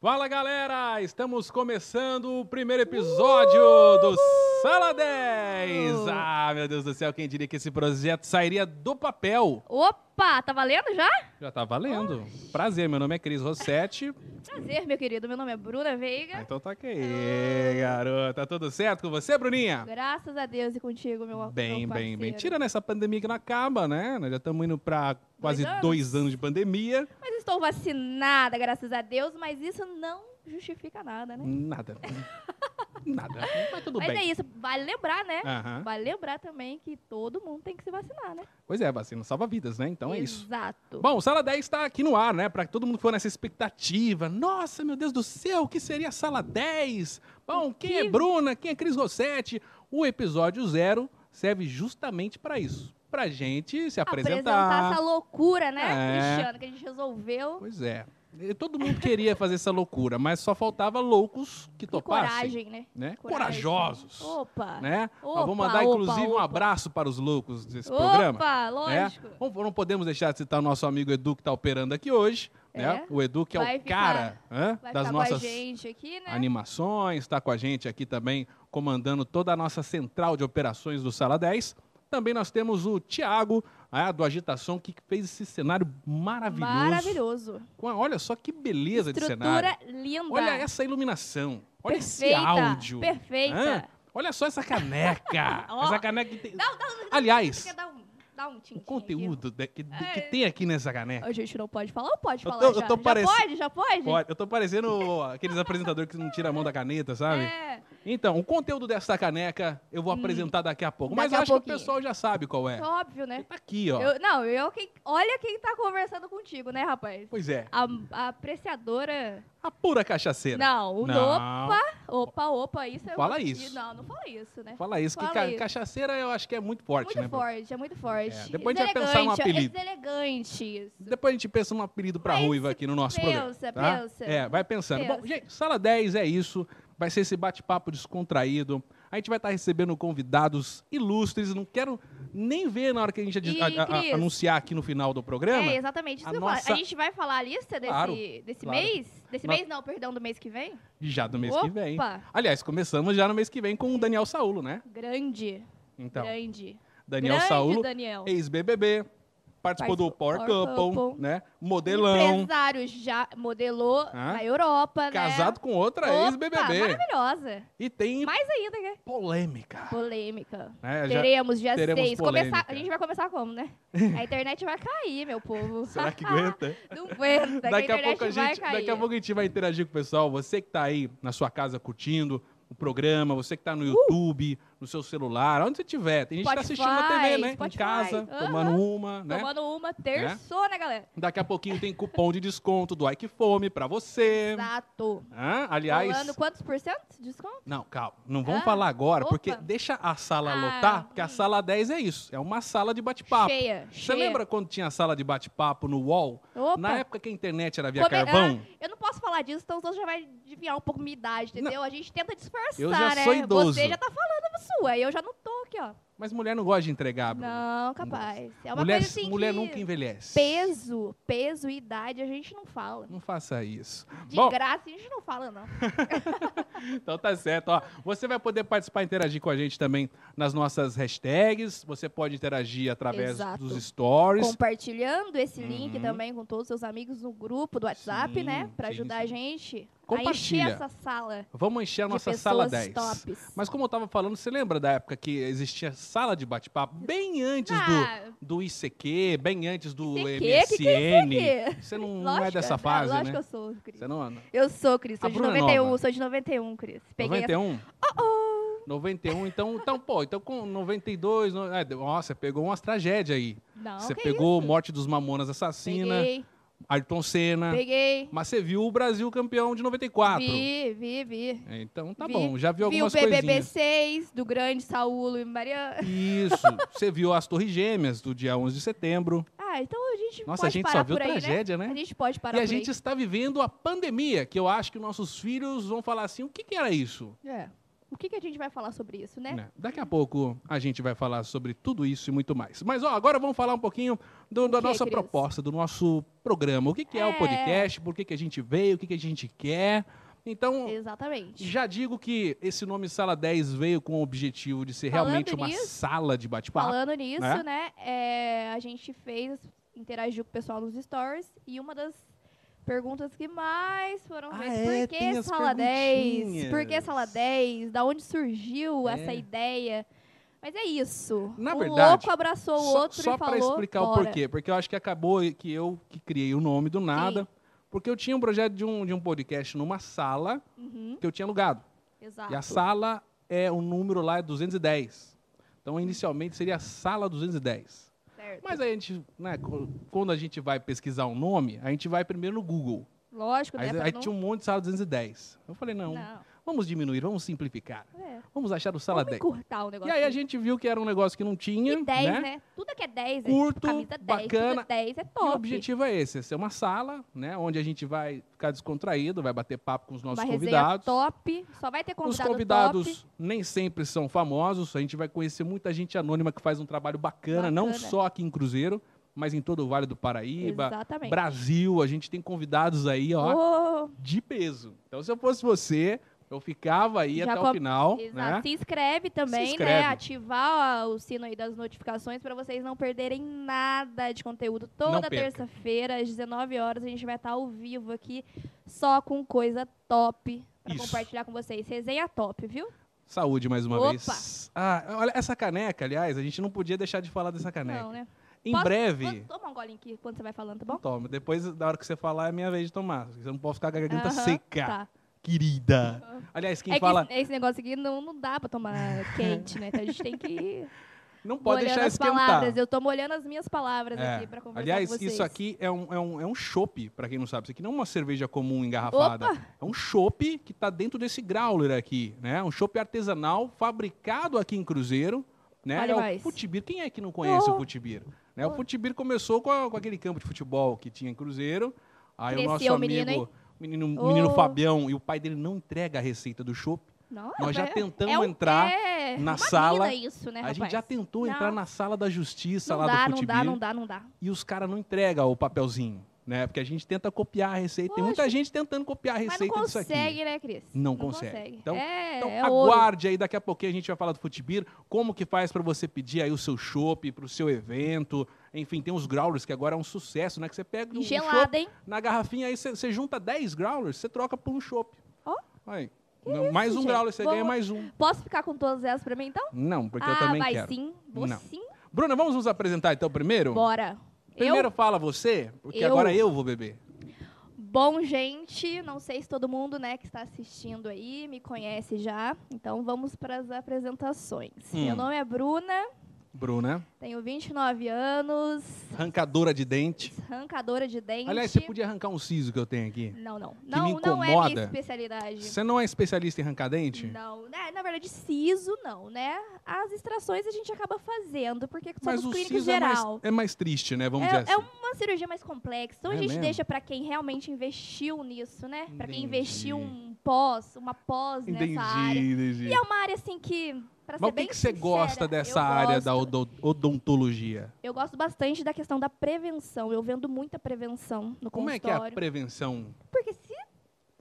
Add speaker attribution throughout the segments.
Speaker 1: Fala galera, estamos começando o primeiro episódio do Sala 10. Ah, meu Deus do céu, quem diria que esse projeto sairia do papel?
Speaker 2: Opa, tá valendo já?
Speaker 1: Já tá valendo. Prazer, meu nome é Cris Rossetti.
Speaker 2: Prazer, meu querido. Meu nome é Bruna
Speaker 1: Ah,
Speaker 2: Veiga.
Speaker 1: Então tá aqui, garota. Tá Tudo certo com você, Bruninha?
Speaker 2: Graças a Deus e contigo, meu
Speaker 1: Bem,
Speaker 2: meu
Speaker 1: bem, bem.
Speaker 2: é parceiro.
Speaker 1: Tirando essa pandemia que não acaba, né? Nós já estamos indo pra quase
Speaker 2: anos?
Speaker 1: dois anos de pandemia.
Speaker 2: Mas estou vacinada, graças a Deus, mas isso não justifica nada, né?
Speaker 1: Nada. Nada. Mas tudo
Speaker 2: mas é
Speaker 1: bem.
Speaker 2: isso, vale lembrar, né?
Speaker 1: Aham.
Speaker 2: Vale lembrar também que todo mundo tem que se vacinar, né?
Speaker 1: Pois é, vacina salva vidas, né? Então é isso.
Speaker 2: Exato.
Speaker 1: Bom, o Sala 10 está aqui no ar, né? Para todo mundo que for nessa expectativa. Nossa, meu Deus do céu, o que seria a Sala 10? Bom, quem é
Speaker 2: Que-
Speaker 1: Bruna? Quem é Cris Rossetti? O episódio zero serve justamente para isso. Pra gente se apresentar.
Speaker 2: essa loucura, né,
Speaker 1: É.
Speaker 2: Cristiano, que a gente resolveu.
Speaker 1: Pois é. E Todo mundo queria fazer essa loucura, mas só faltava loucos que
Speaker 2: Com
Speaker 1: topassem.
Speaker 2: coragem, né?
Speaker 1: né?
Speaker 2: Coragem.
Speaker 1: Corajosos.
Speaker 2: Opa.
Speaker 1: Né? Nós
Speaker 2: Opa,
Speaker 1: vamos mandar,
Speaker 2: opa,
Speaker 1: inclusive, um
Speaker 2: opa.
Speaker 1: abraço para os loucos desse programa.
Speaker 2: Opa, lógico.
Speaker 1: né? Não, não podemos deixar de citar o nosso amigo Edu que está operando aqui hoje. né?
Speaker 2: É.
Speaker 1: O Edu que é
Speaker 2: Vai
Speaker 1: o
Speaker 2: ficar-
Speaker 1: cara hã?
Speaker 2: Vai
Speaker 1: das
Speaker 2: ficar com a
Speaker 1: nossas
Speaker 2: gente aqui, né?
Speaker 1: animações, está com a gente aqui também, comandando toda a nossa central de operações do Sala 10. Também nós temos o Tiago, ah, do Agitação, que fez esse cenário maravilhoso.
Speaker 2: Maravilhoso.
Speaker 1: Com a- olha só que beleza de cenário.
Speaker 2: Estrutura linda.
Speaker 1: Olha essa iluminação. Olha esse
Speaker 2: Perfeita,
Speaker 1: áudio.
Speaker 2: Perfeita.
Speaker 1: Hã? Olha só essa caneca.
Speaker 2: Ó.
Speaker 1: Essa caneca que tem...
Speaker 2: Dá, dá, dá,
Speaker 1: Aliás,
Speaker 2: dá um, dá um tchim
Speaker 1: o conteúdo de- que, de- que tem aqui nessa caneca.
Speaker 2: A gente não pode falar ou pode
Speaker 1: Eu
Speaker 2: falar
Speaker 1: tô- eu
Speaker 2: já?
Speaker 1: tô
Speaker 2: já
Speaker 1: parece-
Speaker 2: pode? Já pode?
Speaker 1: Pode. Eu tô parecendo aqueles apresentadores que não tiram a mão da caneta, sabe?
Speaker 2: É. Hum.
Speaker 1: Então, o conteúdo dessa caneca eu vou apresentar daqui a pouco. Mas
Speaker 2: Daqui a
Speaker 1: acho que o
Speaker 2: pouquinho.
Speaker 1: pessoal já sabe qual é.
Speaker 2: Óbvio, né?
Speaker 1: Tá aqui, ó.
Speaker 2: Eu- não, eu quem, olha quem tá conversando contigo, né, rapaz?
Speaker 1: Pois é.
Speaker 2: A, a apreciadora.
Speaker 1: A pura cachaceira.
Speaker 2: Não, o
Speaker 1: Não.
Speaker 2: opa, opa, opa, isso é.
Speaker 1: Fala
Speaker 2: outro-
Speaker 1: isso.
Speaker 2: Não, não fala isso, né?
Speaker 1: Fala isso, que
Speaker 2: Fala
Speaker 1: ca-
Speaker 2: isso.
Speaker 1: cachaceira eu acho que é muito forte,
Speaker 2: muito
Speaker 1: né? Bruno?
Speaker 2: forte, é muito forte.
Speaker 1: É, depois a gente vai
Speaker 2: Deselegante,
Speaker 1: pensar um apelido.
Speaker 2: É deselegante isso.
Speaker 1: Depois a gente pensa num apelido pra
Speaker 2: Mas
Speaker 1: ruiva aqui no nosso
Speaker 2: pensa,
Speaker 1: programa. tá?
Speaker 2: pensa.
Speaker 1: É, vai pensando. Bom,
Speaker 2: Pensa.
Speaker 1: gente, sala 10 é isso. Vai ser esse bate-papo descontraído. A gente vai estar recebendo convidados ilustres. Não quero nem ver na hora que a gente adi-
Speaker 2: E,
Speaker 1: a- a-
Speaker 2: Cris?
Speaker 1: anunciar aqui no final do programa.
Speaker 2: É, exatamente. Isso
Speaker 1: a
Speaker 2: que eu ia falar.
Speaker 1: nossa-
Speaker 2: a gente vai falar a lista desse,
Speaker 1: Claro,
Speaker 2: desse
Speaker 1: claro.
Speaker 2: mês? Desse
Speaker 1: Nós-
Speaker 2: mês não, perdão, do mês que vem?
Speaker 1: Já do mês que vem.
Speaker 2: Opa,
Speaker 1: Aliás, começamos já no mês que vem com o Daniel Saulo, né?
Speaker 2: grande,
Speaker 1: Então,
Speaker 2: grande.
Speaker 1: Daniel
Speaker 2: grande
Speaker 1: Saulo,
Speaker 2: Daniel.
Speaker 1: ex-BBB, participou do Power
Speaker 2: Participou do Power
Speaker 1: Couple,
Speaker 2: Couple.
Speaker 1: né? Modelão,
Speaker 2: Empresário, já modelou
Speaker 1: Hã?
Speaker 2: na Europa,
Speaker 1: casado
Speaker 2: né?
Speaker 1: com outra
Speaker 2: Opa,
Speaker 1: ex-BBB.
Speaker 2: maravilhosa.
Speaker 1: E tem
Speaker 2: Mais ainda, né?
Speaker 1: polêmica.
Speaker 2: Polêmica.
Speaker 1: né? Já-
Speaker 2: teremos dia
Speaker 1: teremos
Speaker 2: 6. Começar,
Speaker 1: polêmica.
Speaker 2: a gente vai começar como, né? A internet vai cair, meu povo.
Speaker 1: Será que aguenta?
Speaker 2: Não aguenta, que
Speaker 1: daqui, a
Speaker 2: internet
Speaker 1: pouco a
Speaker 2: vai
Speaker 1: gente,
Speaker 2: cair.
Speaker 1: daqui a pouco a gente vai interagir com o pessoal. Você que tá aí na sua casa curtindo o programa, você que tá no YouTube, no seu celular, onde você tiver. Tem gente que tá assistindo a
Speaker 2: Uh! Spotify,
Speaker 1: TV, né? Em
Speaker 2: Spotify.
Speaker 1: casa,
Speaker 2: Aham.
Speaker 1: tomando uma, né?
Speaker 2: Tomando uma terçona, galera.
Speaker 1: Daqui a pouquinho tem cupom de desconto do Ike Fome pra você.
Speaker 2: Exato.
Speaker 1: Hã? Aliás,
Speaker 2: Falando quantos por cento de desconto?
Speaker 1: não, calma, não vamos
Speaker 2: Ah,
Speaker 1: falar agora,
Speaker 2: opa.
Speaker 1: porque deixa a sala
Speaker 2: Ah,
Speaker 1: lotar, porque a
Speaker 2: hum.
Speaker 1: sala 10 é isso, é uma sala de bate-papo.
Speaker 2: Cheia,
Speaker 1: Você
Speaker 2: cheia.
Speaker 1: lembra quando tinha a sala de bate-papo no UOL?
Speaker 2: Opa.
Speaker 1: Na época que a internet era via
Speaker 2: Come-
Speaker 1: carvão,
Speaker 2: Ah, eu não posso falar disso, então os outros já vai adivinhar um pouco minha idade, entendeu? A gente tenta disfarçar,
Speaker 1: Eu já
Speaker 2: né?
Speaker 1: sou idoso.
Speaker 2: Você já tá falando a sua, eu já não tô aqui, ó.
Speaker 1: mas mulher não gosta de entregar, Bruno.
Speaker 2: Não, capaz. É uma
Speaker 1: mulher
Speaker 2: coisa assim
Speaker 1: mulher
Speaker 2: que
Speaker 1: nunca envelhece.
Speaker 2: peso, peso e idade a gente não fala.
Speaker 1: Não faça isso.
Speaker 2: De
Speaker 1: Bom,
Speaker 2: graça a gente não fala, não.
Speaker 1: Então tá certo, ó. Você vai poder participar e interagir com a gente também nas nossas hashtags. Você pode interagir através
Speaker 2: Exato.
Speaker 1: dos stories.
Speaker 2: Compartilhando esse link
Speaker 1: Uhum.
Speaker 2: também com todos os seus amigos no grupo do WhatsApp,
Speaker 1: Sim,
Speaker 2: né? Pra
Speaker 1: sim,
Speaker 2: ajudar
Speaker 1: sim.
Speaker 2: a gente a encher
Speaker 1: Compartilha.
Speaker 2: essa sala
Speaker 1: Vamos encher a
Speaker 2: de
Speaker 1: nossa
Speaker 2: pessoas
Speaker 1: sala 10.
Speaker 2: tops. Ah,
Speaker 1: Mas como eu tava falando, você lembra da época que existia sala de bate-papo bem antes
Speaker 2: Ah,
Speaker 1: do, do ICQ, bem antes do
Speaker 2: ICQ?
Speaker 1: MSN?
Speaker 2: Que que é ICQ?
Speaker 1: Você não, não
Speaker 2: lógico,
Speaker 1: é dessa fase,
Speaker 2: lógico que
Speaker 1: né?
Speaker 2: eu sou, Cris.
Speaker 1: Você não, não.
Speaker 2: Eu sou, Cris. Sou
Speaker 1: A
Speaker 2: de
Speaker 1: Bruna é
Speaker 2: 91,
Speaker 1: nova.
Speaker 2: sou de 91, Cris. Peguei
Speaker 1: 91? 91, então, então, pô, então com 92, no, é, nossa, pegou umas tragédias aí.
Speaker 2: essa. Não,
Speaker 1: Você
Speaker 2: que
Speaker 1: pegou
Speaker 2: isso?
Speaker 1: Morte dos Mamonas Assassina,
Speaker 2: Peguei,
Speaker 1: Ayrton Senna.
Speaker 2: peguei.
Speaker 1: Mas você viu o Brasil campeão de 94.
Speaker 2: Vi, vi, vi.
Speaker 1: Então tá
Speaker 2: Vi.
Speaker 1: bom, já viu
Speaker 2: vi o
Speaker 1: algumas
Speaker 2: BBB
Speaker 1: coisinhas.
Speaker 2: 6 do grande Saulo e Mariana.
Speaker 1: Isso. Você viu as Torres Gêmeas do dia 11 de setembro.
Speaker 2: Ah, então a gente
Speaker 1: Nossa,
Speaker 2: pode
Speaker 1: a gente
Speaker 2: parar
Speaker 1: só viu
Speaker 2: por aí,
Speaker 1: tragédia, né?
Speaker 2: A gente pode parar
Speaker 1: e a
Speaker 2: por
Speaker 1: gente está vivendo a pandemia, que eu acho que nossos filhos vão falar assim: o que, que era isso?
Speaker 2: aí. É. O que, que a gente vai falar sobre isso, né?
Speaker 1: né? Daqui a pouco a gente vai falar sobre tudo isso e muito mais. Mas ó, agora vamos falar um pouquinho do-
Speaker 2: O
Speaker 1: da
Speaker 2: quê,
Speaker 1: nossa
Speaker 2: Cris?
Speaker 1: proposta, do nosso programa. O que, que é,
Speaker 2: É.
Speaker 1: o podcast, por que, que a gente veio, o que, que a gente quer. Então,
Speaker 2: Exatamente.
Speaker 1: já digo que esse nome Sala 10 veio com o objetivo de ser
Speaker 2: Falando
Speaker 1: realmente uma
Speaker 2: nisso-
Speaker 1: sala de bate-papo.
Speaker 2: Falando nisso,
Speaker 1: né?
Speaker 2: né? é, a gente fez, interagiu com o pessoal nos stories e uma das perguntas que mais foram
Speaker 1: Ah,
Speaker 2: feitas,
Speaker 1: é,
Speaker 2: por
Speaker 1: tem
Speaker 2: que
Speaker 1: as
Speaker 2: Sala 10? Por que
Speaker 1: perguntinhas.
Speaker 2: Sala 10? Da onde surgiu
Speaker 1: É.
Speaker 2: essa ideia? Mas é isso.
Speaker 1: Na
Speaker 2: um
Speaker 1: verdade,
Speaker 2: louco abraçou o
Speaker 1: Só,
Speaker 2: outro
Speaker 1: só
Speaker 2: e falou,
Speaker 1: para explicar
Speaker 2: bora.
Speaker 1: o porquê, porque eu acho que acabou que eu que criei o nome do nada, porque eu tinha um projeto de um, de um podcast numa sala
Speaker 2: Uhum,
Speaker 1: que eu tinha alugado.
Speaker 2: exato.
Speaker 1: E a sala é o número lá é 210. Então, inicialmente seria sala 210.
Speaker 2: Certo.
Speaker 1: Mas aí a gente, né, co- quando a gente vai pesquisar um nome, a gente vai primeiro no Google.
Speaker 2: Lógico,
Speaker 1: Aí,
Speaker 2: né? pra
Speaker 1: aí
Speaker 2: não...
Speaker 1: tinha um monte de sala 210. Eu falei, não,
Speaker 2: Não,
Speaker 1: vamos diminuir, vamos simplificar.
Speaker 2: é.
Speaker 1: Vamos achar o um sala
Speaker 2: Vamos
Speaker 1: 10.
Speaker 2: encurtar o
Speaker 1: E
Speaker 2: negócio.
Speaker 1: aí a gente viu que era um negócio que não tinha,
Speaker 2: E 10, né?
Speaker 1: né?
Speaker 2: Tudo que é 10, é
Speaker 1: Curto,
Speaker 2: tipo, camisa 10,
Speaker 1: bacana.
Speaker 2: tudo 10 é
Speaker 1: E o
Speaker 2: top.
Speaker 1: objetivo é esse, é ser uma sala, né, onde a gente vai ficar descontraído, vai bater papo com os nossos
Speaker 2: Uma resenha
Speaker 1: convidados.
Speaker 2: top, só vai ter
Speaker 1: Os
Speaker 2: convidado top.
Speaker 1: convidados nem sempre são famosos, a gente vai conhecer muita gente anônima que faz um trabalho bacana, não
Speaker 2: Bacana.
Speaker 1: só aqui em Cruzeiro, mas em todo o Vale do Paraíba,
Speaker 2: Exatamente.
Speaker 1: Brasil, a gente tem convidados aí, ó,
Speaker 2: Ô,
Speaker 1: de peso. Então se eu fosse você, eu ficava aí
Speaker 2: Já
Speaker 1: até o
Speaker 2: com-
Speaker 1: final,
Speaker 2: exato.
Speaker 1: né?
Speaker 2: Se inscreve também,
Speaker 1: inscreve.
Speaker 2: né? Ativar ó, o sino aí das notificações para vocês não perderem nada de conteúdo. Toda
Speaker 1: perca.
Speaker 2: terça-feira, às 19 horas, a gente vai estar ao vivo aqui, só com coisa top para
Speaker 1: Isso.
Speaker 2: compartilhar com vocês. Resenha top, viu?
Speaker 1: Saúde mais uma
Speaker 2: Opa.
Speaker 1: vez. Ah, olha essa caneca, aliás, a gente não podia deixar de falar dessa caneca.
Speaker 2: Não, né?
Speaker 1: Em
Speaker 2: Posso-
Speaker 1: breve,
Speaker 2: Vou tomar um golinho aqui quando você vai falando, tá bom?
Speaker 1: Toma, depois da hora que você falar é minha vez de tomar. Você não pode ficar com a garganta
Speaker 2: Aham,
Speaker 1: seca,
Speaker 2: Tá.
Speaker 1: querida. Aliás, quem
Speaker 2: é
Speaker 1: fala
Speaker 2: que esse- esse negócio aqui não, não dá pra tomar quente, né? Então a gente tem que
Speaker 1: não pode
Speaker 2: molhando
Speaker 1: deixar
Speaker 2: as
Speaker 1: esquentar.
Speaker 2: palavras. Eu tô molhando as minhas palavras
Speaker 1: É.
Speaker 2: aqui pra conversar
Speaker 1: Aliás,
Speaker 2: com vocês.
Speaker 1: isso aqui é um, é um, é um chopp, pra quem não sabe. Isso aqui não é uma cerveja comum engarrafada. É um chopp que tá dentro desse growler aqui, né? Um chopp artesanal fabricado aqui em Cruzeiro. Né?
Speaker 2: Olha
Speaker 1: é o
Speaker 2: mais.
Speaker 1: Futibir. Quem é que não conhece o
Speaker 2: Oh.
Speaker 1: Futibir? Né? O
Speaker 2: Oh.
Speaker 1: Futibir começou com, a- com aquele campo de futebol que tinha em Cruzeiro. Aí
Speaker 2: Cresceu
Speaker 1: o nosso
Speaker 2: o menino,
Speaker 1: amigo, o menino, o menino
Speaker 2: Oh.
Speaker 1: Fabião, e o pai dele não entrega a receita do chopp.
Speaker 2: Não,
Speaker 1: Nós já
Speaker 2: é-
Speaker 1: tentamos
Speaker 2: é um-
Speaker 1: entrar.
Speaker 2: é
Speaker 1: na
Speaker 2: uma
Speaker 1: sala.
Speaker 2: mina isso, né,
Speaker 1: a gente
Speaker 2: rapaz?
Speaker 1: já tentou
Speaker 2: Não.
Speaker 1: entrar na sala da justiça
Speaker 2: não
Speaker 1: lá
Speaker 2: dá,
Speaker 1: do
Speaker 2: não
Speaker 1: Futibir
Speaker 2: dá, não dá, não dá.
Speaker 1: e os caras não entregam o papelzinho, né? Porque a gente tenta copiar a receita. Tem muita gente tentando copiar a
Speaker 2: Mas não
Speaker 1: receita disso aqui.
Speaker 2: consegue, né, Cris?
Speaker 1: Não consegue. Então-
Speaker 2: é,
Speaker 1: Então
Speaker 2: é ouro.
Speaker 1: aguarde aí, daqui a pouquinho a gente vai falar do Futibir, como que faz pra você pedir aí o seu chopp, pro seu evento, enfim, tem os growlers que agora é um sucesso, né? Que você pega um
Speaker 2: E
Speaker 1: chopp
Speaker 2: gelada, hein?
Speaker 1: na garrafinha, aí você você junta 10 growlers, você troca por um chopp.
Speaker 2: Ó.
Speaker 1: Aí, Não, mais um
Speaker 2: gente?
Speaker 1: growler, você
Speaker 2: Vamos-
Speaker 1: ganha mais um.
Speaker 2: Posso ficar com todas elas pra mim, então?
Speaker 1: Não, porque
Speaker 2: ah,
Speaker 1: eu também
Speaker 2: vai
Speaker 1: quero.
Speaker 2: sim. Vou
Speaker 1: Não.
Speaker 2: sim.
Speaker 1: Bruna, vamos nos apresentar então primeiro?
Speaker 2: Bora. Eu
Speaker 1: Primeiro fala você, porque
Speaker 2: Eu?
Speaker 1: agora eu vou beber.
Speaker 2: Bom, gente, não sei se todo mundo, né, que está assistindo aí me conhece já. Então vamos para as apresentações.
Speaker 1: Hum.
Speaker 2: Meu nome é Bruna,
Speaker 1: Bruna,
Speaker 2: tenho 29 anos,
Speaker 1: arrancadora de dente.
Speaker 2: arrancadora de dente.
Speaker 1: Aliás, você podia arrancar um siso que eu tenho aqui.
Speaker 2: Não, não. Não,
Speaker 1: me
Speaker 2: não é
Speaker 1: incomoda.
Speaker 2: minha especialidade.
Speaker 1: Você não é especialista em arrancar dente?
Speaker 2: Não, né? Na verdade, siso não, né? As extrações a gente acaba fazendo, porque
Speaker 1: Mas
Speaker 2: somos
Speaker 1: o
Speaker 2: clínicos
Speaker 1: siso é mais,
Speaker 2: geral.
Speaker 1: é mais triste, né? Vamos dizer
Speaker 2: é,
Speaker 1: assim.
Speaker 2: é uma cirurgia mais complexa. Então
Speaker 1: É
Speaker 2: a gente
Speaker 1: mesmo?
Speaker 2: deixa para quem realmente investiu nisso, né? Para quem
Speaker 1: Entendi.
Speaker 2: investiu um pós, uma pós
Speaker 1: Entendi,
Speaker 2: nessa área.
Speaker 1: entendi.
Speaker 2: E é uma área assim que. Pra
Speaker 1: Mas o
Speaker 2: ser
Speaker 1: que,
Speaker 2: bem
Speaker 1: que você
Speaker 2: sincera,
Speaker 1: gosta dessa
Speaker 2: eu
Speaker 1: área da
Speaker 2: gosto-
Speaker 1: odo- odontologia?
Speaker 2: Eu gosto bastante da questão da prevenção. Eu vendo muita prevenção no
Speaker 1: Como é que é a
Speaker 2: consultório.
Speaker 1: prevenção?
Speaker 2: Porque se,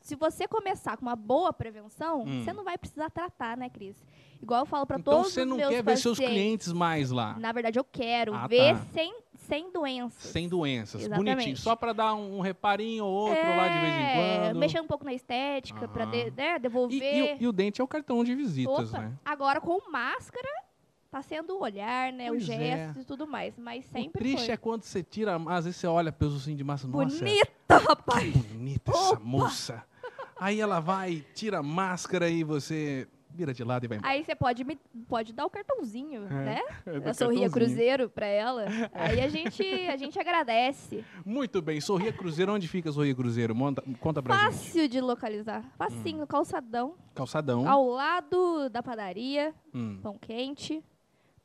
Speaker 2: se você começar com uma boa prevenção,
Speaker 1: Hum.
Speaker 2: você não vai precisar tratar, né, Cris? Igual eu falo pra
Speaker 1: Então
Speaker 2: todos
Speaker 1: você
Speaker 2: os
Speaker 1: não
Speaker 2: meus
Speaker 1: quer ver seus
Speaker 2: pacientes.
Speaker 1: clientes mais lá,
Speaker 2: Na verdade, eu quero
Speaker 1: Ah,
Speaker 2: ver
Speaker 1: tá.
Speaker 2: sem, sem doenças.
Speaker 1: sem doenças,
Speaker 2: Exatamente.
Speaker 1: bonitinho. Só pra dar um reparinho ou outro lá de vez em
Speaker 2: É,
Speaker 1: quando.
Speaker 2: Mexer um pouco na estética, pra
Speaker 1: Aham.
Speaker 2: de- né,
Speaker 1: E,
Speaker 2: devolver.
Speaker 1: e o- e o dente é o cartão de visitas,
Speaker 2: Opa,
Speaker 1: né?
Speaker 2: agora com máscara, tá sendo o olhar, né?
Speaker 1: Pois é.
Speaker 2: o gesto e tudo mais. Mas sempre
Speaker 1: o triste
Speaker 2: foi.
Speaker 1: é quando você tira, às vezes você olha pelos assim de massa, nossa,
Speaker 2: Bonita, rapaz!
Speaker 1: bonita essa
Speaker 2: Opa!
Speaker 1: moça. Aí ela vai, tira a máscara e você vira de lado e vai embora.
Speaker 2: Aí você pode, me, pode dar o cartãozinho,
Speaker 1: É,
Speaker 2: né?
Speaker 1: Eu dou
Speaker 2: Eu sorria
Speaker 1: cartãozinho.
Speaker 2: Cruzeiro pra ela. Aí a gente, a gente agradece.
Speaker 1: Muito bem, Sorria Cruzeiro, onde fica Sorria Cruzeiro? Monta, conta pra gente. Hum.
Speaker 2: Fácil de localizar. Facinho, calçadão.
Speaker 1: Calçadão.
Speaker 2: Ao lado da padaria,
Speaker 1: Hum.
Speaker 2: pão quente,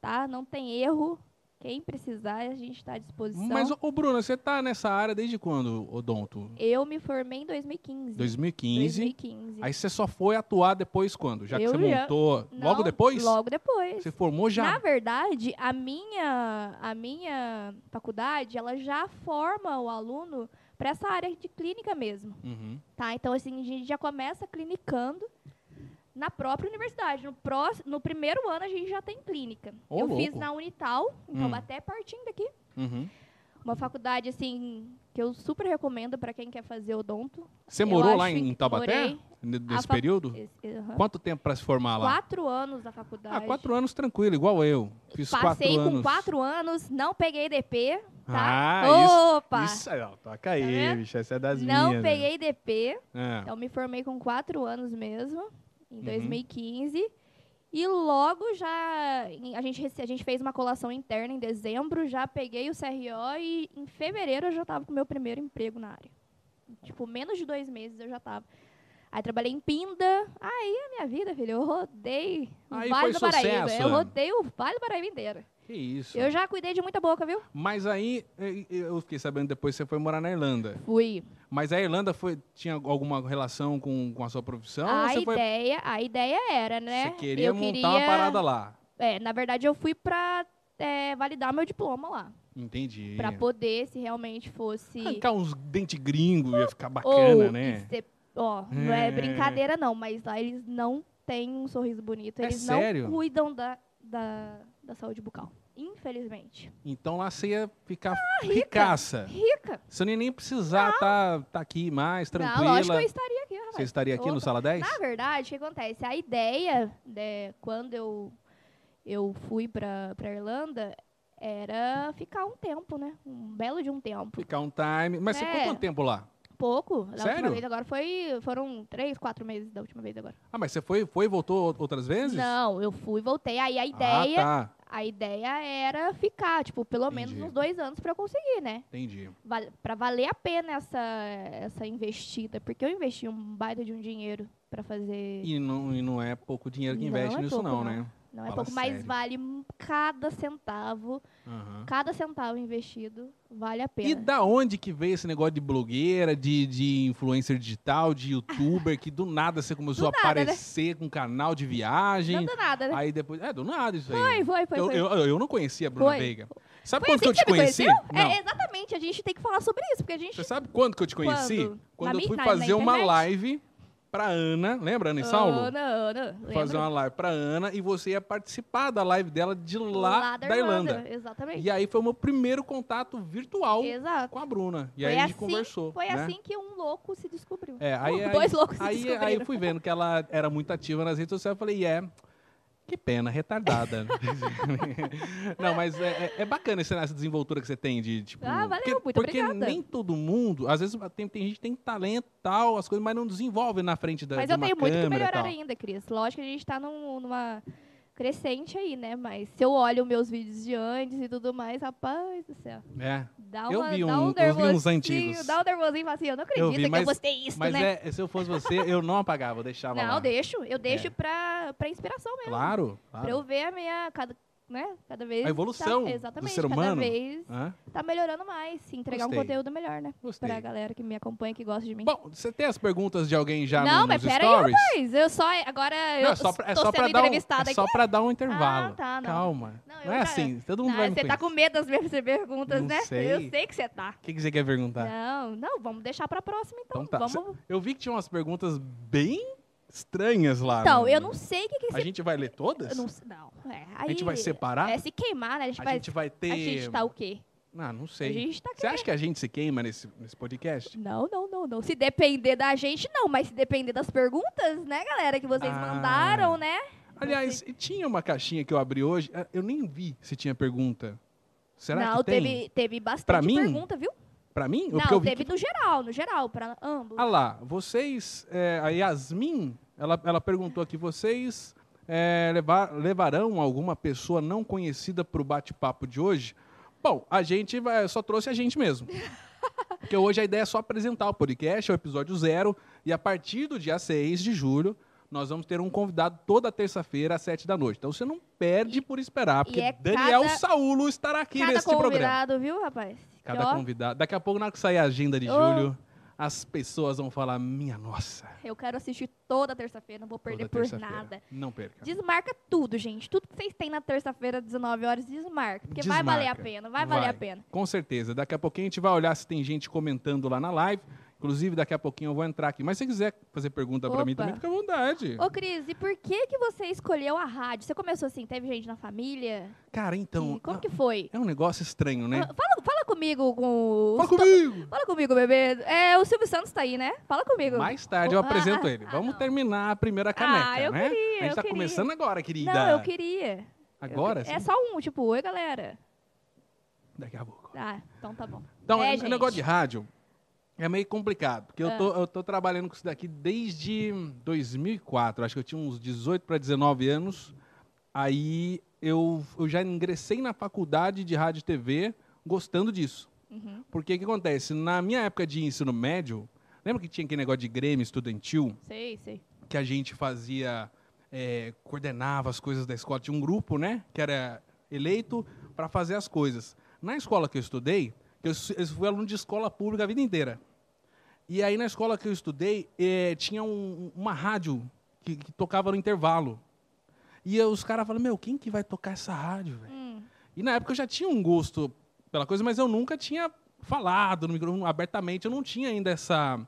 Speaker 2: tá? Não tem erro. Quem precisar, a gente está à disposição.
Speaker 1: Mas, ô Bruno, você está nessa área desde quando, Odonto?
Speaker 2: Eu me formei em 2015.
Speaker 1: 2015.
Speaker 2: 2015.
Speaker 1: Aí você só foi atuar depois quando? Já que
Speaker 2: Eu
Speaker 1: você
Speaker 2: já-
Speaker 1: montou.
Speaker 2: Não,
Speaker 1: Logo depois?
Speaker 2: Logo depois.
Speaker 1: Você formou já?
Speaker 2: Na verdade, a minha, a minha faculdade, ela já forma o aluno para essa área de clínica mesmo,
Speaker 1: Uhum.
Speaker 2: tá? Então, assim, a gente já começa clinicando na própria universidade. No, próximo, no primeiro ano, a gente já tem clínica.
Speaker 1: Ô,
Speaker 2: Eu
Speaker 1: louco.
Speaker 2: fiz na Unital, então
Speaker 1: Hum.
Speaker 2: até partindo daqui.
Speaker 1: Uhum.
Speaker 2: Uma faculdade, assim, que eu super recomendo para quem quer fazer odonto.
Speaker 1: Você
Speaker 2: Eu
Speaker 1: morou
Speaker 2: acho
Speaker 1: lá em
Speaker 2: que
Speaker 1: Taubaté?
Speaker 2: morei.
Speaker 1: Ne- Nesse
Speaker 2: fac-
Speaker 1: período?
Speaker 2: Esse- aham.
Speaker 1: Quanto tempo para se formar lá?
Speaker 2: Quatro anos da faculdade.
Speaker 1: Ah, quatro anos tranquilo, igual eu. Fiz
Speaker 2: Passei
Speaker 1: quatro anos.
Speaker 2: com quatro anos, não peguei DP, tá?
Speaker 1: Ah,
Speaker 2: Opa!
Speaker 1: isso. Isso aí, ó. Toca aí,
Speaker 2: Tá vendo?
Speaker 1: bicho. Essa é das
Speaker 2: não
Speaker 1: minhas. né?
Speaker 2: peguei DP,
Speaker 1: É.
Speaker 2: então me formei com quatro anos mesmo, em
Speaker 1: Uhum.
Speaker 2: 2015. E logo já em- a gente, rece- a gente fez uma colação interna em dezembro, já peguei o CRO e em fevereiro eu já estava com o meu primeiro emprego na área. Tipo, menos de dois meses eu já estava. Aí trabalhei em Pinda. Aí a minha vida, filho, eu rodei o
Speaker 1: Aí foi
Speaker 2: Vale do Paraíba.
Speaker 1: sucesso. né?
Speaker 2: Eu rodei o Vale do Paraíba inteiro.
Speaker 1: Que isso.
Speaker 2: Eu já cuidei de muita boca, viu?
Speaker 1: Mas aí, eh, eu fiquei sabendo depois que você foi morar na Irlanda.
Speaker 2: Fui.
Speaker 1: Mas a Irlanda foi, tinha alguma relação com, com a sua profissão? ou
Speaker 2: a
Speaker 1: Então, você foi,
Speaker 2: ideia, a ideia era, né?
Speaker 1: Você queria
Speaker 2: eu
Speaker 1: montar
Speaker 2: queria,
Speaker 1: uma parada lá.
Speaker 2: É, na verdade, eu fui pra é, validar meu diploma lá.
Speaker 1: Entendi.
Speaker 2: Pra poder, se realmente fosse.
Speaker 1: Arrancar uns dentes gringos ia ficar Ah, tá bacana,
Speaker 2: ou
Speaker 1: né?
Speaker 2: ser- ó, não é
Speaker 1: É.
Speaker 2: brincadeira, não, mas lá eles não têm um sorriso bonito.
Speaker 1: É
Speaker 2: Eles
Speaker 1: sério?
Speaker 2: não cuidam da, da, da saúde bucal. Infelizmente.
Speaker 1: Então lá você ia ficar
Speaker 2: Ah,
Speaker 1: ricaça.
Speaker 2: Rica.
Speaker 1: Você não ia nem precisar estar tá, tá aqui mais, tranquila.
Speaker 2: Não, lógico que eu estaria aqui, rapaz.
Speaker 1: você estaria aqui no
Speaker 2: Tá Opa.
Speaker 1: Sala 10?
Speaker 2: Na verdade, o que acontece? A ideia, né, quando eu, eu fui pra, pra Irlanda, era ficar um tempo, né? Um belo de um tempo.
Speaker 1: Ficar um time. Mas você ficou
Speaker 2: É.
Speaker 1: quanto tempo lá?
Speaker 2: Pouco. Da
Speaker 1: Sério?
Speaker 2: última vez agora foi. Foram três, quatro meses da última vez agora.
Speaker 1: Ah, mas você foi, foi e voltou outras vezes?
Speaker 2: Não, eu fui, voltei. Aí a ideia,
Speaker 1: Ah, tá.
Speaker 2: a ideia era ficar, tipo, pelo
Speaker 1: Entendi.
Speaker 2: menos uns dois anos pra eu conseguir, né?
Speaker 1: Entendi.
Speaker 2: Val pra valer a pena essa, essa investida. Porque eu investi um baita de um dinheiro pra fazer.
Speaker 1: E não, e não é pouco dinheiro que
Speaker 2: Não
Speaker 1: investe
Speaker 2: é
Speaker 1: nisso,
Speaker 2: pouco,
Speaker 1: não,
Speaker 2: não.
Speaker 1: né?
Speaker 2: Não é
Speaker 1: Fala
Speaker 2: pouco, mas
Speaker 1: sério.
Speaker 2: vale um, cada centavo.
Speaker 1: Aham.
Speaker 2: Cada centavo investido vale a
Speaker 1: E
Speaker 2: pena.
Speaker 1: da onde que veio esse negócio de blogueira, de, de influencer digital, de youtuber, que do nada você começou
Speaker 2: Do
Speaker 1: a
Speaker 2: nada, né?
Speaker 1: aparecer com canal de viagem?
Speaker 2: Não dá nada, né?
Speaker 1: Aí depois. É, do nada isso aí.
Speaker 2: Foi, foi, foi.
Speaker 1: eu,
Speaker 2: foi.
Speaker 1: Eu, eu não conhecia a Bruna
Speaker 2: Foi.
Speaker 1: Veiga. Sabe
Speaker 2: Foi
Speaker 1: quando
Speaker 2: assim
Speaker 1: que eu
Speaker 2: que
Speaker 1: te
Speaker 2: você me
Speaker 1: conheci?
Speaker 2: conheceu?
Speaker 1: Não.
Speaker 2: É, exatamente, a gente tem que falar sobre isso, porque a gente.
Speaker 1: Você sabe quando que eu te conheci?
Speaker 2: Quando?
Speaker 1: Quando
Speaker 2: Na
Speaker 1: eu fui
Speaker 2: Midnight, na
Speaker 1: fazer uma
Speaker 2: internet?
Speaker 1: live pra Ana. Lembra, Ana e é Saulo?
Speaker 2: Ana, Ana.
Speaker 1: Fui fazer uma
Speaker 2: lembra?
Speaker 1: live pra Ana e você ia participar da live dela de lá, da, Irlanda.
Speaker 2: Exatamente.
Speaker 1: E aí foi o meu primeiro contato virtual
Speaker 2: Exato.
Speaker 1: com a Bruna. E
Speaker 2: Foi
Speaker 1: aí a gente
Speaker 2: assim-
Speaker 1: conversou.
Speaker 2: Foi
Speaker 1: né?
Speaker 2: assim que um louco se descobriu.
Speaker 1: É, aí,
Speaker 2: Um,
Speaker 1: aí,
Speaker 2: Dois loucos se
Speaker 1: aí, aí
Speaker 2: descobriram.
Speaker 1: eu fui vendo que ela era muito ativa nas redes sociais. Eu falei, é, que pena, retardada. Não, mas é, é- é bacana esse- essa desenvoltura que você tem de, tipo...
Speaker 2: Ah, valeu,
Speaker 1: porque,
Speaker 2: muito
Speaker 1: Porque
Speaker 2: obrigada.
Speaker 1: nem todo mundo... Às vezes tem, tem gente que tem talento e tal, as coisas, mas não desenvolve na frente da,
Speaker 2: Mas
Speaker 1: de
Speaker 2: eu
Speaker 1: uma
Speaker 2: tenho muito
Speaker 1: câmera
Speaker 2: que
Speaker 1: e
Speaker 2: melhorar
Speaker 1: tal.
Speaker 2: ainda, Cris. Lógico que a gente tá num- numa crescente aí, né? Mas se eu olho meus vídeos de antes e tudo mais, rapaz do céu.
Speaker 1: É,
Speaker 2: Dá
Speaker 1: Eu
Speaker 2: uma,
Speaker 1: vi
Speaker 2: dá
Speaker 1: um-
Speaker 2: um
Speaker 1: eu vi uns
Speaker 2: nervosinho,
Speaker 1: antigos.
Speaker 2: Dá um nervosinho e fala assim, eu não acredito
Speaker 1: vi,
Speaker 2: que
Speaker 1: mas-
Speaker 2: eu postei isso,
Speaker 1: mas
Speaker 2: né?
Speaker 1: é, se eu fosse você, eu não apagava, eu deixava
Speaker 2: não,
Speaker 1: lá.
Speaker 2: eu deixo. Eu deixo
Speaker 1: É.
Speaker 2: pra, pra inspiração mesmo.
Speaker 1: Claro,
Speaker 2: Pra
Speaker 1: claro.
Speaker 2: eu ver a minha... Cada, né? cada vez...
Speaker 1: A evolução
Speaker 2: tá,
Speaker 1: do
Speaker 2: exatamente,
Speaker 1: ser humano.
Speaker 2: Cada vez
Speaker 1: Hã?
Speaker 2: tá melhorando mais. se Entregar
Speaker 1: Gostei.
Speaker 2: um conteúdo melhor, né?
Speaker 1: Gostei.
Speaker 2: Pra galera que me acompanha, que gosta de mim.
Speaker 1: Bom, você tem as perguntas de alguém já
Speaker 2: Não,
Speaker 1: no,
Speaker 2: mas
Speaker 1: nos
Speaker 2: pera aí,
Speaker 1: stories?
Speaker 2: Mas eu só... Agora eu
Speaker 1: é só pra, é
Speaker 2: tô
Speaker 1: só pra
Speaker 2: sendo
Speaker 1: dar um,
Speaker 2: entrevistada
Speaker 1: é
Speaker 2: aqui.
Speaker 1: só pra dar um intervalo.
Speaker 2: Ah, tá, não.
Speaker 1: Calma. Não,
Speaker 2: Não, eu
Speaker 1: é
Speaker 2: já-
Speaker 1: assim, todo mundo
Speaker 2: Ah,
Speaker 1: vai me
Speaker 2: você tá
Speaker 1: conhecer.
Speaker 2: com medo das minhas perguntas,
Speaker 1: Não
Speaker 2: né?
Speaker 1: sei.
Speaker 2: Eu sei que você tá.
Speaker 1: O que que você quer perguntar?
Speaker 2: Não, não, vamos deixar pra próxima então.
Speaker 1: Então tá.
Speaker 2: Vamos...
Speaker 1: Eu vi que tinha umas perguntas bem estranhas lá.
Speaker 2: Então,
Speaker 1: no-
Speaker 2: eu não sei o que, que esse
Speaker 1: Ah, A gente vai ler todas?
Speaker 2: Eu Não, sei- não. É, aí,
Speaker 1: A gente vai separar?
Speaker 2: É se queimar, né? A gente
Speaker 1: a
Speaker 2: vai.
Speaker 1: gente vai ter...
Speaker 2: A gente tá o quê?
Speaker 1: Ah, não
Speaker 2: A
Speaker 1: sei.
Speaker 2: gente tá
Speaker 1: Você
Speaker 2: queimando.
Speaker 1: acha que a gente se queima nesse, nesse podcast?
Speaker 2: Não, não, não, não. Se depender da gente, não. Mas se depender das perguntas, né, galera, que vocês
Speaker 1: Ah.
Speaker 2: mandaram, né?
Speaker 1: Aliás, tinha uma caixinha que eu abri hoje, ah, eu nem vi se tinha pergunta. Será
Speaker 2: não,
Speaker 1: que tem?
Speaker 2: teve, teve bastante
Speaker 1: Pra mim?
Speaker 2: pergunta, viu?
Speaker 1: Pra mim? Ou
Speaker 2: não,
Speaker 1: porque eu vi
Speaker 2: teve no geral, no geral, pra ambos.
Speaker 1: Ah lá, vocês. é, a Yasmin, ela, ela perguntou aqui: vocês é, levar- levarão alguma pessoa não conhecida para o bate-papo de hoje? Bom, a gente vai- só trouxe a gente mesmo. Porque hoje a ideia é só apresentar o podcast, é o episódio zero, e a partir do dia 6 de julho, Nós vamos ter um convidado toda terça-feira, às sete da noite. Então você não perde por esperar, porque
Speaker 2: é
Speaker 1: Daniel
Speaker 2: cada-
Speaker 1: Saulo estará aqui
Speaker 2: Cada
Speaker 1: neste programa.
Speaker 2: convidado, viu, rapaz? Que,
Speaker 1: Cada
Speaker 2: ó,
Speaker 1: convidado. Daqui a pouco, na hora que sair a agenda de
Speaker 2: Ô.
Speaker 1: julho, as pessoas vão falar: minha nossa.
Speaker 2: Eu quero assistir toda terça-feira, não vou
Speaker 1: toda
Speaker 2: perder por
Speaker 1: terça-feira.
Speaker 2: nada.
Speaker 1: Não perca.
Speaker 2: Desmarca tudo, gente. Tudo que vocês têm na terça-feira, 19 horas, desmarca. Porque vai valer a
Speaker 1: Desmarca.
Speaker 2: pena, vai valer
Speaker 1: Vai.
Speaker 2: a pena.
Speaker 1: Com certeza. Daqui a pouquinho a gente vai olhar se tem gente comentando lá na live. Inclusive, daqui a pouquinho eu vou entrar aqui. Mas se quiser fazer pergunta pra mim
Speaker 2: Opa.
Speaker 1: também, fica à vontade.
Speaker 2: Ô, Cris, e por que, que você escolheu a rádio? Você começou assim, teve gente na família?
Speaker 1: Cara, então.
Speaker 2: E como que foi?
Speaker 1: É um negócio estranho, né?
Speaker 2: Ah, Fala, fala comigo com...
Speaker 1: Fala
Speaker 2: os to-
Speaker 1: comigo!
Speaker 2: Fala comigo, bebê. É, o Silvio Santos tá aí, né? Fala comigo.
Speaker 1: Mais tarde eu
Speaker 2: Ah,
Speaker 1: apresento
Speaker 2: ah,
Speaker 1: ele.
Speaker 2: ah,
Speaker 1: Vamos
Speaker 2: não. Ah,
Speaker 1: terminar a primeira caneca,
Speaker 2: eu
Speaker 1: né?
Speaker 2: queria,
Speaker 1: a gente
Speaker 2: eu
Speaker 1: tá
Speaker 2: queria.
Speaker 1: começando agora, querida.
Speaker 2: Não, eu queria. Eu
Speaker 1: Agora? assim?
Speaker 2: queria.
Speaker 1: sim?
Speaker 2: É só um, tipo, oi, galera.
Speaker 1: Daqui a pouco.
Speaker 2: Ah, então tá bom.
Speaker 1: Então,
Speaker 2: É,
Speaker 1: o
Speaker 2: gente.
Speaker 1: negócio de rádio é meio complicado, porque eu,
Speaker 2: Ah.
Speaker 1: tô, eu tô trabalhando com isso daqui desde 2004, acho que eu tinha uns 18 para 19 anos. Aí eu, eu já ingressei na faculdade de rádio e TV gostando disso.
Speaker 2: Uhum,
Speaker 1: Porque o que acontece? Na minha época de ensino médio, lembra que tinha aquele negócio de Grêmio estudantil?
Speaker 2: sei, sei.
Speaker 1: que a gente fazia, é, coordenava as coisas da escola. Tinha um grupo, né, que era eleito para fazer as coisas. Na escola que eu estudei, que eu, su- eu fui aluno de escola pública a vida inteira. E aí na escola que eu estudei, eh, tinha um- uma rádio que, que tocava no intervalo. E eu- os caras falaram, meu, quem que vai tocar essa rádio, velho?
Speaker 2: Hum,
Speaker 1: E na época eu já tinha um gosto pela coisa, mas eu nunca tinha falado no microfone abertamente. Eu não tinha ainda essa.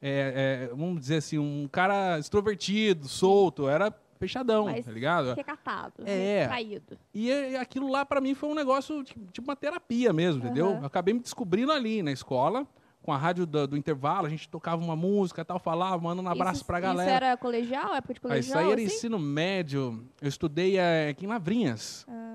Speaker 1: é, é, vamos dizer assim, um cara extrovertido, solto. Eu era fechadão,
Speaker 2: Mas
Speaker 1: tá ligado?
Speaker 2: recatado.
Speaker 1: É.
Speaker 2: Traído.
Speaker 1: E é, aquilo lá pra mim foi um negócio tipo tipo uma terapia mesmo, entendeu?
Speaker 2: Aham.
Speaker 1: Eu acabei me descobrindo ali na escola, com a rádio do, do intervalo. A gente tocava uma música tal, falava, mandando um abraço
Speaker 2: isso,
Speaker 1: pra galera.
Speaker 2: Isso era colegial, época de
Speaker 1: Ah,
Speaker 2: colegial?
Speaker 1: Isso aí era
Speaker 2: assim?
Speaker 1: ensino médio. Eu estudei eh, aqui em Lavrinhas.
Speaker 2: Ah.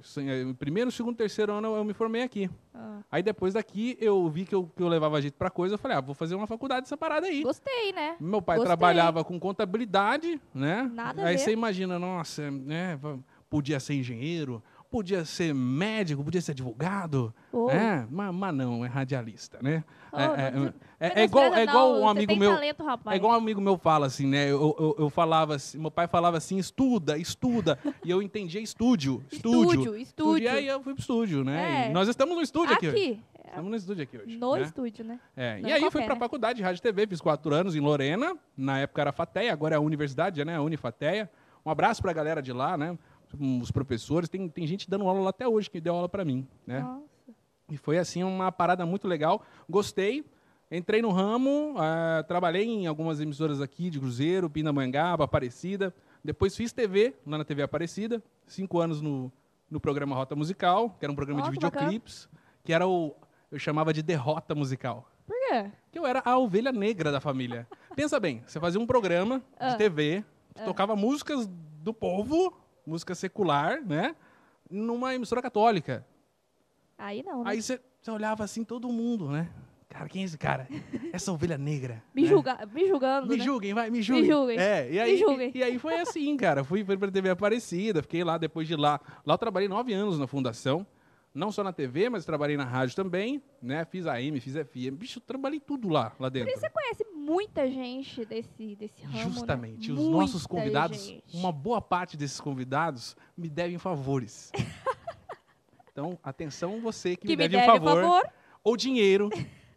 Speaker 1: Isso, eh, o Primeiro, segundo, terceiro ano eu- eu me formei aqui.
Speaker 2: Ah.
Speaker 1: Aí depois daqui eu vi que eu, que eu levava jeito pra coisa. Eu falei, ah, vou fazer uma faculdade dessa parada aí.
Speaker 2: Gostei, né?
Speaker 1: Meu pai
Speaker 2: Gostei.
Speaker 1: trabalhava com contabilidade, né?
Speaker 2: Nada a
Speaker 1: aí
Speaker 2: ver.
Speaker 1: você imagina, nossa, né? va- Podia ser engenheiro, podia ser médico, podia ser advogado.
Speaker 2: Oh.
Speaker 1: né? mas, mas não, é radialista, né?
Speaker 2: Oh,
Speaker 1: É-
Speaker 2: não
Speaker 1: é-
Speaker 2: des-
Speaker 1: é- é
Speaker 2: menospreza
Speaker 1: igual, é
Speaker 2: não,
Speaker 1: igual um
Speaker 2: você
Speaker 1: amigo
Speaker 2: tem
Speaker 1: meu.
Speaker 2: Talento, rapaz.
Speaker 1: É igual um amigo meu fala assim, né? Eu, eu, eu falava assim, meu pai falava assim, estuda, estuda. e eu entendia estúdio, um estúdio.
Speaker 2: estúdio.
Speaker 1: E aí eu fui pro estúdio, né?
Speaker 2: É.
Speaker 1: E nós estamos no estúdio aqui, hoje.
Speaker 2: Aqui.
Speaker 1: Estamos no estúdio aqui hoje.
Speaker 2: No
Speaker 1: né?
Speaker 2: estúdio, né?
Speaker 1: É,
Speaker 2: Não
Speaker 1: E
Speaker 2: é
Speaker 1: aí fui
Speaker 2: qualquer,
Speaker 1: pra
Speaker 2: né?
Speaker 1: faculdade de rádio e TV, fiz quatro anos em Lorena. Na época era FATEA, agora é a universidade, né? A Unifateia. Um abraço pra galera de lá, né? Os professores. Tem, tem gente dando aula lá até hoje que deu aula pra mim, né?
Speaker 2: Nossa.
Speaker 1: E foi assim uma parada muito legal. Gostei. Entrei no ramo, ah, trabalhei em algumas emissoras aqui de Cruzeiro, Pindamonhangaba, Aparecida. Depois fiz TV, lá na TV Aparecida, cinco anos no, no programa Rota Musical, que era um programa
Speaker 2: Ó,
Speaker 1: de
Speaker 2: que bacana.
Speaker 1: videoclipes, que era o. Eu chamava de derrota musical.
Speaker 2: Por quê?
Speaker 1: Que eu era a ovelha negra da família. Pensa bem, você fazia um programa de
Speaker 2: Ah.
Speaker 1: TV que tocava músicas do povo, música secular, né? Numa emissora católica.
Speaker 2: Aí não, né?
Speaker 1: Aí você olhava assim, todo mundo, né? Cara, quem é esse cara? Essa ovelha negra.
Speaker 2: me,
Speaker 1: né?
Speaker 2: julga, me julgando,
Speaker 1: Me
Speaker 2: né?
Speaker 1: julguem, vai, me julguem.
Speaker 2: julguem.
Speaker 1: É, e aí,
Speaker 2: julguem.
Speaker 1: E, aí foi assim, cara. Fui, fui pra TV Aparecida, fiquei lá depois de lá. Lá eu trabalhei nove anos na fundação. Não só na TV, mas trabalhei na rádio também, né? Fiz AM, fiz FM. Bicho, eu trabalhei tudo lá, lá dentro.
Speaker 2: Você conhece muita gente desse, desse ramo,
Speaker 1: Justamente.
Speaker 2: né?
Speaker 1: Os
Speaker 2: Muita
Speaker 1: nossos convidados,
Speaker 2: gente.
Speaker 1: uma boa parte desses convidados, me devem favores. então, atenção você que,
Speaker 2: Que
Speaker 1: me deve,
Speaker 2: um
Speaker 1: um favor, ou dinheiro,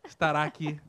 Speaker 1: estará aqui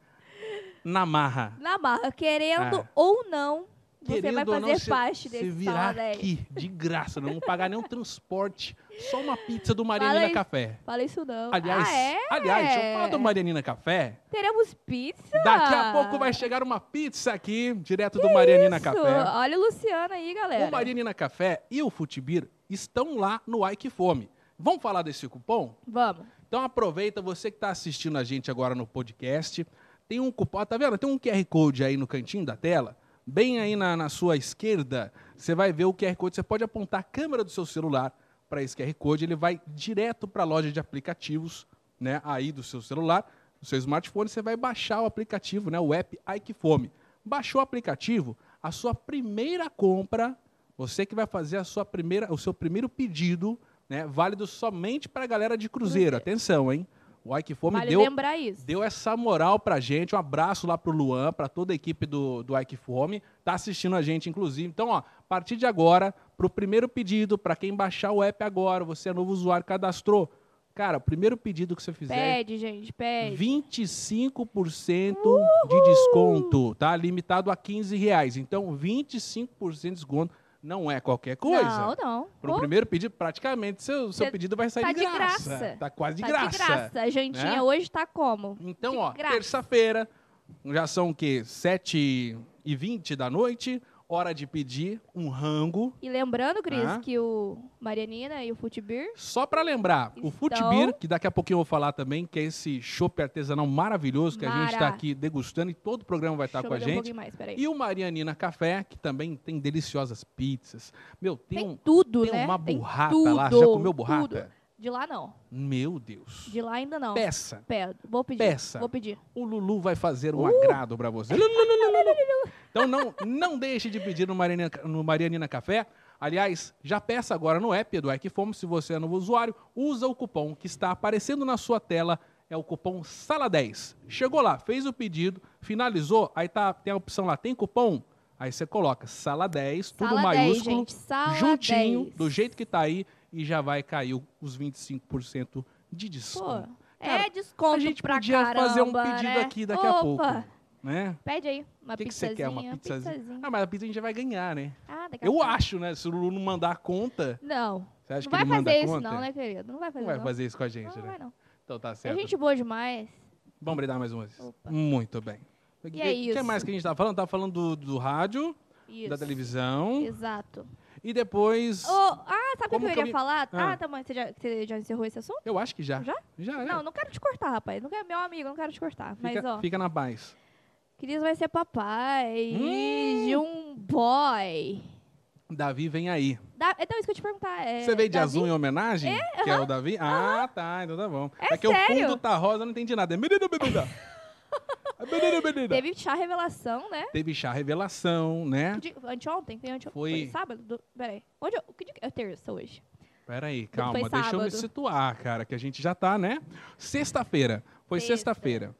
Speaker 1: na marra.
Speaker 2: na barra, querendo
Speaker 1: Ah.
Speaker 2: ou não, você
Speaker 1: Querendo
Speaker 2: vai
Speaker 1: ou
Speaker 2: fazer
Speaker 1: não, cê- cê
Speaker 2: parte desse né?
Speaker 1: virá
Speaker 2: Fala 10.
Speaker 1: aqui, de graça, não vou pagar nenhum transporte, só uma pizza do Marianina
Speaker 2: Fala aí.
Speaker 1: Café.
Speaker 2: Fala isso não.
Speaker 1: Aliás,
Speaker 2: ah, é?
Speaker 1: aliás, deixa eu falar do Marianina Café.
Speaker 2: Teremos pizza?
Speaker 1: Daqui a pouco vai chegar uma pizza aqui, direto do Marianina
Speaker 2: Ah. Isso,
Speaker 1: Café.
Speaker 2: Olha o Luciano aí, galera.
Speaker 1: O Marinina Café e o Futibir estão lá no Ike Fome. Vamos falar desse cupom?
Speaker 2: Vamos.
Speaker 1: Então aproveita, você que está assistindo a gente agora no podcast. Tem um cupom, tá vendo? Tem um QR Code aí no cantinho da tela. Bem aí na, na sua esquerda, você vai ver o QR Code. Você pode apontar a câmera do seu celular para esse QR Code. Ele vai direto para a loja de aplicativos né, aí do seu celular, do seu smartphone. Você vai baixar o aplicativo, né, o app Ike Fome. Baixou o aplicativo, a sua primeira compra, você que vai fazer a sua primeira, o seu primeiro pedido, né, válido somente para a galera de Cruzeiro.
Speaker 2: Cruzeiro.
Speaker 1: Atenção, hein? O Ai Que Fome
Speaker 2: vale
Speaker 1: deu,
Speaker 2: lembrar isso.
Speaker 1: deu essa moral pra gente. Um abraço lá pro Luan, pra toda a equipe do, do Ai Que Fome. Tá assistindo a gente, inclusive. Então, ó, a partir de agora, pro primeiro pedido, pra quem baixar o app agora, você é novo usuário, cadastrou. Cara, o primeiro pedido que você fizer,
Speaker 2: Pede, gente, pede.
Speaker 1: 25% de desconto, tá? Limitado a 15 reais. Então, 25% de desconto não é qualquer coisa. um
Speaker 2: Não, não.
Speaker 1: Pro
Speaker 2: Pô,
Speaker 1: primeiro pedido, praticamente, seu, seu
Speaker 2: Cê
Speaker 1: pedido vai sair
Speaker 2: tá
Speaker 1: de,
Speaker 2: de
Speaker 1: graça.
Speaker 2: graça.
Speaker 1: Tá quase de
Speaker 2: tá
Speaker 1: graça.
Speaker 2: de graça. A jantinha
Speaker 1: né?
Speaker 2: hoje tá como?
Speaker 1: Então,
Speaker 2: de
Speaker 1: ó,
Speaker 2: graça.
Speaker 1: terça-feira, já são o quê? 7 e 20 da noite, hora de pedir um rango.
Speaker 2: E lembrando, Cris,
Speaker 1: Ah.
Speaker 2: que o Marianina e o Futibir
Speaker 1: Só pra lembrar, o
Speaker 2: Então-
Speaker 1: Futibir, que daqui a pouquinho eu vou falar também, que é esse chopp artesanal maravilhoso que a gente tá
Speaker 2: Mara.
Speaker 1: aqui degustando e todo o programa vai estar
Speaker 2: Deixa eu
Speaker 1: com a
Speaker 2: beber um
Speaker 1: gente.
Speaker 2: pouquinho mais, peraí.
Speaker 1: E o Marianina Café, que também tem deliciosas pizzas. Meu, tem,
Speaker 2: tem
Speaker 1: um-
Speaker 2: tudo,
Speaker 1: tem
Speaker 2: né?
Speaker 1: uma
Speaker 2: Tem
Speaker 1: burrata
Speaker 2: tudo,
Speaker 1: lá. Já comeu burrata?
Speaker 2: tudo. De lá não.
Speaker 1: Meu Deus.
Speaker 2: De lá ainda não.
Speaker 1: Peça.
Speaker 2: Pera, vou pedir.
Speaker 1: Peça.
Speaker 2: Vou pedir.
Speaker 1: O Lulu vai fazer
Speaker 2: Uh!
Speaker 1: um agrado pra você. Lulu, Lulu, Lulu. Então não, não deixe de pedir no Marianina, no Marianina Café. Aliás, já peça agora no app do Equifome. Se você é novo usuário, usa o cupom que está aparecendo na sua tela. É o cupom SALA10. Chegou lá, fez o pedido, finalizou, aí tá, tem a opção lá, tem cupom? Aí você coloca SALA10, tudo
Speaker 2: Sala 10,
Speaker 1: maiúsculo,
Speaker 2: gente. Sala
Speaker 1: juntinho,
Speaker 2: 10.
Speaker 1: do jeito que tá aí, e já vai cair o- os 25% de
Speaker 2: Pô,
Speaker 1: desconto. Cara,
Speaker 2: é desconto
Speaker 1: a gente
Speaker 2: pra
Speaker 1: podia
Speaker 2: caramba,
Speaker 1: fazer um pedido
Speaker 2: né?
Speaker 1: aqui daqui
Speaker 2: Opa,
Speaker 1: a pouco, né?
Speaker 2: Pede aí uma
Speaker 1: O que, que
Speaker 2: pizzazinha.
Speaker 1: você quer? Uma pizzazinha?
Speaker 2: pizzazinha.
Speaker 1: Ah, mas a pizza a gente já vai ganhar, né?
Speaker 2: Ah, daqui a
Speaker 1: Eu
Speaker 2: pouco.
Speaker 1: acho, né? Se o Lulu não mandar a conta,
Speaker 2: Não,
Speaker 1: você acha
Speaker 2: não
Speaker 1: que
Speaker 2: vai
Speaker 1: ele manda
Speaker 2: fazer
Speaker 1: a
Speaker 2: isso
Speaker 1: conta?
Speaker 2: não, né, querido? Não vai fazer
Speaker 1: Não vai
Speaker 2: não.
Speaker 1: fazer isso com a gente,
Speaker 2: Não
Speaker 1: né?
Speaker 2: vai não.
Speaker 1: Então tá
Speaker 2: É
Speaker 1: certo.
Speaker 2: gente boa demais.
Speaker 1: Vamos brindar mais uma vez.
Speaker 2: Opa.
Speaker 1: Muito bem. O
Speaker 2: E é
Speaker 1: que
Speaker 2: isso.
Speaker 1: mais que a gente tá falando? Tá falando do, do rádio,
Speaker 2: Isso.
Speaker 1: da televisão
Speaker 2: Exato.
Speaker 1: e depois...
Speaker 2: Ô, ah, sabe
Speaker 1: Como
Speaker 2: o que eu
Speaker 1: que eu
Speaker 2: queria
Speaker 1: me-
Speaker 2: falar?
Speaker 1: Ah.
Speaker 2: Ah, tá, mas você já, você já encerrou esse assunto?
Speaker 1: Eu acho que já.
Speaker 2: Já?
Speaker 1: Já, já.
Speaker 2: Não, não quero te cortar, rapaz. Não quero, meu amigo, não quero te cortar. mas,
Speaker 1: fica,
Speaker 2: ó,
Speaker 1: fica na paz.
Speaker 2: Cris vai ser papai
Speaker 1: Hum.
Speaker 2: de um boy.
Speaker 1: Davi vem aí.
Speaker 2: Da- Então, isso que eu te perguntar é...
Speaker 1: Você veio de
Speaker 2: Davi?
Speaker 1: azul em homenagem? Que é o Davi? Ah, tá, então tá bom.
Speaker 2: É
Speaker 1: que o
Speaker 2: sério?
Speaker 1: fundo tá rosa, eu não entendi nada. É menina, menina. É menina, menina.
Speaker 2: Teve chá revelação, né?
Speaker 1: Teve chá revelação, né?
Speaker 2: Que dia- Anteontem? Foi anteontem?
Speaker 1: Foi.
Speaker 2: sábado? Do... Peraí. Onde eu... Que dia... que- É terça hoje.
Speaker 1: Peraí,
Speaker 2: foi
Speaker 1: calma, deixa eu me
Speaker 2: sábado.
Speaker 1: situar, cara, que a gente já tá, né? Sexta-feira. Foi
Speaker 2: Sexta.
Speaker 1: sexta-feira.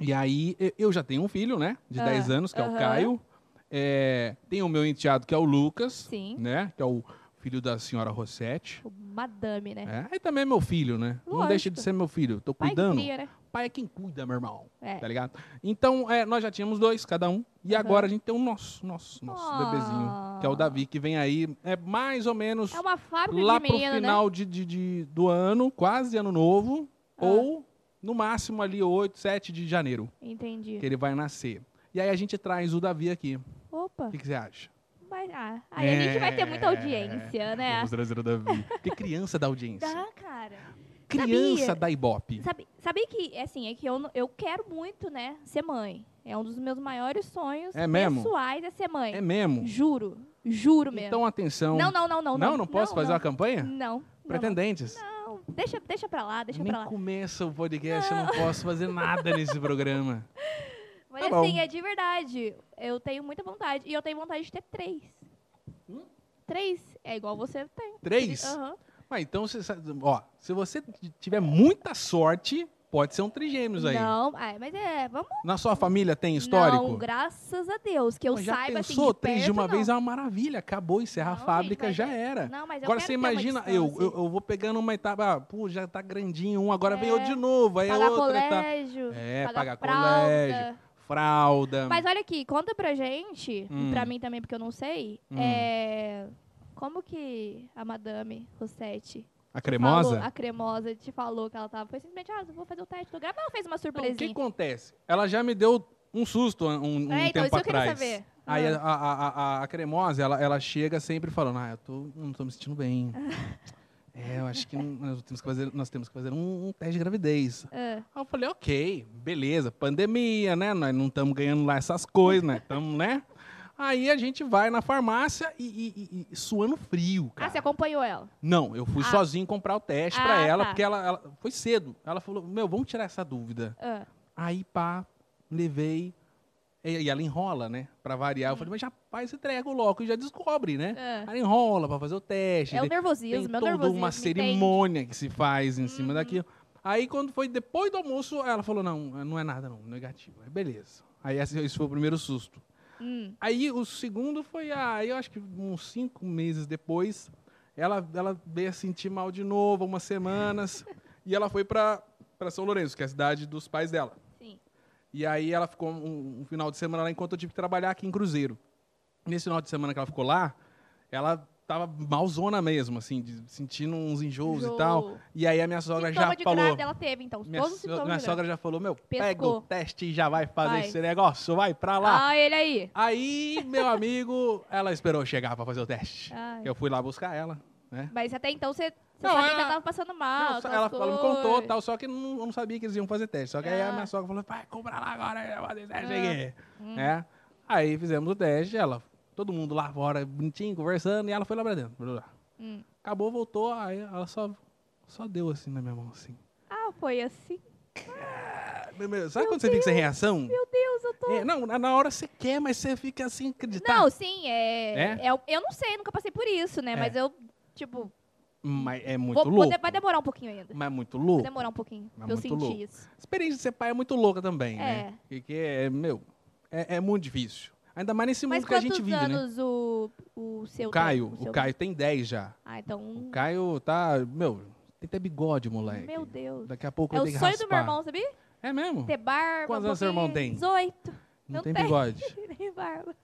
Speaker 1: E aí, e- eu já tenho um filho, né? De
Speaker 2: Ah,
Speaker 1: 10 anos, que é o
Speaker 2: aham.
Speaker 1: Caio. É, tem o meu enteado, que é o Lucas,
Speaker 2: Sim.
Speaker 1: né? Que é o filho da senhora Rossetti.
Speaker 2: O Madame, né?
Speaker 1: É, e também é meu filho, né? Não
Speaker 2: Lógico.
Speaker 1: deixa de ser meu filho. Tô
Speaker 2: Pai que
Speaker 1: cuidando.
Speaker 2: cria, né?
Speaker 1: pai é quem cuida, meu irmão.
Speaker 2: É.
Speaker 1: Tá ligado? Então, é, nós já tínhamos dois, cada um. E
Speaker 2: Aham.
Speaker 1: agora a gente tem o nosso, nosso, nosso
Speaker 2: Ah.
Speaker 1: bebezinho, que é o Davi, que vem aí, é mais ou menos
Speaker 2: É uma fábrica
Speaker 1: lá
Speaker 2: de
Speaker 1: pro
Speaker 2: menino, né?
Speaker 1: final de, de- de- do ano, quase ano novo,
Speaker 2: Ah.
Speaker 1: ou no máximo ali 8, 7 de janeiro,
Speaker 2: Entendi.
Speaker 1: que ele vai nascer. E aí a gente traz o Davi aqui. O
Speaker 2: Opa.
Speaker 1: que, que você acha?
Speaker 2: Mas, ah, aí a gente vai ter
Speaker 1: É.
Speaker 2: muita audiência, né?
Speaker 1: Vamos trazer o Davi. Porque criança dá audiência.
Speaker 2: Dá, cara.
Speaker 1: Criança
Speaker 2: Sabia.
Speaker 1: dá ibope.
Speaker 2: Sabe, sabe que, assim, é que eu, não- eu quero muito, né, ser mãe. É um dos meus maiores sonhos
Speaker 1: É mesmo?
Speaker 2: pessoais é ser mãe.
Speaker 1: É mesmo.
Speaker 2: Juro. Juro mesmo.
Speaker 1: Então, atenção.
Speaker 2: não, não, não, não.
Speaker 1: não,
Speaker 2: Não,
Speaker 1: não posso fazer
Speaker 2: não.
Speaker 1: uma campanha?
Speaker 2: Não. não,
Speaker 1: Pretendentes.
Speaker 2: Não, não. Deixa, deixa pra lá, deixa
Speaker 1: Nem
Speaker 2: pra lá.
Speaker 1: começa o podcast, eu não posso fazer nada nesse programa.
Speaker 2: Mas
Speaker 1: Tá
Speaker 2: assim,
Speaker 1: bom.
Speaker 2: é de verdade. Eu tenho muita vontade. E eu tenho vontade de ter três.
Speaker 1: Hum?
Speaker 2: Três. É igual você tem.
Speaker 1: Três?
Speaker 2: Aham.
Speaker 1: Ah, então, você sa- ó, se você t- tiver muita sorte, pode ser um trigêmeos aí.
Speaker 2: Não, ai, mas é, vamos.
Speaker 1: Na sua família tem histórico?
Speaker 2: Não, graças a Deus, que eu
Speaker 1: Mas já
Speaker 2: saiba
Speaker 1: pensou?
Speaker 2: assim. De
Speaker 1: três
Speaker 2: perto,
Speaker 1: de uma
Speaker 2: não.
Speaker 1: vez é uma maravilha. Acabou, encerra a
Speaker 2: Não,
Speaker 1: fábrica,
Speaker 2: gente,
Speaker 1: já
Speaker 2: mas
Speaker 1: era.
Speaker 2: Não, mas
Speaker 1: Agora
Speaker 2: eu quero
Speaker 1: você
Speaker 2: ter uma
Speaker 1: imagina, eu,
Speaker 2: distância.
Speaker 1: eu, eu vou pegando uma etapa, ah, pô, já tá grandinho um, agora vem
Speaker 2: É,
Speaker 1: outro de novo, aí
Speaker 2: pagar
Speaker 1: outra etapa.
Speaker 2: colégio.
Speaker 1: É, pagar
Speaker 2: fralda.
Speaker 1: colégio. Fralda.
Speaker 2: Mas olha aqui, conta pra gente,
Speaker 1: Hum.
Speaker 2: e pra mim também, porque eu não sei,
Speaker 1: Hum.
Speaker 2: é, como que a Madame Rossetti
Speaker 1: a cremosa?
Speaker 2: falou- a cremosa te falou que ela tava, foi simplesmente, ah, eu vou fazer o teste do grau, mas ela fez uma
Speaker 1: Não, o que
Speaker 2: surpresinha.
Speaker 1: acontece? Ela já me deu um susto um, um
Speaker 2: É, então,
Speaker 1: tempo
Speaker 2: isso eu queria
Speaker 1: atrás.
Speaker 2: saber.
Speaker 1: Aí a,
Speaker 2: Ah.
Speaker 1: a- a- a- a cremosa, ela, ela chega sempre falando, ah, eu tô, não tô me sentindo bem. É, eu acho que não- nós temos que fazer, nós temos que fazer um, um teste de gravidez.
Speaker 2: Ah,
Speaker 1: Aí eu falei, ok, beleza, pandemia, né? Nós não estamos ganhando lá essas coisas, né? Tamo, né? Aí a gente vai na farmácia e, e- e- e suando frio,
Speaker 2: ah,
Speaker 1: cara.
Speaker 2: você acompanhou ela?
Speaker 1: Não, eu fui
Speaker 2: Ah.
Speaker 1: sozinho comprar o teste
Speaker 2: Ah,
Speaker 1: pra ela,
Speaker 2: tá.
Speaker 1: porque ela- ela foi cedo. Ela falou, meu, vamos tirar essa dúvida.
Speaker 2: Ah,
Speaker 1: Aí, pá, levei. E, e ela enrola, né? Pra
Speaker 2: Hum.
Speaker 1: variar. Eu falei, mas já faz entrega o loco e já descobre, né?
Speaker 2: ah.
Speaker 1: Ela enrola pra fazer o teste.
Speaker 2: É o
Speaker 1: tem-
Speaker 2: nervosismo,
Speaker 1: tem
Speaker 2: é o
Speaker 1: toda
Speaker 2: nervosismo.
Speaker 1: uma
Speaker 2: entende? Uhum.
Speaker 1: cerimônia que se faz em cima daquilo. Aí quando foi depois do almoço, ela falou, não, não é nada não, negativo. Aí, beleza. Aí esse- esse foi o primeiro susto.
Speaker 2: Hum.
Speaker 1: Aí o segundo foi, ah, eu acho que uns cinco meses depois, ela, ela veio a sentir mal de novo, umas semanas, e ela foi para São Lourenço, que é a cidade dos pais dela.
Speaker 2: Sim.
Speaker 1: E aí ela ficou um, um final de semana lá enquanto eu tive que trabalhar aqui em Cruzeiro. Nesse final de semana que ela ficou lá, ela tava malzona mesmo, assim, de- sentindo uns enjoos
Speaker 2: Enjoo.
Speaker 1: e tal. E aí a minha sogra
Speaker 2: Sintoma
Speaker 1: já
Speaker 2: de
Speaker 1: falou.
Speaker 2: grávida ela teve, então.
Speaker 1: Minha,
Speaker 2: todos os
Speaker 1: so-
Speaker 2: sintomas
Speaker 1: minha
Speaker 2: de grávida.
Speaker 1: sogra já falou, meu, pega
Speaker 2: Pescou.
Speaker 1: o teste e já vai fazer
Speaker 2: Vai.
Speaker 1: esse negócio, vai pra tá lá.
Speaker 2: Ah, ele aí.
Speaker 1: Aí, meu amigo, ela esperou chegar pra fazer o teste.
Speaker 2: Ai.
Speaker 1: Eu fui lá buscar ela, né?
Speaker 2: Mas até então você, você
Speaker 1: Não,
Speaker 2: sabia que
Speaker 1: ela-
Speaker 2: ela tava passando mal.
Speaker 1: Não, só-
Speaker 2: aquelas
Speaker 1: ela, ela me contou
Speaker 2: Ah,
Speaker 1: tá?
Speaker 2: coisas.
Speaker 1: tal, só que não, eu não sabia que eles iam fazer teste. Só que aí a
Speaker 2: Ah.
Speaker 1: minha sogra falou, vai, compra lá agora, eu vou fazer teste
Speaker 2: Ah.
Speaker 1: aqui. É. Aí fizemos o teste, ela, todo mundo lá fora, bonitinho, conversando, e ela foi lá pra dentro. blá, blá.
Speaker 2: Hum.
Speaker 1: Acabou, voltou, aí ela só, só deu assim na minha mão, assim.
Speaker 2: Ah, foi assim.
Speaker 1: Ah, Meu- Sabe quando você fica sem reação?
Speaker 2: Meu Deus, eu tô.
Speaker 1: É, não, na, na hora você quer, mas você fica assim, acreditar.
Speaker 2: Não, sim, é,
Speaker 1: É?
Speaker 2: é o- Eu não sei, nunca passei por isso, né?
Speaker 1: É.
Speaker 2: Mas eu, tipo,
Speaker 1: Mas é muito
Speaker 2: vou- vou de-
Speaker 1: louco.
Speaker 2: vai demorar um pouquinho ainda.
Speaker 1: Mas é muito
Speaker 2: Vai
Speaker 1: louco.
Speaker 2: demorar um pouquinho
Speaker 1: Mas
Speaker 2: pra eu
Speaker 1: muito
Speaker 2: sentir
Speaker 1: louco.
Speaker 2: isso.
Speaker 1: A experiência de ser pai é muito louca também,
Speaker 2: É.
Speaker 1: né? Porque, é, meu, é, é muito difícil. Ainda mais nesse mundo
Speaker 2: Mas
Speaker 1: que a
Speaker 2: quantos
Speaker 1: gente vive, né?
Speaker 2: anos o, o seu
Speaker 1: O Caio,
Speaker 2: tem-
Speaker 1: o
Speaker 2: seu-
Speaker 1: Caio tem 10 já.
Speaker 2: Ah, então.
Speaker 1: O Caio tá, meu, tem até bigode, moleque.
Speaker 2: Meu Deus.
Speaker 1: Daqui a pouco
Speaker 2: É
Speaker 1: eu
Speaker 2: o
Speaker 1: tenho que
Speaker 2: sonho do meu
Speaker 1: raspar.
Speaker 2: irmão, sabia?
Speaker 1: É mesmo?
Speaker 2: Ter um barba.
Speaker 1: Quantos
Speaker 2: um
Speaker 1: anos seu irmão
Speaker 2: pouquinho.
Speaker 1: tem?
Speaker 2: 18.
Speaker 1: Não,
Speaker 2: não
Speaker 1: tem,
Speaker 2: tem.
Speaker 1: bigode.
Speaker 2: Tem barba.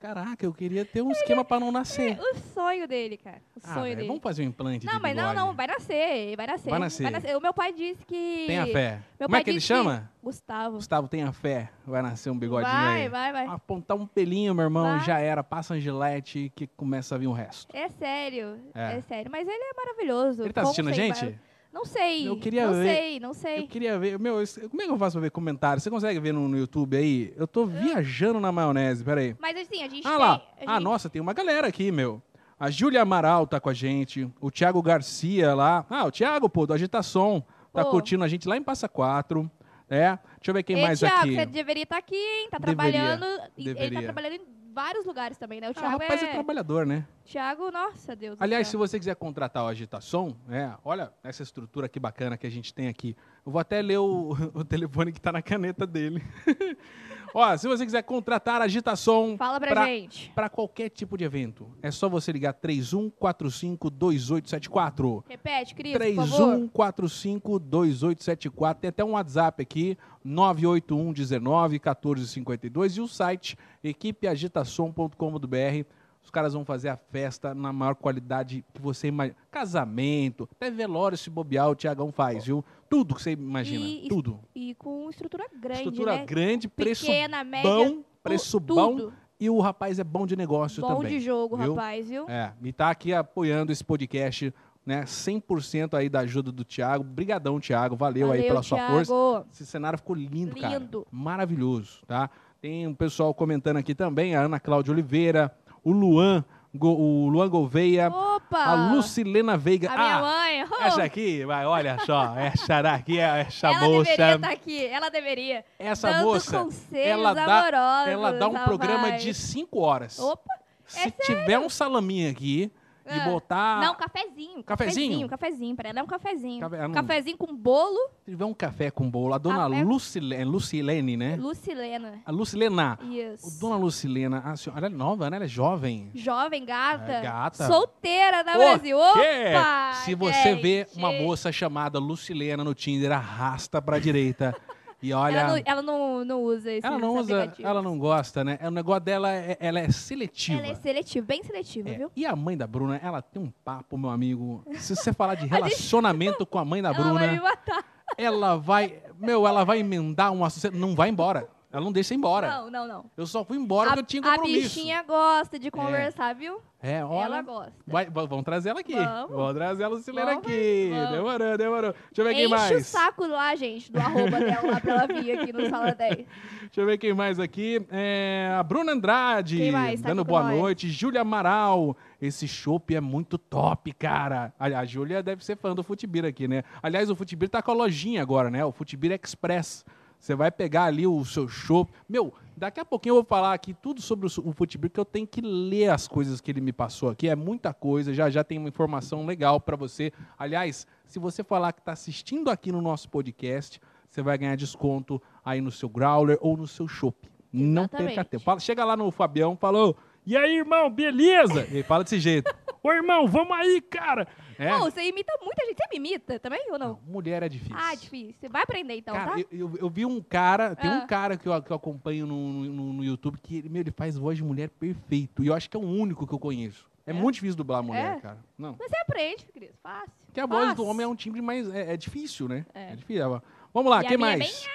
Speaker 1: Caraca, eu queria ter um esquema pra não nascer.
Speaker 2: O sonho dele, cara. O
Speaker 1: Ah,
Speaker 2: é sonho
Speaker 1: velho,
Speaker 2: dele.
Speaker 1: vamos fazer um implante
Speaker 2: Não,
Speaker 1: de
Speaker 2: mas
Speaker 1: bigode.
Speaker 2: não, não. Vai nascer. Vai nascer.
Speaker 1: Vai nascer.
Speaker 2: O meu pai disse que.
Speaker 1: Tenha fé.
Speaker 2: Meu
Speaker 1: Como é
Speaker 2: pai
Speaker 1: que ele
Speaker 2: disse
Speaker 1: chama?
Speaker 2: Gustavo.
Speaker 1: Gustavo, tenha fé. Vai nascer um bigodinho
Speaker 2: Vai,
Speaker 1: aí.
Speaker 2: vai, vai.
Speaker 1: Apontar um pelinho, meu irmão,
Speaker 2: Vai.
Speaker 1: já era. Passa um gilete que começa a vir o resto.
Speaker 2: É sério, é.
Speaker 1: É.
Speaker 2: sério. Mas ele é maravilhoso.
Speaker 1: Ele tá
Speaker 2: Com
Speaker 1: assistindo a
Speaker 2: sem
Speaker 1: gente?
Speaker 2: barba. Não sei.
Speaker 1: Eu queria
Speaker 2: não
Speaker 1: ver.
Speaker 2: sei, não
Speaker 1: Eu
Speaker 2: sei.
Speaker 1: queria ver. Meu, esse- como é que eu faço pra ver comentário? Você consegue ver no, no YouTube aí? Eu tô viajando na maionese, peraí.
Speaker 2: Mas assim, a gente
Speaker 1: Ah lá.
Speaker 2: tem. a
Speaker 1: Ah,
Speaker 2: gente-
Speaker 1: nossa, tem uma galera aqui, meu. A Júlia Amaral tá com a gente. O Thiago Garcia lá. Ah, o Thiago, pô, do Agitação. Tá
Speaker 2: Pô.
Speaker 1: curtindo a gente lá em Passa Quatro. É. Deixa eu ver quem
Speaker 2: Ei,
Speaker 1: mais
Speaker 2: Thiago,
Speaker 1: aqui.
Speaker 2: você é deveria estar aqui, hein? Tá
Speaker 1: Deveria,
Speaker 2: trabalhando. e- Ele tá
Speaker 1: deveria.
Speaker 2: trabalhando em vários lugares também, né? O
Speaker 1: Ah,
Speaker 2: Thiago
Speaker 1: rapaz, é...
Speaker 2: é.
Speaker 1: trabalhador, né?
Speaker 2: Thiago, nossa Deus. do
Speaker 1: Aliás, se
Speaker 2: céu.
Speaker 1: você quiser contratar o Agitação, é, olha essa estrutura que bacana que a gente tem aqui. Eu vou até ler o, o telefone que tá na caneta dele. Ó, se você quiser contratar a Agitação
Speaker 2: Fala pra,
Speaker 1: um pra-
Speaker 2: gente.
Speaker 1: para qualquer tipo de evento, é só você ligar 31452874.
Speaker 2: Repete, Cris, por favor.
Speaker 1: 31452874. Tem até um WhatsApp aqui, 981191452 e o site equipeagitação.com.br. Os caras vão fazer a festa na maior qualidade que você imagina. Casamento, até velório se bobear, o Tiagão faz, viu? Tudo que você imagina,
Speaker 2: E-
Speaker 1: tudo.
Speaker 2: E com estrutura grande,
Speaker 1: Estrutura
Speaker 2: né?
Speaker 1: grande, preço
Speaker 2: Pequena, média,
Speaker 1: bom, preço
Speaker 2: tu-
Speaker 1: bom
Speaker 2: tudo.
Speaker 1: e o rapaz é bom de negócio
Speaker 2: Bom
Speaker 1: também.
Speaker 2: de jogo,
Speaker 1: viu?
Speaker 2: rapaz, viu?
Speaker 1: É, e tá aqui apoiando esse podcast, né? 100% aí da ajuda do Thiago. Brigadão, Thiago. Valeu, aí pela sua
Speaker 2: Thiago.
Speaker 1: força. Esse cenário ficou lindo, cara.
Speaker 2: Lindo.
Speaker 1: Maravilhoso, tá? Tem um pessoal comentando aqui também, a Ana Cláudia Oliveira, o Luan, Go- o Luan Gouveia,
Speaker 2: Opa!
Speaker 1: a Lucilena Veiga.
Speaker 2: A minha
Speaker 1: ah,
Speaker 2: mãe. oh,
Speaker 1: essa aqui, vai, olha só, essa daqui, é essa
Speaker 2: ela
Speaker 1: moça,
Speaker 2: deveria tá estar aqui. Ela deveria.
Speaker 1: essa
Speaker 2: dando
Speaker 1: moça,
Speaker 2: conselhos
Speaker 1: ela dá,
Speaker 2: amorosos,
Speaker 1: ela dá um
Speaker 2: rapaz.
Speaker 1: programa de 5 horas.
Speaker 2: Opa! é
Speaker 1: Se tiver um salaminho aqui e
Speaker 2: Ah.
Speaker 1: botar
Speaker 2: Não, cafezinho.
Speaker 1: Cafezinho?
Speaker 2: Cafezinho, cafezinho. Pra ela é um cafezinho.
Speaker 1: Café- ah, não.
Speaker 2: Cafezinho com bolo,
Speaker 1: Se tiver um café com bolo, a dona
Speaker 2: Café-
Speaker 1: Lucilene, Lucilene, né?
Speaker 2: Lucilena.
Speaker 1: A Lucilena.
Speaker 2: Isso.
Speaker 1: Dona Lucilena, a senhora, ela é nova, né? Ela é jovem.
Speaker 2: Jovem, gata.
Speaker 1: É, gata.
Speaker 2: Solteira da
Speaker 1: Ô,
Speaker 2: Tá, Brasil.
Speaker 1: quê?
Speaker 2: Opa!
Speaker 1: Se você vê
Speaker 2: gente.
Speaker 1: uma moça chamada Lucilena no Tinder, arrasta pra direita. E olha,
Speaker 2: Ela
Speaker 1: ela
Speaker 2: não, ela não, não usa esse
Speaker 1: não, usa,
Speaker 2: aplicativo.
Speaker 1: ela não gosta, né? É, O negócio dela, é, ela é seletiva.
Speaker 2: Ela é seletiva, bem seletiva,
Speaker 1: É,
Speaker 2: viu?
Speaker 1: E a mãe da Bruna, ela tem um papo, meu amigo. Se você falar de relacionamento com a mãe da
Speaker 2: Ela vai me
Speaker 1: Bruna,
Speaker 2: matar.
Speaker 1: ela vai, meu, ela vai emendar um assunto. Não vai embora. Ela não deixa ir embora.
Speaker 2: Não, não, não.
Speaker 1: Eu só fui embora porque eu tinha
Speaker 2: a
Speaker 1: compromisso.
Speaker 2: bichinha gosta de conversar, viu?
Speaker 1: É,
Speaker 2: Ela
Speaker 1: olha.
Speaker 2: gosta.
Speaker 1: Vai, vai- vamos trazer ela aqui.
Speaker 2: Vamos.
Speaker 1: Vamos trazer ela Lucilena
Speaker 2: Vamos,
Speaker 1: aqui.
Speaker 2: vamos.
Speaker 1: Demorou, demorou. Deixa eu ver
Speaker 2: Enche
Speaker 1: quem
Speaker 2: o
Speaker 1: mais.
Speaker 2: saco lá, gente, do arroba dela, lá pra ela vir aqui no Sala 10.
Speaker 1: Deixa eu ver quem mais aqui. É, a Bruna Andrade.
Speaker 2: Quem mais tá
Speaker 1: dando
Speaker 2: aqui com
Speaker 1: boa
Speaker 2: nós?
Speaker 1: noite. Júlia Amaral. Esse chopp é muito top, cara. A, a Júlia deve ser fã do Futibira aqui, né? Aliás, o Futibira tá com a lojinha agora, né? O Futibira Express. Você vai pegar ali o seu show. Meu, daqui a pouquinho eu vou falar aqui tudo sobre o, su- o Futebol, que eu tenho que ler as coisas que ele me passou aqui. É muita coisa, já já tem uma informação legal para você. Aliás, se você falar que está assistindo aqui no nosso podcast, você vai ganhar desconto aí no seu growler ou no seu chopp. Não perca
Speaker 2: Exatamente.
Speaker 1: tempo. Fala- chega lá no Fabião, falou. E aí, irmão, beleza? Ele fala desse jeito. Ô, irmão, vamos aí, cara. É.
Speaker 2: Não, você imita muita gente. Você me imita também ou não?
Speaker 1: Não, mulher é difícil.
Speaker 2: Ah, difícil. Você vai aprender então,
Speaker 1: Cara,
Speaker 2: tá?
Speaker 1: eu, eu- eu vi um cara, tem
Speaker 2: Ah.
Speaker 1: um cara que eu, que eu acompanho no, no, no YouTube que ele, meu, ele faz voz de mulher perfeito. E eu acho que é o único que eu conheço. É,
Speaker 2: É?
Speaker 1: muito difícil dublar mulher,
Speaker 2: É?
Speaker 1: cara. Não.
Speaker 2: Mas você aprende, Cris. Fácil.
Speaker 1: Porque a voz do
Speaker 2: Fácil.
Speaker 1: homem é um timbre mais. É, é difícil, né? É, difícil. Vamos lá,
Speaker 2: E a
Speaker 1: quem
Speaker 2: minha é
Speaker 1: mais?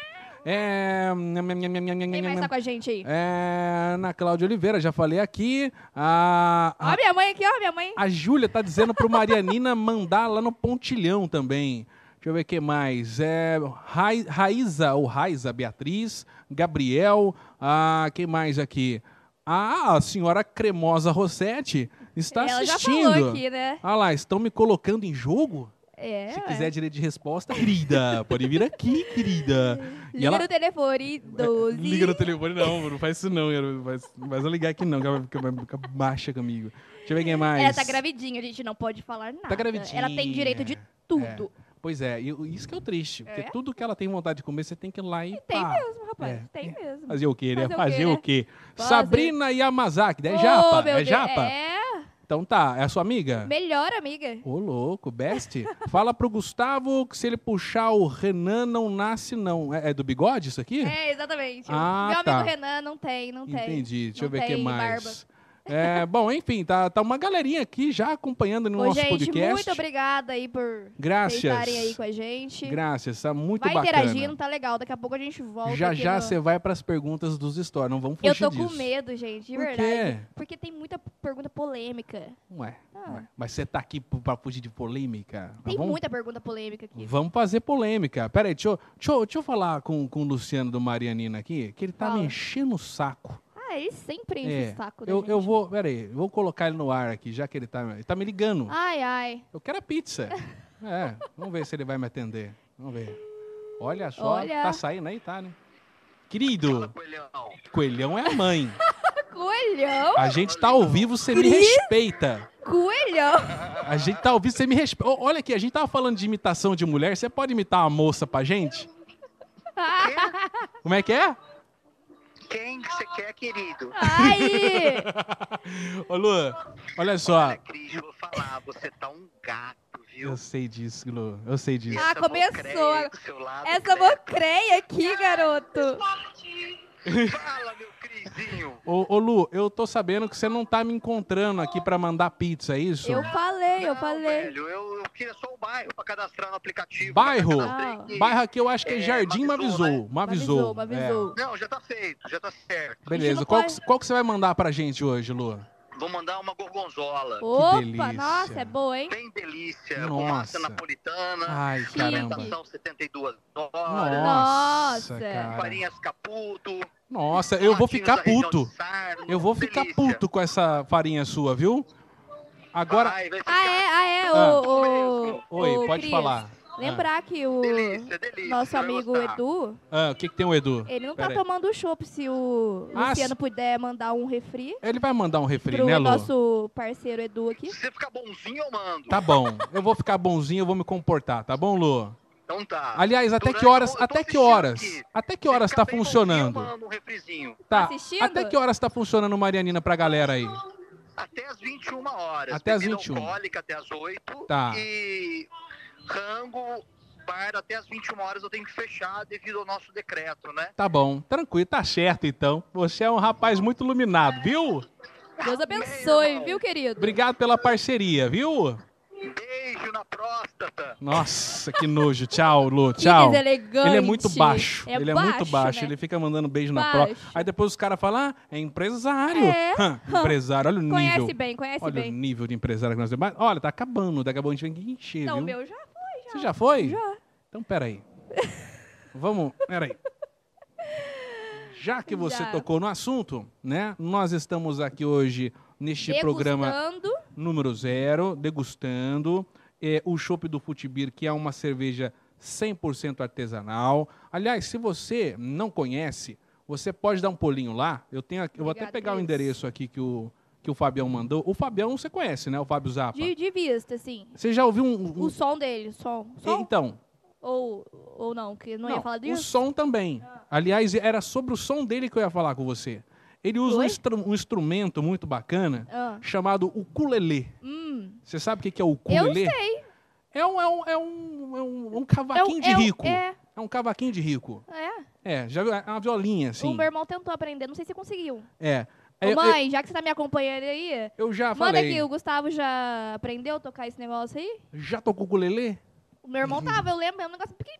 Speaker 1: É.
Speaker 2: Quem
Speaker 1: né?
Speaker 2: mais tá com a gente aí?
Speaker 1: É. Na Cláudia Oliveira, já falei aqui. A, a
Speaker 2: Ó, minha mãe aqui, ó, minha mãe.
Speaker 1: a Júlia tá dizendo pro Marianina mandar lá no Pontilhão também. Deixa eu ver o que mais. É, Rai- Raiza, ou Raiza Beatriz, Gabriel, ah, quem mais aqui? Ah, a senhora Cremosa Rossetti está
Speaker 2: Ela já falou
Speaker 1: tá assistindo.
Speaker 2: aqui, né?
Speaker 1: Ah lá, estão me colocando em jogo?
Speaker 2: É.
Speaker 1: Se
Speaker 2: ué.
Speaker 1: quiser direito de resposta, querida, pode vir aqui, querida. E
Speaker 2: Liga
Speaker 1: ela- É,
Speaker 2: no telefone 12.
Speaker 1: Liga no telefone, não, não faz isso não, não faz, não faz eu ligar aqui não, que ela vai ficar- vai ficar macha comigo. Deixa eu ver quem mais.
Speaker 2: Ela tá gravidinha, a gente não pode falar nada.
Speaker 1: Tá gravidinha.
Speaker 2: Ela tem direito de tudo.
Speaker 1: Pois é, e o- isso que é o triste. Porque
Speaker 2: É?
Speaker 1: tudo que ela tem vontade de comer, você tem que ir lá e.
Speaker 2: Tem
Speaker 1: pá,
Speaker 2: mesmo, rapaz.
Speaker 1: É.
Speaker 2: Tem mesmo.
Speaker 1: Fazer o quê, né?
Speaker 2: Fazer o
Speaker 1: Fazer
Speaker 2: quê,
Speaker 1: o
Speaker 2: né?
Speaker 1: quê?
Speaker 2: Fazer.
Speaker 1: Sabrina Yamazaki. É
Speaker 2: Ô,
Speaker 1: japa?
Speaker 2: meu
Speaker 1: é
Speaker 2: Deus,
Speaker 1: japa?
Speaker 2: É,
Speaker 1: Então tá, é a sua amiga?
Speaker 2: melhor amiga.
Speaker 1: Ô, louco, best. Fala pro Gustavo que se ele puxar o Renan, não nasce, não. É, é do bigode isso aqui?
Speaker 2: É, exatamente.
Speaker 1: Ah,
Speaker 2: Meu
Speaker 1: tá.
Speaker 2: amigo Renan não tem, não tem.
Speaker 1: Entendi. Deixa
Speaker 2: Não
Speaker 1: eu ver o que
Speaker 2: tem
Speaker 1: mais. É, bom, enfim, tá, tá uma galerinha aqui já acompanhando no
Speaker 2: Ô,
Speaker 1: nosso
Speaker 2: gente,
Speaker 1: podcast.
Speaker 2: muito obrigada aí por vocês
Speaker 1: Graças.
Speaker 2: estarem aí com a gente.
Speaker 1: Graças, tá muito
Speaker 2: Vai
Speaker 1: bacana.
Speaker 2: interagindo, tá legal. Daqui a pouco a gente volta.
Speaker 1: Já
Speaker 2: aqui
Speaker 1: já
Speaker 2: no-
Speaker 1: você vai pras perguntas dos stories, não vamos
Speaker 2: Eu
Speaker 1: fugir
Speaker 2: tô
Speaker 1: disso.
Speaker 2: com medo, gente, de
Speaker 1: Por
Speaker 2: verdade.
Speaker 1: quê? Tá
Speaker 2: Porque tem muita pergunta polêmica.
Speaker 1: Ué,
Speaker 2: Ah.
Speaker 1: ué. Mas você tá aqui p- pra fugir de polêmica? Mas
Speaker 2: Tem
Speaker 1: vamos,
Speaker 2: muita pergunta polêmica aqui.
Speaker 1: Vamos fazer polêmica. Peraí, deixa eu, deixa eu, deixa eu falar com, com o Luciano do Marianina aqui, que ele tá
Speaker 2: Fala.
Speaker 1: me enchendo o saco.
Speaker 2: Ah, ele sempre enche
Speaker 1: É,
Speaker 2: o saco da
Speaker 1: eu,
Speaker 2: gente.
Speaker 1: eu vou, peraí, eu vou colocar ele no ar aqui, já que ele tá, ele tá me ligando.
Speaker 2: Ai, ai.
Speaker 1: Eu quero a pizza. é, vamos ver se ele vai me atender. Vamos ver. Olha só,
Speaker 2: Olha.
Speaker 1: tá saindo aí, tá, né? Querido,
Speaker 3: Coelhão.
Speaker 1: coelhão é a mãe.
Speaker 2: Coelhão,
Speaker 1: A gente tá ao vivo, você me respeita.
Speaker 2: coelhão.
Speaker 1: A gente tá ouvindo, você me respeita. Ô, Olha aqui, a gente tava falando de imitação de mulher. Você pode imitar uma moça pra gente? Como é que é?
Speaker 3: Quem que você quer, querido?
Speaker 2: Ai!
Speaker 1: Ô, Lu, olha só.
Speaker 3: Olha, Cris, vou falar, você tá um gato, viu?
Speaker 1: Eu sei disso, Lu. Eu sei
Speaker 3: E
Speaker 1: disso.
Speaker 2: Ah,
Speaker 3: essa
Speaker 2: começou.
Speaker 3: mocreia aí do seu lado,
Speaker 2: Essa
Speaker 3: credo.
Speaker 2: mocreia aqui, garoto.
Speaker 3: Fala, meu Crisinho.
Speaker 1: Ô, ô, Lu, eu tô sabendo que você não tá me encontrando aqui pra mandar pizza, é isso?
Speaker 2: Eu falei, eu
Speaker 3: Não,
Speaker 2: falei.
Speaker 3: Velho, eu, eu queria só o bairro pra cadastrar no aplicativo.
Speaker 1: Bairro?
Speaker 3: Já
Speaker 2: Ah.
Speaker 3: cadastrei aqui.
Speaker 1: Bairro aqui eu acho que é
Speaker 3: É,
Speaker 1: Jardim
Speaker 3: Mavisou,
Speaker 1: Mavisou. Mavisou.
Speaker 2: me
Speaker 1: é.
Speaker 2: né? avisou.
Speaker 3: Não, já tá feito, já tá
Speaker 2: A
Speaker 3: certo.
Speaker 2: gente
Speaker 1: Beleza.
Speaker 2: não
Speaker 1: Qual,
Speaker 2: pode-
Speaker 1: que- qual que você vai mandar pra gente hoje, Lu?
Speaker 3: Vou mandar uma gorgonzola.
Speaker 1: delícia.
Speaker 2: Opa, nossa, é boa, hein?
Speaker 3: Bem delícia,
Speaker 1: Nossa. Ah,
Speaker 3: com massa napolitana,
Speaker 1: Ai, caramba.
Speaker 3: fermentação 72 horas,
Speaker 1: Nossa,
Speaker 2: Nossa.
Speaker 1: cara.
Speaker 3: farinhas caputo.
Speaker 1: Nossa, eu vou
Speaker 3: tomatinhos
Speaker 1: ficar
Speaker 3: da região
Speaker 1: puto.
Speaker 3: de Sarno,
Speaker 1: Eu vou ficar
Speaker 3: delícia.
Speaker 1: puto com essa farinha sua, viu? Agora.
Speaker 3: Vai, vai ficar
Speaker 2: Ah, é, ah, é,
Speaker 1: Ah.
Speaker 2: o. o
Speaker 1: Oi,
Speaker 2: o
Speaker 1: pode
Speaker 2: Cris.
Speaker 1: falar.
Speaker 2: Lembrar que o
Speaker 3: Delícia, delícia.
Speaker 2: nosso
Speaker 3: vai
Speaker 2: amigo
Speaker 3: gostar.
Speaker 2: Edu,
Speaker 1: Ah, o que, que tem o Edu?
Speaker 2: ele não tá
Speaker 1: Pera aí.
Speaker 2: tomando chopp se o
Speaker 1: Ah,
Speaker 2: Luciano puder mandar um refri
Speaker 1: Ele vai mandar um refri, né,
Speaker 2: pro
Speaker 1: Lu?
Speaker 2: nosso parceiro Edu aqui.
Speaker 3: Se você ficar bonzinho, eu mando.
Speaker 1: Tá bom. Eu vou ficar bonzinho, eu vou me comportar, tá bom, Lu?
Speaker 3: Então tá.
Speaker 1: Aliás, até
Speaker 3: Durante-
Speaker 1: que horas,
Speaker 3: eu tô
Speaker 1: até que
Speaker 3: assistindo
Speaker 1: horas?
Speaker 3: aqui.
Speaker 1: Até que
Speaker 3: Se
Speaker 1: horas
Speaker 3: ficar
Speaker 1: tá
Speaker 3: bem bonzinho, Eu
Speaker 1: funcionando?
Speaker 3: mando um refrizinho.
Speaker 1: Tá.
Speaker 2: assistindo?
Speaker 1: Até que horas tá funcionando o Marianina pra galera aí?
Speaker 3: Até as 21 horas.
Speaker 1: Até as
Speaker 3: Bebida
Speaker 1: 21.
Speaker 3: alcoólica até as 8.
Speaker 1: Tá.
Speaker 3: E rango, bar até as 21 horas eu tenho que fechar devido ao nosso decreto, né?
Speaker 1: Tá bom, tranquilo, tá certo então. Você é um rapaz muito iluminado, viu?
Speaker 2: Deus
Speaker 3: Meu
Speaker 2: abençoe,
Speaker 3: irmão.
Speaker 2: viu, querido?
Speaker 1: Obrigado pela parceria, viu?
Speaker 3: Beijo na próstata.
Speaker 1: Nossa, que nojo. Tchau, Lu.
Speaker 2: Que
Speaker 1: Tchau.
Speaker 2: deselegante.
Speaker 1: Ele é muito baixo. ele é muito baixo.
Speaker 2: né?
Speaker 1: Ele fica mandando beijo na
Speaker 2: Baixo.
Speaker 1: prova. Aí depois os caras falam, ah, é empresário.
Speaker 2: É.
Speaker 1: Hã, empresário, olha o é nível.
Speaker 2: Conhece bem, conhece
Speaker 1: olha o
Speaker 2: bem.
Speaker 1: nível de empresário que nós temos. Mas, Olha, tá acabando. Daqui a pouco a gente vem que encher,
Speaker 2: Não, o
Speaker 1: viu?
Speaker 2: meu já foi, já.
Speaker 1: Você já foi?
Speaker 2: Já.
Speaker 1: Então, peraí. Vamos, peraí. Já que você
Speaker 2: Já.
Speaker 1: tocou no assunto, né? Nós estamos aqui hoje neste programa
Speaker 2: Degustando.
Speaker 1: número zero, degustando. É, o chopp do Futibir, que é uma cerveja 100% artesanal. Aliás, se você não conhece, você pode dar um pulinho lá. Eu tenho, aqui- eu vou até
Speaker 2: Obrigada,
Speaker 1: pegar o
Speaker 2: Cris.
Speaker 1: endereço aqui que o, que o Fabião mandou. O Fabião você conhece, né? O Fábio Zappa.
Speaker 2: De, de vista, assim.
Speaker 1: Você já ouviu um, um-
Speaker 2: O som dele, o som. som?
Speaker 1: Então,
Speaker 2: Ou, ou não, que não, ia falar
Speaker 1: o
Speaker 2: disso. Ah.
Speaker 1: som também. Aliás, era sobre o som dele que eu ia falar com você. Ele usa um,
Speaker 2: Oi?
Speaker 1: instru- um instrumento muito bacana
Speaker 2: Ah.
Speaker 1: chamado ukulele.
Speaker 2: Hum.
Speaker 1: Você sabe o que que é o
Speaker 2: Eu
Speaker 1: ukulele?
Speaker 2: sei.
Speaker 1: É um, é um, é um, é um, é um
Speaker 2: É um-
Speaker 1: cavaquinho de
Speaker 2: é um-
Speaker 1: rico. É...
Speaker 2: É,
Speaker 1: um cavaquinho de rico.
Speaker 2: é.
Speaker 1: É, já viu? É uma violinha, assim.
Speaker 2: O meu irmão tentou aprender, não sei se conseguiu.
Speaker 1: É.
Speaker 2: Ô,
Speaker 1: Eu, eu-
Speaker 2: mãe, já que você tá me acompanhando aí,
Speaker 1: eu já
Speaker 2: manda
Speaker 1: falei.
Speaker 2: aqui, o Gustavo já aprendeu a tocar esse negócio aí?
Speaker 1: Já tocou ukulele?
Speaker 2: O meu
Speaker 1: Uhum.
Speaker 2: irmão tava, eu lembro, é um negócio pequeno.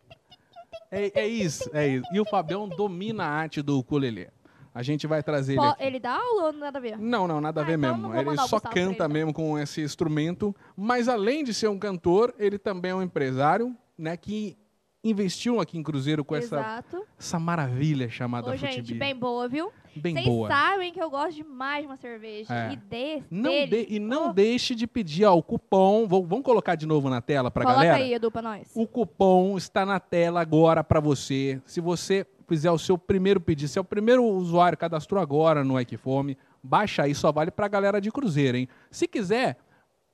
Speaker 1: É, é isso, é isso. E o Fabião domina a arte do ukulele. A gente vai trazer ele é Uhum.
Speaker 2: Pô,
Speaker 1: aqui.
Speaker 2: Ele dá aula ou nada a ver?
Speaker 1: Não, não, nada a
Speaker 2: Ah,
Speaker 1: ver
Speaker 2: então não
Speaker 1: mesmo.
Speaker 2: vou
Speaker 1: Ele
Speaker 2: mandar o
Speaker 1: só
Speaker 2: Gustavo pra ele,
Speaker 1: canta
Speaker 2: então.
Speaker 1: mesmo com esse instrumento, mas além de ser um cantor, ele também é um empresário, né, que investiu aqui em Cruzeiro com essa,
Speaker 2: Exato.
Speaker 1: essa maravilha chamada
Speaker 2: Ô, gente,
Speaker 1: Futibia.
Speaker 2: bem boa, viu?
Speaker 1: Bem
Speaker 2: Vocês
Speaker 1: boa.
Speaker 2: sabem que eu gosto demais de uma cerveja.
Speaker 1: É.
Speaker 2: E desse,
Speaker 1: Não
Speaker 2: dele.
Speaker 1: de- e não
Speaker 2: Ô,
Speaker 1: deixe de pedir ó, o cupom. Vou- vamos colocar de novo na tela para
Speaker 2: Coloca
Speaker 1: galera.
Speaker 2: aí, Edu, pra nós.
Speaker 1: O cupom está na tela agora para você. Se você fizer o seu primeiro pedido, se é o primeiro usuário, cadastrou agora no Equifome, baixa aí, só vale para galera de Cruzeiro, hein? Se quiser,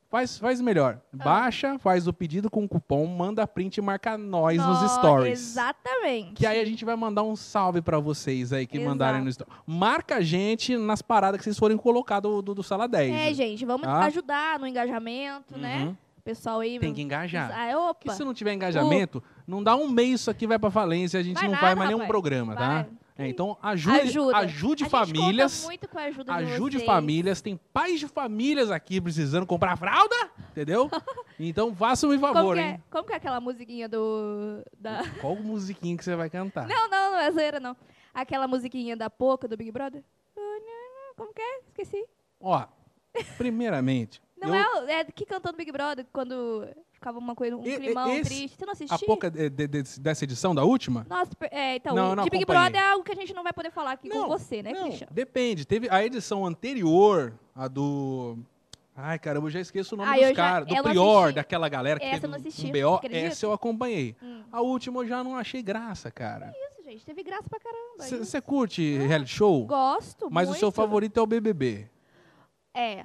Speaker 1: faz, faz melhor.
Speaker 2: Ah.
Speaker 1: Baixa, faz o pedido com o cupom, manda print e marca nós
Speaker 2: Nó-
Speaker 1: nos stories.
Speaker 2: Exatamente.
Speaker 1: Que aí a gente vai mandar um salve para vocês aí que
Speaker 2: Exato.
Speaker 1: mandarem no story. Marca a gente nas paradas que vocês forem colocar do, do, do Sala 10.
Speaker 2: É, gente, vamos
Speaker 1: Tá?
Speaker 2: ajudar no engajamento, né?
Speaker 1: Uhum.
Speaker 2: O pessoal aí.
Speaker 1: Tem que engajar.
Speaker 2: Ah, opa.
Speaker 1: Porque se não tiver engajamento, não dá um mês isso aqui vai pra falência, a gente
Speaker 2: Vai
Speaker 1: não
Speaker 2: nada,
Speaker 1: faz mais nenhum
Speaker 2: rapaz.
Speaker 1: programa, tá?
Speaker 2: Vai.
Speaker 1: É, então ajude, ajude,
Speaker 2: Ajuda. a gente
Speaker 1: famílias.
Speaker 2: conta muito com a ajuda de
Speaker 1: Ajude
Speaker 2: vocês.
Speaker 1: famílias, tem pais de famílias aqui precisando comprar fralda, entendeu? Então façam-me
Speaker 2: Como
Speaker 1: favor,
Speaker 2: que, é,
Speaker 1: hein?
Speaker 2: como que é aquela musiquinha do. Da...
Speaker 1: Qual musiquinha que você vai cantar?
Speaker 2: Não, não, não é zoeira, não. Aquela musiquinha da Poca do Big Brother? Como que é? Esqueci.
Speaker 1: Ó, primeiramente,
Speaker 2: Não
Speaker 1: eu-
Speaker 2: é, o- é que cantou no Big Brother quando ficava uma coisa, um
Speaker 1: E- e-
Speaker 2: climão
Speaker 1: esse-
Speaker 2: triste. Você não
Speaker 1: a
Speaker 2: assistiu?
Speaker 1: pouca eh, de- de- de- dessa edição da última?
Speaker 2: Nossa, per- é, então,
Speaker 1: Não, eu não
Speaker 2: de Big
Speaker 1: acompanhei.
Speaker 2: Brother é algo que a gente não vai poder falar aqui
Speaker 1: Não,
Speaker 2: com você, né,
Speaker 1: não,
Speaker 2: Christian?
Speaker 1: depende. Teve a edição anterior, a do. Ai, caramba, eu já esqueço o nome
Speaker 2: Ah, eu
Speaker 1: dos
Speaker 2: já-
Speaker 1: caras. Do
Speaker 2: eu não
Speaker 1: Prior,
Speaker 2: assisti.
Speaker 1: daquela galera que
Speaker 2: Essa
Speaker 1: teve
Speaker 2: eu não assisti,
Speaker 1: um BO.
Speaker 2: acredita?
Speaker 1: Essa eu acompanhei.
Speaker 2: Hum.
Speaker 1: A última eu já não achei graça, cara.
Speaker 2: Isso, gente, teve graça pra caramba. isso. Ah,
Speaker 1: Você curte reality show?
Speaker 2: Gosto
Speaker 1: Mas
Speaker 2: muito.
Speaker 1: o seu favorito é o BBB.
Speaker 2: É.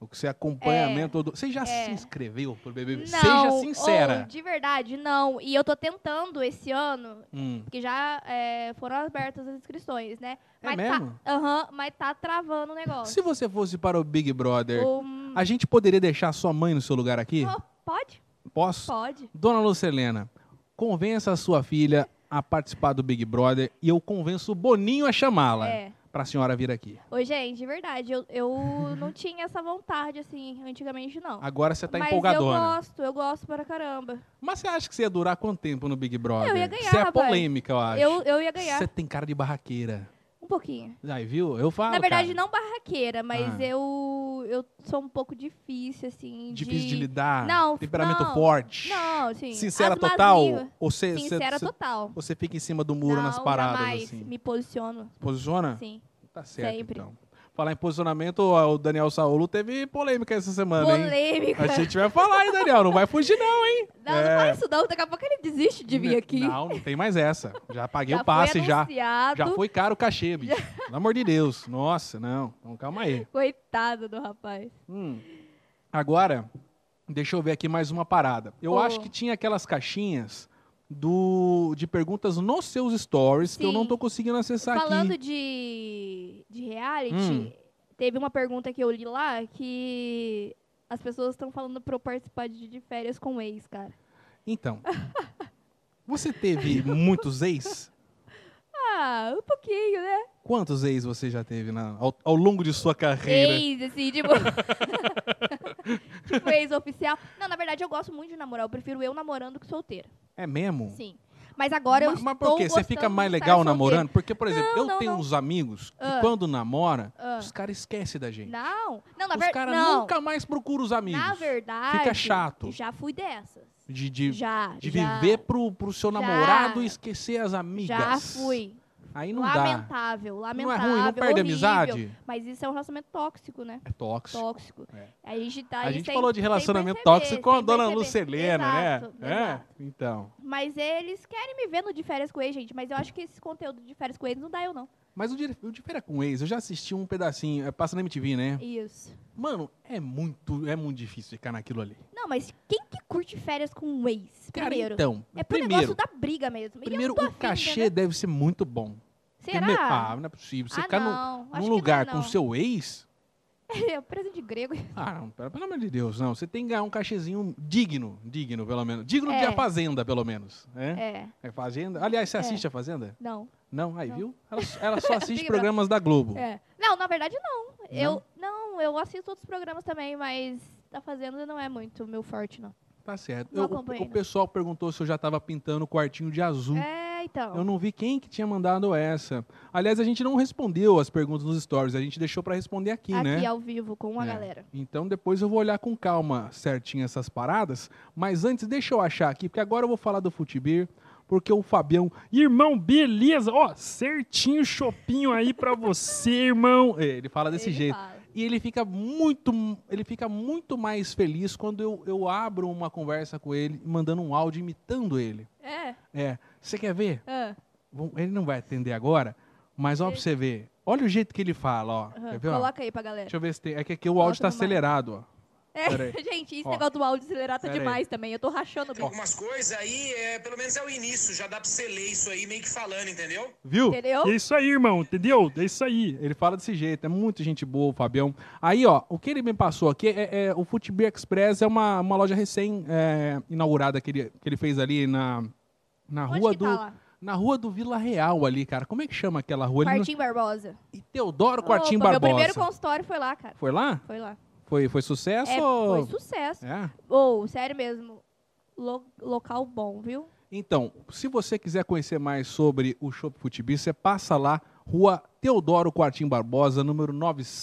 Speaker 1: O que você acompanhamento. todo. Você já
Speaker 2: É.
Speaker 1: se inscreveu pro BBB?
Speaker 2: Não,
Speaker 1: Seja
Speaker 2: ô,
Speaker 1: sincera.
Speaker 2: de verdade, não. E eu tô tentando esse ano,
Speaker 1: Hum.
Speaker 2: porque já é, foram abertas as inscrições, né?
Speaker 1: É
Speaker 2: mas
Speaker 1: mesmo?
Speaker 2: Tá, aham, mas tá travando o negócio.
Speaker 1: Se você fosse para o Big Brother,
Speaker 2: Um,
Speaker 1: a gente poderia deixar sua mãe no seu lugar aqui?
Speaker 2: oh, pode?
Speaker 1: Posso?
Speaker 2: Pode.
Speaker 1: Dona Lucelena, convença a sua filha a participar do Big Brother e eu convenço o Boninho a chamá-la
Speaker 2: É.
Speaker 1: pra senhora vir aqui.
Speaker 2: Ô, gente, de verdade, eu, eu não tinha essa vontade, assim, antigamente, não.
Speaker 1: Agora você tá
Speaker 2: Mas eu
Speaker 1: empolgadona.
Speaker 2: gosto, eu gosto para caramba.
Speaker 1: Mas você acha que você ia durar quanto tempo no Big Brother?
Speaker 2: Eu ia ganhar,
Speaker 1: Você é
Speaker 2: rapaz.
Speaker 1: polêmica, eu acho.
Speaker 2: Eu, eu ia ganhar
Speaker 1: Você tem cara de barraqueira.
Speaker 2: um pouquinho.
Speaker 1: Aí, viu? Eu falo,
Speaker 2: Na verdade,
Speaker 1: cara.
Speaker 2: não barraqueira, mas
Speaker 1: Ah.
Speaker 2: eu, eu sou um pouco difícil, assim,
Speaker 1: Difícil de
Speaker 2: de...
Speaker 1: lidar.
Speaker 2: Não,
Speaker 1: temperamento
Speaker 2: não,
Speaker 1: forte.
Speaker 2: Não, assim...
Speaker 1: Sincera
Speaker 2: as más
Speaker 1: total?
Speaker 2: línguas.
Speaker 1: Ou você, você-
Speaker 2: Sincera
Speaker 1: você-
Speaker 2: total.
Speaker 1: você fica em cima do muro nas
Speaker 2: Não,
Speaker 1: paradas,
Speaker 2: jamais
Speaker 1: assim?
Speaker 2: me posiciono,
Speaker 1: Posiciona?
Speaker 2: sim.
Speaker 1: Tá certo,
Speaker 2: Sempre.
Speaker 1: então. Falar em posicionamento, ó, o Daniel Saolo teve polêmica essa semana, hein?
Speaker 2: Polêmica.
Speaker 1: A gente vai falar, hein, Daniel? Não vai fugir, não, hein?
Speaker 2: Não, não fala isso não, daqui a pouco ele desiste de vir aqui.
Speaker 1: Não, não tem mais essa. Já paguei
Speaker 2: já
Speaker 1: o passe,
Speaker 2: foi
Speaker 1: já.
Speaker 2: anunciado.
Speaker 1: Já foi caro o cachê, bicho. Pelo amor de Deus. Nossa, não. Então, calma aí.
Speaker 2: Coitado do rapaz.
Speaker 1: Hum. Agora, deixa eu ver aqui mais uma parada. Eu
Speaker 2: Pô.
Speaker 1: acho que tinha aquelas caixinhas do de perguntas nos seus stories que eu
Speaker 2: Sim.
Speaker 1: não tô conseguindo acessar
Speaker 2: Falando
Speaker 1: Tá aqui.
Speaker 2: de, de reality,
Speaker 1: Hum.
Speaker 2: teve uma pergunta que eu li lá que as pessoas estão falando pra eu participar de, de férias com o ex, cara.
Speaker 1: Então, você teve muitos ex?
Speaker 2: Ah, um pouquinho, né?
Speaker 1: Quantos ex você já teve na- ao, ao longo de sua carreira?
Speaker 2: Ex, assim, tipo. tipo, ex-oficial. Não, na verdade, eu gosto muito de namorar. Eu prefiro eu namorando que solteira.
Speaker 1: É mesmo?
Speaker 2: Sim. Mas agora
Speaker 1: mas,
Speaker 2: eu
Speaker 1: mas
Speaker 2: estou
Speaker 1: por quê? Você
Speaker 2: gostando
Speaker 1: fica
Speaker 2: de
Speaker 1: mais
Speaker 2: estar
Speaker 1: legal
Speaker 2: solteira.
Speaker 1: namorando? Porque, por exemplo, eu
Speaker 2: não,
Speaker 1: tenho
Speaker 2: não.
Speaker 1: uns amigos que
Speaker 2: Ah.
Speaker 1: quando namora,
Speaker 2: Ah.
Speaker 1: os caras esquecem da gente.
Speaker 2: Não, não, na
Speaker 1: os
Speaker 2: verdade.
Speaker 1: caras
Speaker 2: Não,
Speaker 1: nunca mais procuram os amigos.
Speaker 2: na verdade.
Speaker 1: Fica chato.
Speaker 2: Já fui dessas.
Speaker 1: De, de,
Speaker 2: já.
Speaker 1: de
Speaker 2: já,
Speaker 1: viver pro, pro seu namorado
Speaker 2: Já.
Speaker 1: e esquecer as amigas.
Speaker 2: Já fui.
Speaker 1: Aí não dá.
Speaker 2: lamentável,
Speaker 1: Não é
Speaker 2: lamentável.
Speaker 1: ruim, não perde
Speaker 2: horrível.
Speaker 1: amizade.
Speaker 2: Mas isso é um relacionamento tóxico, né?
Speaker 1: É tóxico.
Speaker 2: Tóxico.
Speaker 1: É.
Speaker 2: A gente
Speaker 1: A
Speaker 2: tá aí
Speaker 1: gente
Speaker 2: sem-
Speaker 1: falou de
Speaker 2: sem
Speaker 1: relacionamento
Speaker 2: perceber,
Speaker 1: tóxico com a
Speaker 2: sem
Speaker 1: dona
Speaker 2: perceber.
Speaker 1: Lucilena,
Speaker 2: Exato,
Speaker 1: né?
Speaker 2: exato.
Speaker 1: É, então.
Speaker 2: Mas eles querem me vendo de férias com eles, gente. Mas eu acho que esse conteúdo de férias com eles não dá eu, não.
Speaker 1: Mas o de, o de Feira com Ex, eu já assisti um pedacinho, é, passa na MTV, né?
Speaker 2: Isso.
Speaker 1: Mano, é muito, é muito difícil ficar naquilo ali.
Speaker 2: Não, mas quem que curte férias com um ex?
Speaker 1: Cara,
Speaker 2: Primeiro.
Speaker 1: então,
Speaker 2: é pro negócio é
Speaker 1: primeiro,
Speaker 2: da briga mesmo. E eu
Speaker 1: primeiro
Speaker 2: não tô
Speaker 1: o
Speaker 2: afim,
Speaker 1: cachê
Speaker 2: entendeu?
Speaker 1: deve ser muito bom.
Speaker 2: né? Será?
Speaker 1: Primeiro- ah, não é possível. Você
Speaker 2: Ah,
Speaker 1: ficar num-
Speaker 2: não. Acho que
Speaker 1: num
Speaker 2: não é,
Speaker 1: lugar com
Speaker 2: não.
Speaker 1: seu ex,
Speaker 2: É preso de grego.
Speaker 1: ah, não, pera- pelo amor de Deus, não. Você tem que ganhar um cachezinho digno, digno, pelo menos. Digno de
Speaker 2: É.
Speaker 1: A Fazenda, pelo menos. né?
Speaker 2: É,
Speaker 1: É Fazenda. Aliás, você
Speaker 2: É.
Speaker 1: assiste A Fazenda?
Speaker 2: não.
Speaker 1: Não? Aí,
Speaker 2: Não.
Speaker 1: viu? Ela, ela só assiste
Speaker 2: Big
Speaker 1: programas da Globo.
Speaker 2: É. Não, na verdade não. Eu não, eu assisto outros programas também, mas tá fazendo não é muito meu forte não.
Speaker 1: Tá certo.
Speaker 2: Não
Speaker 1: Eu-
Speaker 2: acompanho,
Speaker 1: o, o
Speaker 2: não.
Speaker 1: pessoal perguntou se eu já tava pintando o quartinho de azul.
Speaker 2: É, então.
Speaker 1: Hum. Eu não vi quem que tinha mandado essa. Aliás, a gente não respondeu as perguntas nos stories, a gente deixou pra responder aqui, né?
Speaker 2: Aqui ao vivo com a
Speaker 1: É.
Speaker 2: galera.
Speaker 1: Então depois eu vou olhar com calma certinho essas paradas, mas antes deixa eu achar aqui, porque agora eu vou falar do Futibir, porque o Fabião, irmão, beleza, ó, certinho chopinho aí pra você, irmão. É, Ele fala desse
Speaker 2: Ele
Speaker 1: jeito.
Speaker 2: fala.
Speaker 1: E ele fica muito, ele fica muito mais feliz quando eu, eu abro uma conversa com ele, mandando um áudio imitando ele.
Speaker 2: É.
Speaker 1: É, você quer ver?
Speaker 2: ah,
Speaker 1: Vom- Ele não vai atender agora, mas ó, pra você ver. Olha o jeito que ele fala, ó.
Speaker 2: aham.
Speaker 1: Quer ver, ó?
Speaker 2: Coloca aí pra galera.
Speaker 1: Deixa eu ver se tem. É que aqui o
Speaker 2: Coloca
Speaker 1: áudio tá
Speaker 2: no mic.
Speaker 1: acelerado, ó. Pera
Speaker 2: É,
Speaker 1: aí.
Speaker 2: gente, esse
Speaker 1: Ó.
Speaker 2: negócio do áudio acelerado tá
Speaker 1: Pera aí.
Speaker 2: demais também. Eu tô rachando o
Speaker 4: Tem
Speaker 2: bico.
Speaker 4: algumas coisas aí, é, pelo menos é o início, já dá pra você ler isso aí meio que falando, entendeu?
Speaker 1: Viu?
Speaker 2: Entendeu?
Speaker 1: É isso aí, irmão, entendeu? É isso aí. Ele fala desse jeito, é muito gente boa, o Fabião. Aí, ó, o que ele me passou aqui é, é- o Futebol Express é uma, uma loja recém-inaugurada que, ele, que ele fez ali na, na
Speaker 2: Onde
Speaker 1: rua
Speaker 2: que
Speaker 1: do.
Speaker 2: tá lá?
Speaker 1: Na rua do Vila Real ali, cara. Como é que chama aquela rua? Ele não-
Speaker 2: Quartinho Barbosa.
Speaker 1: E Teodoro Quartinho
Speaker 2: Opa,
Speaker 1: Barbosa.
Speaker 2: Meu primeiro consultório foi lá, cara.
Speaker 1: Foi lá?
Speaker 2: Foi lá.
Speaker 1: Foi, foi sucesso?
Speaker 2: É,
Speaker 1: ou-
Speaker 2: foi sucesso.
Speaker 1: É?
Speaker 2: Ou, sério mesmo. lo- local bom, viu?
Speaker 1: Então, se você quiser conhecer mais sobre o Shop Futibis, você passa lá, Rua Teodoro Quartim Barbosa, número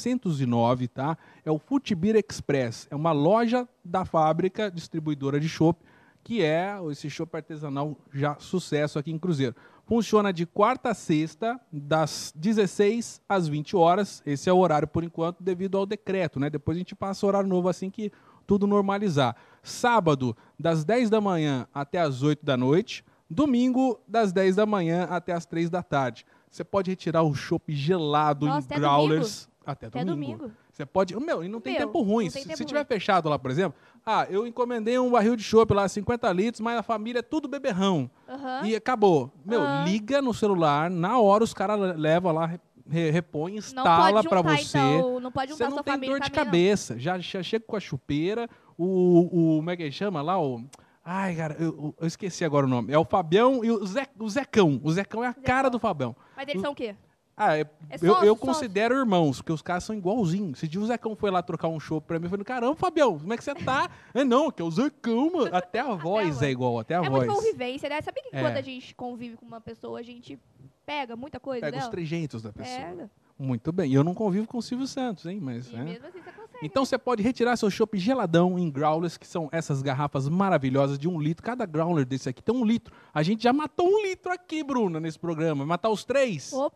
Speaker 1: 909, tá? É o Futibir Express, é uma loja da fábrica distribuidora de chopp, que é esse chopp artesanal já sucesso aqui em Cruzeiro. Funciona de quarta a sexta, das 16 às 20 horas. Esse é o horário por enquanto, devido ao decreto, né? Depois a gente passa o horário novo assim que tudo normalizar. Sábado, das 10 da manhã até as 8 da noite. Domingo, das 10 da manhã até as 3 da tarde. Você pode retirar o chopp gelado
Speaker 2: Nossa,
Speaker 1: em
Speaker 2: até
Speaker 1: growlers. Até
Speaker 2: Até
Speaker 1: É domingo.
Speaker 2: domingo.
Speaker 1: Você pode. Meu, e não tem
Speaker 2: Meu,
Speaker 1: tempo ruim.
Speaker 2: não tem
Speaker 1: Se-
Speaker 2: tempo
Speaker 1: Se tiver
Speaker 2: ruim.
Speaker 1: fechado lá, por exemplo, ah, eu encomendei um barril de chopp lá, 50 litros, mas a família é tudo beberrão.
Speaker 2: Aham.
Speaker 1: E acabou. Meu,
Speaker 2: Aham.
Speaker 1: liga no celular, na hora os caras levam lá, re- repõe,
Speaker 2: Não pode
Speaker 1: instala pra
Speaker 2: juntar,
Speaker 1: você.
Speaker 2: então. Não pode
Speaker 1: Você
Speaker 2: juntar
Speaker 1: não
Speaker 2: sua
Speaker 1: tem
Speaker 2: família
Speaker 1: dor de
Speaker 2: e caminho, não.
Speaker 1: cabeça. Já, já chega com a chupeira, o, o. Como é que ele chama lá? O. Ai, cara, eu, eu esqueci agora o nome. É o Fabião e o, Zé, o Zecão. O Zecão é a cara do Fabião.
Speaker 2: Mas eles são o quê?
Speaker 1: Ah, é-
Speaker 2: É
Speaker 1: eu, eu
Speaker 2: sócio,
Speaker 1: considero irmãos, porque os caras são igualzinhos. Esse dia o Zecão foi lá trocar um show pra mim, eu falei, caramba, Fabião, como é que você tá? é não, que é o Zecão, mano. Até a voz
Speaker 2: voz.
Speaker 1: é igual, até a
Speaker 2: É
Speaker 1: voz.
Speaker 2: muito convivência, né? Sabe que
Speaker 1: É.
Speaker 2: quando a gente convive com uma pessoa, a gente pega muita coisa
Speaker 1: Pega os
Speaker 2: dela?
Speaker 1: trejeitos da pessoa.
Speaker 2: Pega.
Speaker 1: Muito bem. E eu não convivo com o Silvio Santos, hein? Mas,
Speaker 2: E
Speaker 1: né?
Speaker 2: mesmo assim você consegue.
Speaker 1: Então você pode retirar seu chopp geladão em growlers, que são essas garrafas maravilhosas de um litro. Cada growler desse aqui tem um litro. A gente já matou um litro aqui, Bruna, nesse programa. Matar os três?
Speaker 2: Opa,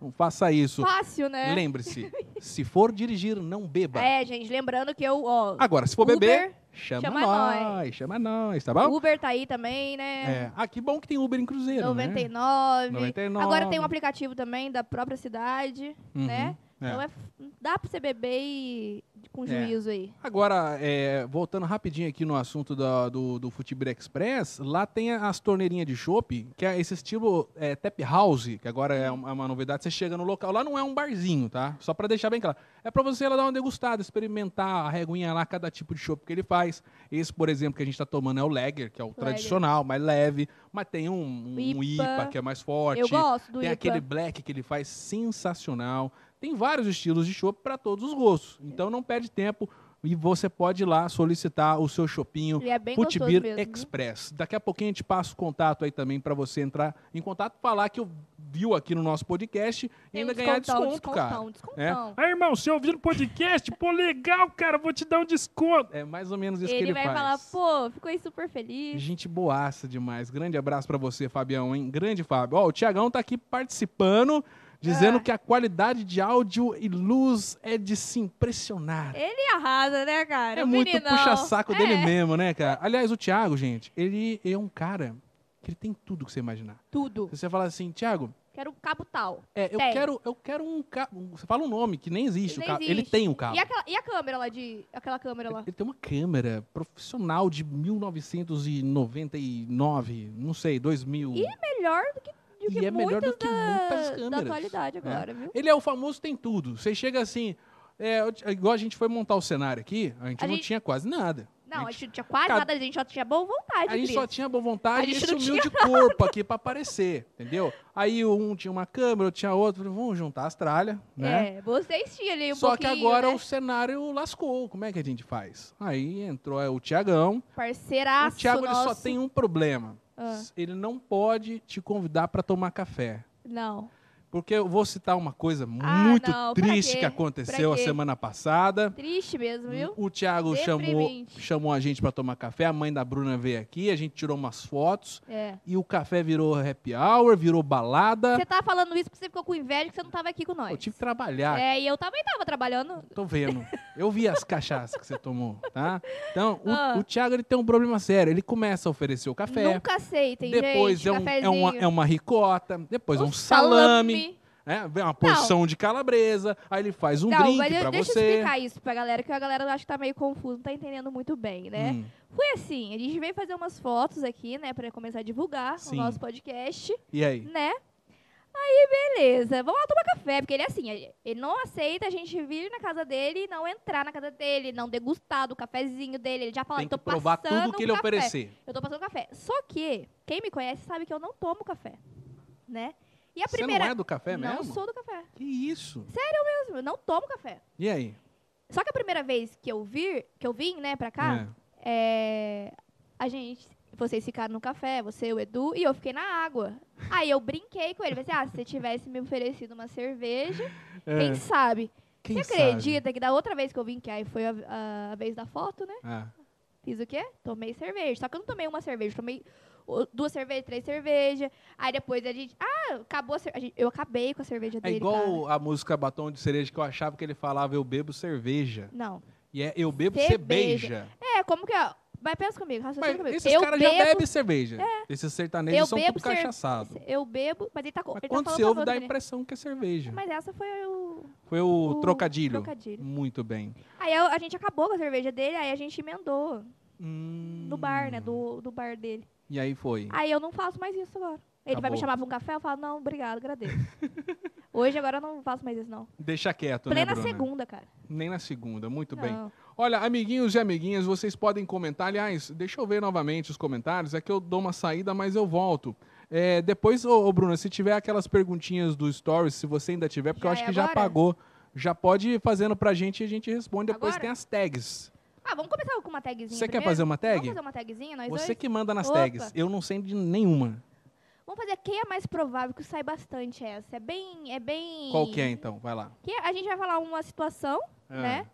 Speaker 1: Não faça isso.
Speaker 2: fácil, né?
Speaker 1: Lembre-se, se for dirigir, não beba.
Speaker 2: É, gente, lembrando que eu, ó,
Speaker 1: Agora, se for
Speaker 2: Uber,
Speaker 1: Ah, beber, chama,
Speaker 2: chama
Speaker 1: nós,
Speaker 2: nós.
Speaker 1: Chama nós, tá bom?
Speaker 2: Uber tá aí também, né?
Speaker 1: É. Ah, que bom que tem Uber em Cruzeiro, né?
Speaker 2: 99.
Speaker 1: 99.
Speaker 2: Agora tem um aplicativo também da própria cidade,
Speaker 1: Uhum,
Speaker 2: né?
Speaker 1: é.
Speaker 2: Então é, f- dá pra você beber e com
Speaker 1: É.
Speaker 2: juízo aí.
Speaker 1: Agora, é, voltando rapidinho aqui no assunto da- do, do Futibir Express, lá tem as torneirinhas de chopp, que é esse estilo é, tap house, que agora é
Speaker 2: Uhum.
Speaker 1: uma, é uma novidade. Você chega no local, lá não é um barzinho, tá? Só pra deixar bem claro. É pra você lá dar uma degustada, experimentar a reguinha lá, cada tipo de chopp que ele faz. Esse, por exemplo, que a gente tá tomando é o Lager, que é o tradicional, mais leve. Mas tem um, um- um
Speaker 2: IPA.
Speaker 1: IPA, que é mais forte.
Speaker 2: Eu gosto do
Speaker 1: Tem
Speaker 2: IPA.
Speaker 1: aquele black que ele
Speaker 2: É.
Speaker 1: faz sensacional. Tem vários estilos de chopp para todos os gostos. Então não perde tempo. e você pode ir lá solicitar o seu chopinho
Speaker 2: E é bem
Speaker 1: Futibir
Speaker 2: gostoso mesmo. viu?
Speaker 1: Express. Daqui a pouquinho a gente passa o contato aí também para você entrar em contato, falar que eu viu aqui no nosso podcast e
Speaker 2: Tem
Speaker 1: ainda
Speaker 2: um
Speaker 1: ganhar
Speaker 2: descontão,
Speaker 1: desconto, cara. né?
Speaker 2: descontão, Descontão,
Speaker 1: Aí, irmão, você ouviu no podcast? Pô, legal, cara, vou te dar um desconto. É mais ou menos isso que
Speaker 2: Ele
Speaker 1: ele
Speaker 2: vai
Speaker 1: faz.
Speaker 2: falar, pô, ficou super feliz.
Speaker 1: Gente boaça demais. Grande abraço pra você, Fabião, hein? Grande Fábio. Ó, o Tiagão tá aqui participando, dizendo
Speaker 2: Ah.
Speaker 1: que a qualidade de áudio e luz é de se impressionar.
Speaker 2: Ele arrasa, né, cara?
Speaker 1: É
Speaker 2: O
Speaker 1: muito
Speaker 2: meninão.
Speaker 1: puxa-saco dele
Speaker 2: É,
Speaker 1: mesmo, né, cara? Aliás, o Thiago, gente, ele é um cara que ele tem tudo que você imaginar.
Speaker 2: Tudo.
Speaker 1: Se você falar assim, Thiago,
Speaker 2: Quero um cabo tal.
Speaker 1: é, eu,
Speaker 2: Tem.
Speaker 1: quero, eu quero um carro. Você fala um nome que nem existe.
Speaker 2: Nem
Speaker 1: o carro. Ele
Speaker 2: existe.
Speaker 1: tem um carro.
Speaker 2: E, aquela, e a câmera lá de. Aquela câmera
Speaker 1: Ele
Speaker 2: lá?
Speaker 1: ele tem uma câmera profissional de 1999, não sei, 2000.
Speaker 2: Ih, Melhor do que, do que
Speaker 1: E é melhor do que muitas
Speaker 2: muitas da, da
Speaker 1: câmeras.
Speaker 2: atualidade agora, viu?
Speaker 1: Ele é o famoso tem tudo. Você chega assim, é, eu- igual a gente foi montar o cenário aqui, a gente
Speaker 2: A
Speaker 1: não
Speaker 2: gente-
Speaker 1: tinha quase nada.
Speaker 2: Não,
Speaker 1: a
Speaker 2: a
Speaker 1: gente,
Speaker 2: gente não tinha quase
Speaker 1: Cara,
Speaker 2: nada, a gente só tinha boa vontade,
Speaker 1: a gente só
Speaker 2: Cris.
Speaker 1: tinha boa vontade
Speaker 2: A
Speaker 1: e
Speaker 2: gente
Speaker 1: esse
Speaker 2: não tinha
Speaker 1: humilde corpo aqui pra aparecer, entendeu? Aí um tinha uma câmera, outro tinha outro, falei, vamos juntar as tralhas, né?
Speaker 2: É, vocês tinham ali um
Speaker 1: Só que
Speaker 2: pouquinho,
Speaker 1: agora
Speaker 2: né?
Speaker 1: o cenário lascou. Como é que a gente faz? Aí entrou é, o Tiagão. O
Speaker 2: Parceiraço
Speaker 1: Thiago ele
Speaker 2: nosso.
Speaker 1: só tem um problema.
Speaker 2: Ah.
Speaker 1: Ele não pode te convidar pra tomar café.
Speaker 2: Não.
Speaker 1: Porque eu vou citar uma coisa
Speaker 2: Ah,
Speaker 1: muito
Speaker 2: não, pra
Speaker 1: triste
Speaker 2: quê?
Speaker 1: que aconteceu a
Speaker 2: quê?
Speaker 1: semana passada.
Speaker 2: Triste mesmo, viu?
Speaker 1: O Thiago chamou,
Speaker 2: Deprimente.
Speaker 1: chamou a gente pra tomar café, a mãe da Bruna veio aqui, a gente tirou umas fotos
Speaker 2: É.
Speaker 1: e o café virou happy hour, virou balada.
Speaker 2: Você tá falando isso porque você ficou com inveja que você não tava aqui com nós.
Speaker 1: Eu tive que trabalhar,
Speaker 2: É, e eu também tava trabalhando.
Speaker 1: tô vendo. Eu vi as cachaças que você tomou, tá? Então, o,
Speaker 2: Ah.
Speaker 1: o Thiago ele tem um problema sério. Ele começa a oferecer o café,
Speaker 2: Nunca aceitem,
Speaker 1: depois
Speaker 2: gente.
Speaker 1: é, um, é, uma, é uma ricota, depois é um salame,
Speaker 2: salame.
Speaker 1: né? Vem uma porção de calabresa, aí ele faz um
Speaker 2: não, mas
Speaker 1: drink
Speaker 2: eu-
Speaker 1: pra
Speaker 2: deixa
Speaker 1: você.
Speaker 2: eu explicar isso pra galera, que a galera acho que tá meio confusa, não tá entendendo muito bem, né?
Speaker 1: Hum,
Speaker 2: Foi assim, a gente veio fazer umas fotos aqui, né, pra começar a divulgar
Speaker 1: Sim.
Speaker 2: o nosso podcast,
Speaker 1: e aí?
Speaker 2: né? Aí, beleza, vamos lá tomar café, porque ele é assim, ele- ele não aceita a gente vir na casa dele e não entrar na casa dele, não degustar do cafezinho dele, ele já fala,
Speaker 1: Tem
Speaker 2: tô
Speaker 1: que provar
Speaker 2: passando
Speaker 1: tudo que ele
Speaker 2: um café.
Speaker 1: oferecer.
Speaker 2: Eu tô passando café. Só que, quem me conhece sabe que eu não tomo café, né? E a
Speaker 1: Você
Speaker 2: primeira...
Speaker 1: não é do café
Speaker 2: Não
Speaker 1: mesmo?
Speaker 2: sou do café
Speaker 1: Que isso?
Speaker 2: mesmo, eu não tomo café.
Speaker 1: E aí?
Speaker 2: Só que a primeira vez que eu vir, que eu vim, né, pra cá,
Speaker 1: É.
Speaker 2: É, a gente, vocês ficaram no café, você, o Edu, e eu fiquei na água. Aí eu brinquei com ele, pensei, ah, se você tivesse me oferecido uma cerveja, quem
Speaker 1: É,
Speaker 2: sabe?
Speaker 1: quem
Speaker 2: você
Speaker 1: sabe?
Speaker 2: acredita que da outra vez que eu vim, que aí foi a, a vez da foto, né?
Speaker 1: Ah,
Speaker 2: Fiz o quê? Tomei cerveja. Só que eu não tomei uma cerveja, eu tomei o- duas cervejas, três cervejas. Aí depois a gente, ah, acabou a cerveja. Eu acabei com a cerveja
Speaker 1: é
Speaker 2: dele, cara.
Speaker 1: igual a música Batom de Cereja que eu achava que ele falava eu bebo cerveja.
Speaker 2: Não.
Speaker 1: E é eu bebo
Speaker 2: Cerveja.
Speaker 1: cerveja.
Speaker 2: É, como que é? Mas pensa comigo, raciocina
Speaker 1: Mas
Speaker 2: comigo.
Speaker 1: esses
Speaker 2: Eu
Speaker 1: caras já
Speaker 2: bebo- É.
Speaker 1: bebem cerveja. Esses sertanejos
Speaker 2: Eu
Speaker 1: são
Speaker 2: bebo
Speaker 1: tudo
Speaker 2: cerve-
Speaker 1: cachaçados.
Speaker 2: Eu bebo, mas ele tá, co-
Speaker 1: Mas
Speaker 2: ele tá
Speaker 1: quando
Speaker 2: falando
Speaker 1: você ouve,
Speaker 2: pra
Speaker 1: dá a
Speaker 2: outra, né?
Speaker 1: impressão que é cerveja.
Speaker 2: Mas essa foi o
Speaker 1: Foi o,
Speaker 2: o
Speaker 1: trocadilho.
Speaker 2: trocadilho.
Speaker 1: Muito bem.
Speaker 2: Aí eu- a gente acabou com a cerveja dele, aí a gente emendou
Speaker 1: Hum,
Speaker 2: no bar, né? Do, do bar dele.
Speaker 1: E aí foi.
Speaker 2: Aí eu não faço mais isso agora. Ele vai
Speaker 1: Acabou.
Speaker 2: me chamar pra um café, eu falo, não, obrigado, agradeço. Hoje agora eu não faço mais isso, não.
Speaker 1: Deixa quieto, né,
Speaker 2: Plena
Speaker 1: Bruna?
Speaker 2: segunda, cara.
Speaker 1: Nem na segunda, muito bem.
Speaker 2: Não.
Speaker 1: Olha, amiguinhos e amiguinhas, vocês podem comentar. Aliás, deixa eu ver novamente os comentários. É que eu dou uma saída, mas eu volto. É, depois, ô, ô, Bruna, se tiver aquelas perguntinhas do Stories, se você ainda tiver, porque
Speaker 2: Já
Speaker 1: eu acho
Speaker 2: é
Speaker 1: que já
Speaker 2: agora?
Speaker 1: apagou, já pode ir fazendo pra gente e a gente responde. Depois
Speaker 2: Agora?
Speaker 1: tem as tags.
Speaker 2: Ah, vamos começar com uma tagzinha
Speaker 1: Você quer
Speaker 2: primeiro?
Speaker 1: fazer uma tag?
Speaker 2: Vamos fazer uma tagzinha, nós
Speaker 1: Você
Speaker 2: dois?
Speaker 1: que manda nas
Speaker 2: Opa.
Speaker 1: tags. Eu não sei de nenhuma.
Speaker 2: Vamos fazer quem é mais provável que sai bastante essa. É bem... É bem...
Speaker 1: Qual que é, então? Vai lá.
Speaker 2: Que a gente vai falar uma situação,
Speaker 1: Ah,
Speaker 2: né?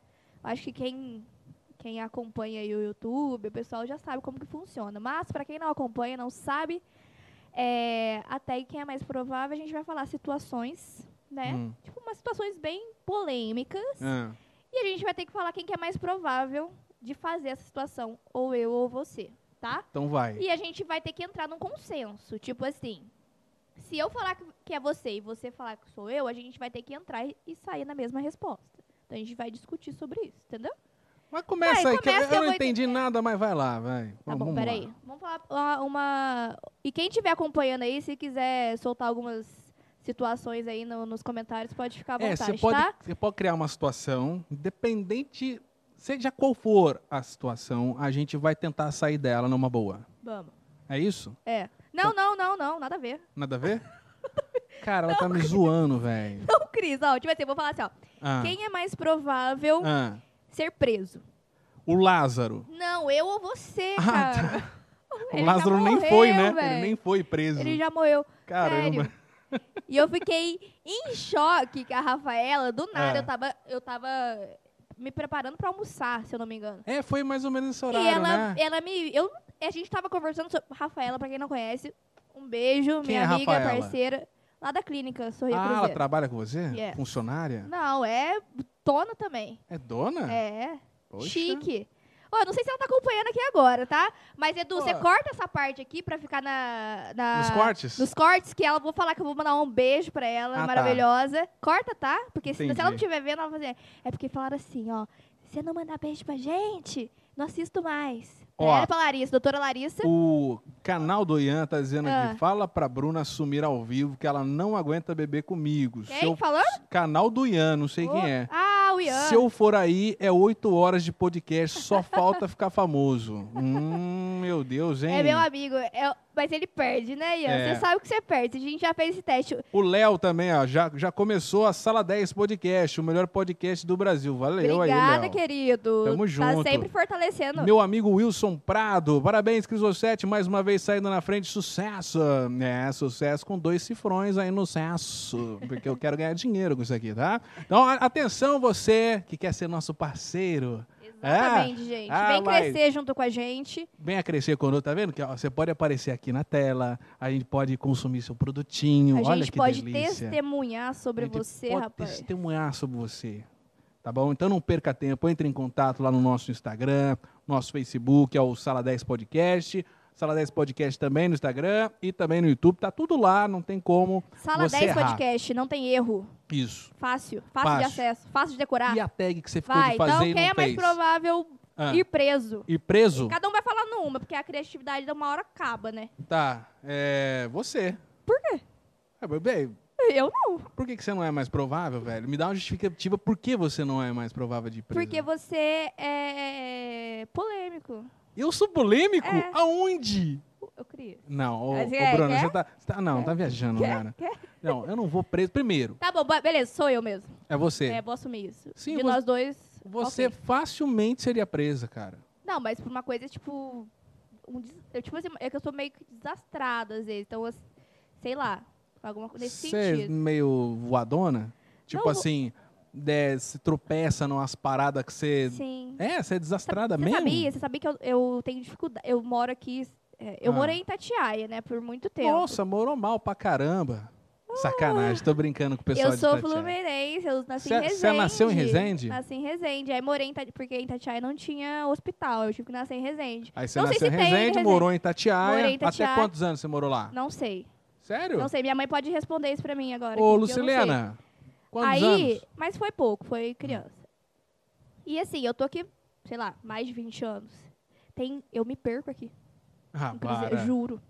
Speaker 2: Acho que quem, quem acompanha aí o YouTube, o pessoal já sabe como que funciona. Mas pra quem não acompanha, não sabe, é, a tag quem é mais provável, a gente vai falar situações, né?
Speaker 1: hum,
Speaker 2: Tipo, umas situações bem polêmicas.
Speaker 1: ah,
Speaker 2: E a gente vai ter que falar quem que é mais provável de fazer essa situação, ou eu ou você, tá?
Speaker 1: então vai.
Speaker 2: E a gente vai ter que entrar num consenso. Tipo assim, se eu falar que- que é você e você falar que sou eu, a gente vai ter que entrar e- e sair na mesma resposta. Então a gente vai discutir sobre isso, entendeu?
Speaker 1: Mas começa
Speaker 2: Vai,
Speaker 1: aí, que eu-
Speaker 2: começa que
Speaker 1: eu,
Speaker 2: eu
Speaker 1: não
Speaker 2: vou
Speaker 1: entendi
Speaker 2: entender.
Speaker 1: nada, mas vai lá, vai.
Speaker 2: Tá
Speaker 1: Vamos-
Speaker 2: bom,
Speaker 1: vamos lá.
Speaker 2: peraí. Vamos falar uma, uma- E quem estiver acompanhando aí, se quiser soltar algumas situações aí no- nos comentários, pode ficar à
Speaker 1: É,
Speaker 2: vontade,
Speaker 1: você pode,
Speaker 2: tá?
Speaker 1: você pode criar uma situação, independente, seja qual for a situação, a gente vai tentar sair dela numa boa.
Speaker 2: Vamos.
Speaker 1: É isso?
Speaker 2: É.
Speaker 1: Tá.
Speaker 2: Não, não, não, não, nada a ver.
Speaker 1: Nada a ver? Cara, ela tá me zoando, velho.
Speaker 2: Então, Cris, ó, tipo assim, eu vou falar assim, ó.
Speaker 1: Ah,
Speaker 2: Quem é mais provável
Speaker 1: ah,
Speaker 2: ser preso?
Speaker 1: O Lázaro.
Speaker 2: Não, eu ou você,
Speaker 1: Ah,
Speaker 2: cara.
Speaker 1: o
Speaker 2: Ele já
Speaker 1: Lázaro nem foi, né?
Speaker 2: morreu, velho.
Speaker 1: Ele nem foi preso.
Speaker 2: Ele já morreu.
Speaker 1: Caramba.
Speaker 2: Sério. E eu fiquei em choque com a Rafaela. Do nada,
Speaker 1: É.
Speaker 2: eu, tava, eu tava me preparando pra almoçar, se eu não me engano.
Speaker 1: É, foi mais ou menos esse horário,
Speaker 2: E ela, é-
Speaker 1: né?
Speaker 2: ela me. Eu, a gente tava conversando sobre. Rafaela, pra quem não conhece, um beijo,
Speaker 1: Quem
Speaker 2: minha
Speaker 1: é
Speaker 2: amiga,
Speaker 1: Rafaela?
Speaker 2: parceira. Lá da clínica, Sorria
Speaker 1: Ah, ela
Speaker 2: Cruzeiro.
Speaker 1: trabalha com você?
Speaker 2: Yeah.
Speaker 1: Funcionária?
Speaker 2: Não, é tona também.
Speaker 1: É dona?
Speaker 2: É.
Speaker 1: Poxa.
Speaker 2: Chique. Ó, não sei se ela tá acompanhando aqui agora, tá? Mas, Edu, você
Speaker 1: Ó.
Speaker 2: corta essa parte aqui pra ficar na. na-
Speaker 1: Nos cortes?
Speaker 2: Nos cortes, que ela vou falar que eu vou mandar um beijo pra ela,
Speaker 1: Ah, tá.
Speaker 2: maravilhosa. Corta, tá? Porque se, se
Speaker 1: Entendi.
Speaker 2: ela não estiver vendo, ela vai fazer. É porque falaram assim, ó. Se você não mandar beijo pra gente, não assisto mais.
Speaker 1: Ó.
Speaker 2: Era pra Larissa, doutora Larissa.
Speaker 1: O canal do Ian tá dizendo
Speaker 2: Ah.
Speaker 1: aqui, fala pra Bruna assumir ao vivo que ela não aguenta beber comigo.
Speaker 2: Quem
Speaker 1: Seu
Speaker 2: falando?
Speaker 1: canal do Ian, não sei quem é.
Speaker 2: Ah, o Ian.
Speaker 1: Se eu for aí, é oito horas de podcast, só falta ficar famoso. Hum, meu Deus, hein?
Speaker 2: É meu amigo. É- Mas ele perde, né, Ian?
Speaker 1: É.
Speaker 2: Você sabe que você perde. A gente já fez esse teste.
Speaker 1: O Léo também, ó, já, já começou a Sala 10 Podcast, o melhor podcast do Brasil. Valeu aí,
Speaker 2: Obrigada,
Speaker 1: Léo.
Speaker 2: querido.
Speaker 1: Tamo junto.
Speaker 2: Tá sempre fortalecendo.
Speaker 1: Meu amigo Wilson Prado, parabéns, Crisocete, mais uma vez saindo na frente, sucesso. É, sucesso com dois cifrões aí no sucesso, porque eu quero ganhar dinheiro com isso aqui, tá? Então, a- atenção você que quer ser nosso parceiro, É,
Speaker 2: Exatamente, gente.
Speaker 1: Ah,
Speaker 2: Vem
Speaker 1: mas-
Speaker 2: crescer junto com a gente.
Speaker 1: venha crescer conosco, tá vendo? Que, ó, você pode aparecer aqui na tela, a gente pode consumir seu produtinho,
Speaker 2: a
Speaker 1: olha
Speaker 2: gente
Speaker 1: que
Speaker 2: pode
Speaker 1: delícia.
Speaker 2: testemunhar
Speaker 1: A
Speaker 2: sobre
Speaker 1: gente
Speaker 2: você,
Speaker 1: pode
Speaker 2: rapaz.
Speaker 1: testemunhar sobre você. Tá bom? Então não perca tempo, entre em contato lá no nosso Instagram, nosso Facebook, é o Sala 10 Podcast. Sala 10 Podcast também no Instagram e também no YouTube. Tá tudo lá, não tem como.
Speaker 2: Sala
Speaker 1: você
Speaker 2: 10
Speaker 1: errar.
Speaker 2: podcast, não tem erro.
Speaker 1: Isso.
Speaker 2: Fácil, fácil, de
Speaker 1: Fácil.
Speaker 2: acesso, fácil de decorar.
Speaker 1: E a tag que você ficou
Speaker 2: Tá. Vai,
Speaker 1: de fazer
Speaker 2: então
Speaker 1: e
Speaker 2: quem
Speaker 1: não
Speaker 2: é mais
Speaker 1: fez?
Speaker 2: provável
Speaker 1: Ah,
Speaker 2: ir preso?
Speaker 1: e preso?
Speaker 2: Cada um vai falar numa, porque a criatividade de uma hora acaba, né?
Speaker 1: Tá. É você.
Speaker 2: Por quê?
Speaker 1: É, mas, bem,
Speaker 2: Eu não.
Speaker 1: por que, que você não é mais provável, velho? Me dá uma justificativa por que você não é mais provável de ir preso.
Speaker 2: Porque você é polêmico.
Speaker 1: Eu sou polêmico?
Speaker 2: É.
Speaker 1: Aonde?
Speaker 2: Eu crio.
Speaker 1: Não, ô,
Speaker 2: Mas
Speaker 1: ô,
Speaker 2: quer-
Speaker 1: Bruno,
Speaker 2: quer?
Speaker 1: você tá, você tá- Não, tá viajando,
Speaker 2: Quer?
Speaker 1: cara. Não, eu não vou preso. Primeiro,
Speaker 2: Tá bom, bo- beleza, sou eu mesmo.
Speaker 1: é você.
Speaker 2: É, vou assumir isso.
Speaker 1: Sim,
Speaker 2: de
Speaker 1: você-
Speaker 2: nós dois.
Speaker 1: Você
Speaker 2: ok.
Speaker 1: facilmente seria presa, cara.
Speaker 2: Não, mas por uma coisa, tipo. Um des... eu, tipo assim, é que eu sou meio que desastrada às vezes. Então, eu- sei lá. Alguma coisa nesse
Speaker 1: Você é
Speaker 2: sentido.
Speaker 1: meio voadona? Tipo
Speaker 2: Não, vo-
Speaker 1: assim, é, se tropeça numas paradas que você.
Speaker 2: Sim.
Speaker 1: É, você é desastrada
Speaker 2: Você
Speaker 1: mesmo?
Speaker 2: sabia? Você sabia que eu, eu tenho dificuldade. Eu moro aqui. é, eu
Speaker 1: Ah.
Speaker 2: morei em Tatiaia, né? Por muito tempo. Ah.
Speaker 1: Nossa, morou mal pra caramba. Sacanagem, tô brincando com o pessoal
Speaker 2: eu sou
Speaker 1: de Itatiaia.
Speaker 2: fluminense, eu nasci em
Speaker 1: Cê-
Speaker 2: Resende.
Speaker 1: cê nasceu em Resende?
Speaker 2: Nasci em Resende. Aí morei em Tatiaia, porque em Tatiaia não tinha hospital. Eu tive que nascer em Resende.
Speaker 1: Aí você
Speaker 2: Não sei
Speaker 1: nasceu em
Speaker 2: se tem,
Speaker 1: Resende,
Speaker 2: Resende.
Speaker 1: morou em Itatiaia.
Speaker 2: Morei em Itatiaia.
Speaker 1: Até quantos anos você morou lá?
Speaker 2: Não sei.
Speaker 1: Sério?
Speaker 2: Não sei. Minha mãe pode responder isso pra mim
Speaker 1: Ô,
Speaker 2: agora. que- que eu não sei.
Speaker 1: Lucilena, quantos
Speaker 2: aí,
Speaker 1: anos?
Speaker 2: mas foi pouco, foi criança. E assim, eu tô aqui, sei lá, mais de 20 anos. Tem, eu me perco aqui.
Speaker 1: Ah,
Speaker 2: no Cruzeiro,
Speaker 1: para.
Speaker 2: juro.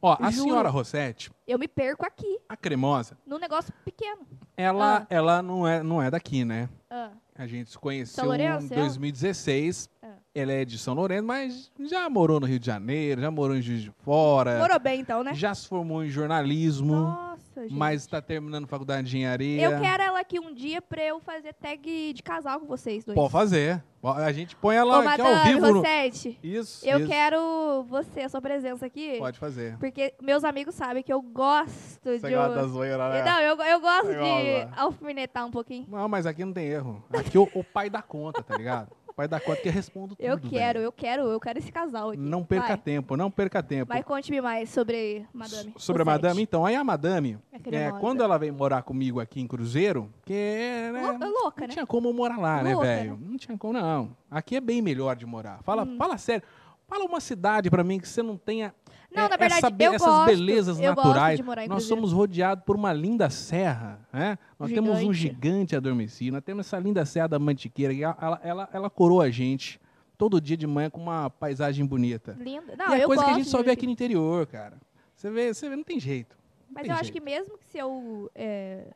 Speaker 1: Ó, a
Speaker 2: Juro.
Speaker 1: senhora Rossetti,
Speaker 2: Eu me perco aqui,
Speaker 1: a cremosa,
Speaker 2: num negócio pequeno.
Speaker 1: ela,
Speaker 2: Ah.
Speaker 1: ela não, é, não é daqui, né?
Speaker 2: Ah,
Speaker 1: A gente se conheceu
Speaker 2: São Lourenço, é?
Speaker 1: em
Speaker 2: ela?
Speaker 1: 2016.
Speaker 2: Ah.
Speaker 1: Ela é de São Lourenço, mas já morou no Rio de Janeiro, já morou em Juiz de Fora.
Speaker 2: Morou bem então, né?
Speaker 1: É. Já se formou em jornalismo,
Speaker 2: Nossa, gente.
Speaker 1: mas é. está terminando faculdade de engenharia.
Speaker 2: Eu quero ela aqui um dia pra eu fazer tag de casal com vocês dois.
Speaker 1: Pode fazer. A gente põe ela
Speaker 2: Ô,
Speaker 1: aqui
Speaker 2: Madame
Speaker 1: ao vivo. no-
Speaker 2: Rossetti,
Speaker 1: Isso,
Speaker 2: eu
Speaker 1: isso.
Speaker 2: quero você, a sua presença aqui.
Speaker 1: Pode fazer.
Speaker 2: Porque meus amigos sabem que eu gosto
Speaker 1: Você
Speaker 2: de.
Speaker 1: gosta da zoeira, né?
Speaker 2: Não, eu, eu gosto
Speaker 1: Você
Speaker 2: de
Speaker 1: gosta.
Speaker 2: alfinetar um pouquinho.
Speaker 1: Não, mas aqui não tem erro. Aqui o, o pai dá conta, tá ligado? O pai dá conta que eu respondo tudo.
Speaker 2: Eu quero,
Speaker 1: velho.
Speaker 2: eu quero, eu quero esse casal aqui.
Speaker 1: Não perca
Speaker 2: Vai.
Speaker 1: tempo, não perca tempo.
Speaker 2: Vai, conte-me mais sobre Madame.
Speaker 1: Sobre a
Speaker 2: Rossetti.
Speaker 1: madame, então, aí a madame,
Speaker 2: Minha
Speaker 1: é,
Speaker 2: cremosa.
Speaker 1: quando ela veio morar comigo aqui em Cruzeiro, que né,
Speaker 2: Lou-
Speaker 1: não
Speaker 2: louca, né?
Speaker 1: tinha como eu morar lá, né,
Speaker 2: Louca,
Speaker 1: velho? Não tinha como, não. Aqui é bem melhor de morar. Fala,
Speaker 2: Hum.
Speaker 1: fala sério. Fala uma cidade pra mim que você não tenha
Speaker 2: Não,
Speaker 1: é,
Speaker 2: na verdade,
Speaker 1: essa be-
Speaker 2: eu
Speaker 1: essas
Speaker 2: gosto.
Speaker 1: belezas
Speaker 2: eu Gosto
Speaker 1: naturais.
Speaker 2: de morar em
Speaker 1: Nós
Speaker 2: Cruzeiro.
Speaker 1: somos rodeados por uma linda serra, né? Nós temos um
Speaker 2: Gigante.
Speaker 1: gigante adormecido, nós temos essa linda serra da Mantiqueira, que ela, ela, ela, ela coroa a gente todo dia de manhã com uma paisagem bonita.
Speaker 2: Linda. Não,
Speaker 1: e é
Speaker 2: eu
Speaker 1: coisa que a
Speaker 2: gosto
Speaker 1: gente
Speaker 2: de
Speaker 1: só vê
Speaker 2: Juruti.
Speaker 1: aqui no interior, cara. Você vê, você vê, não tem jeito.
Speaker 2: Mas
Speaker 1: tem
Speaker 2: eu acho
Speaker 1: jeito.
Speaker 2: que mesmo que se eu é,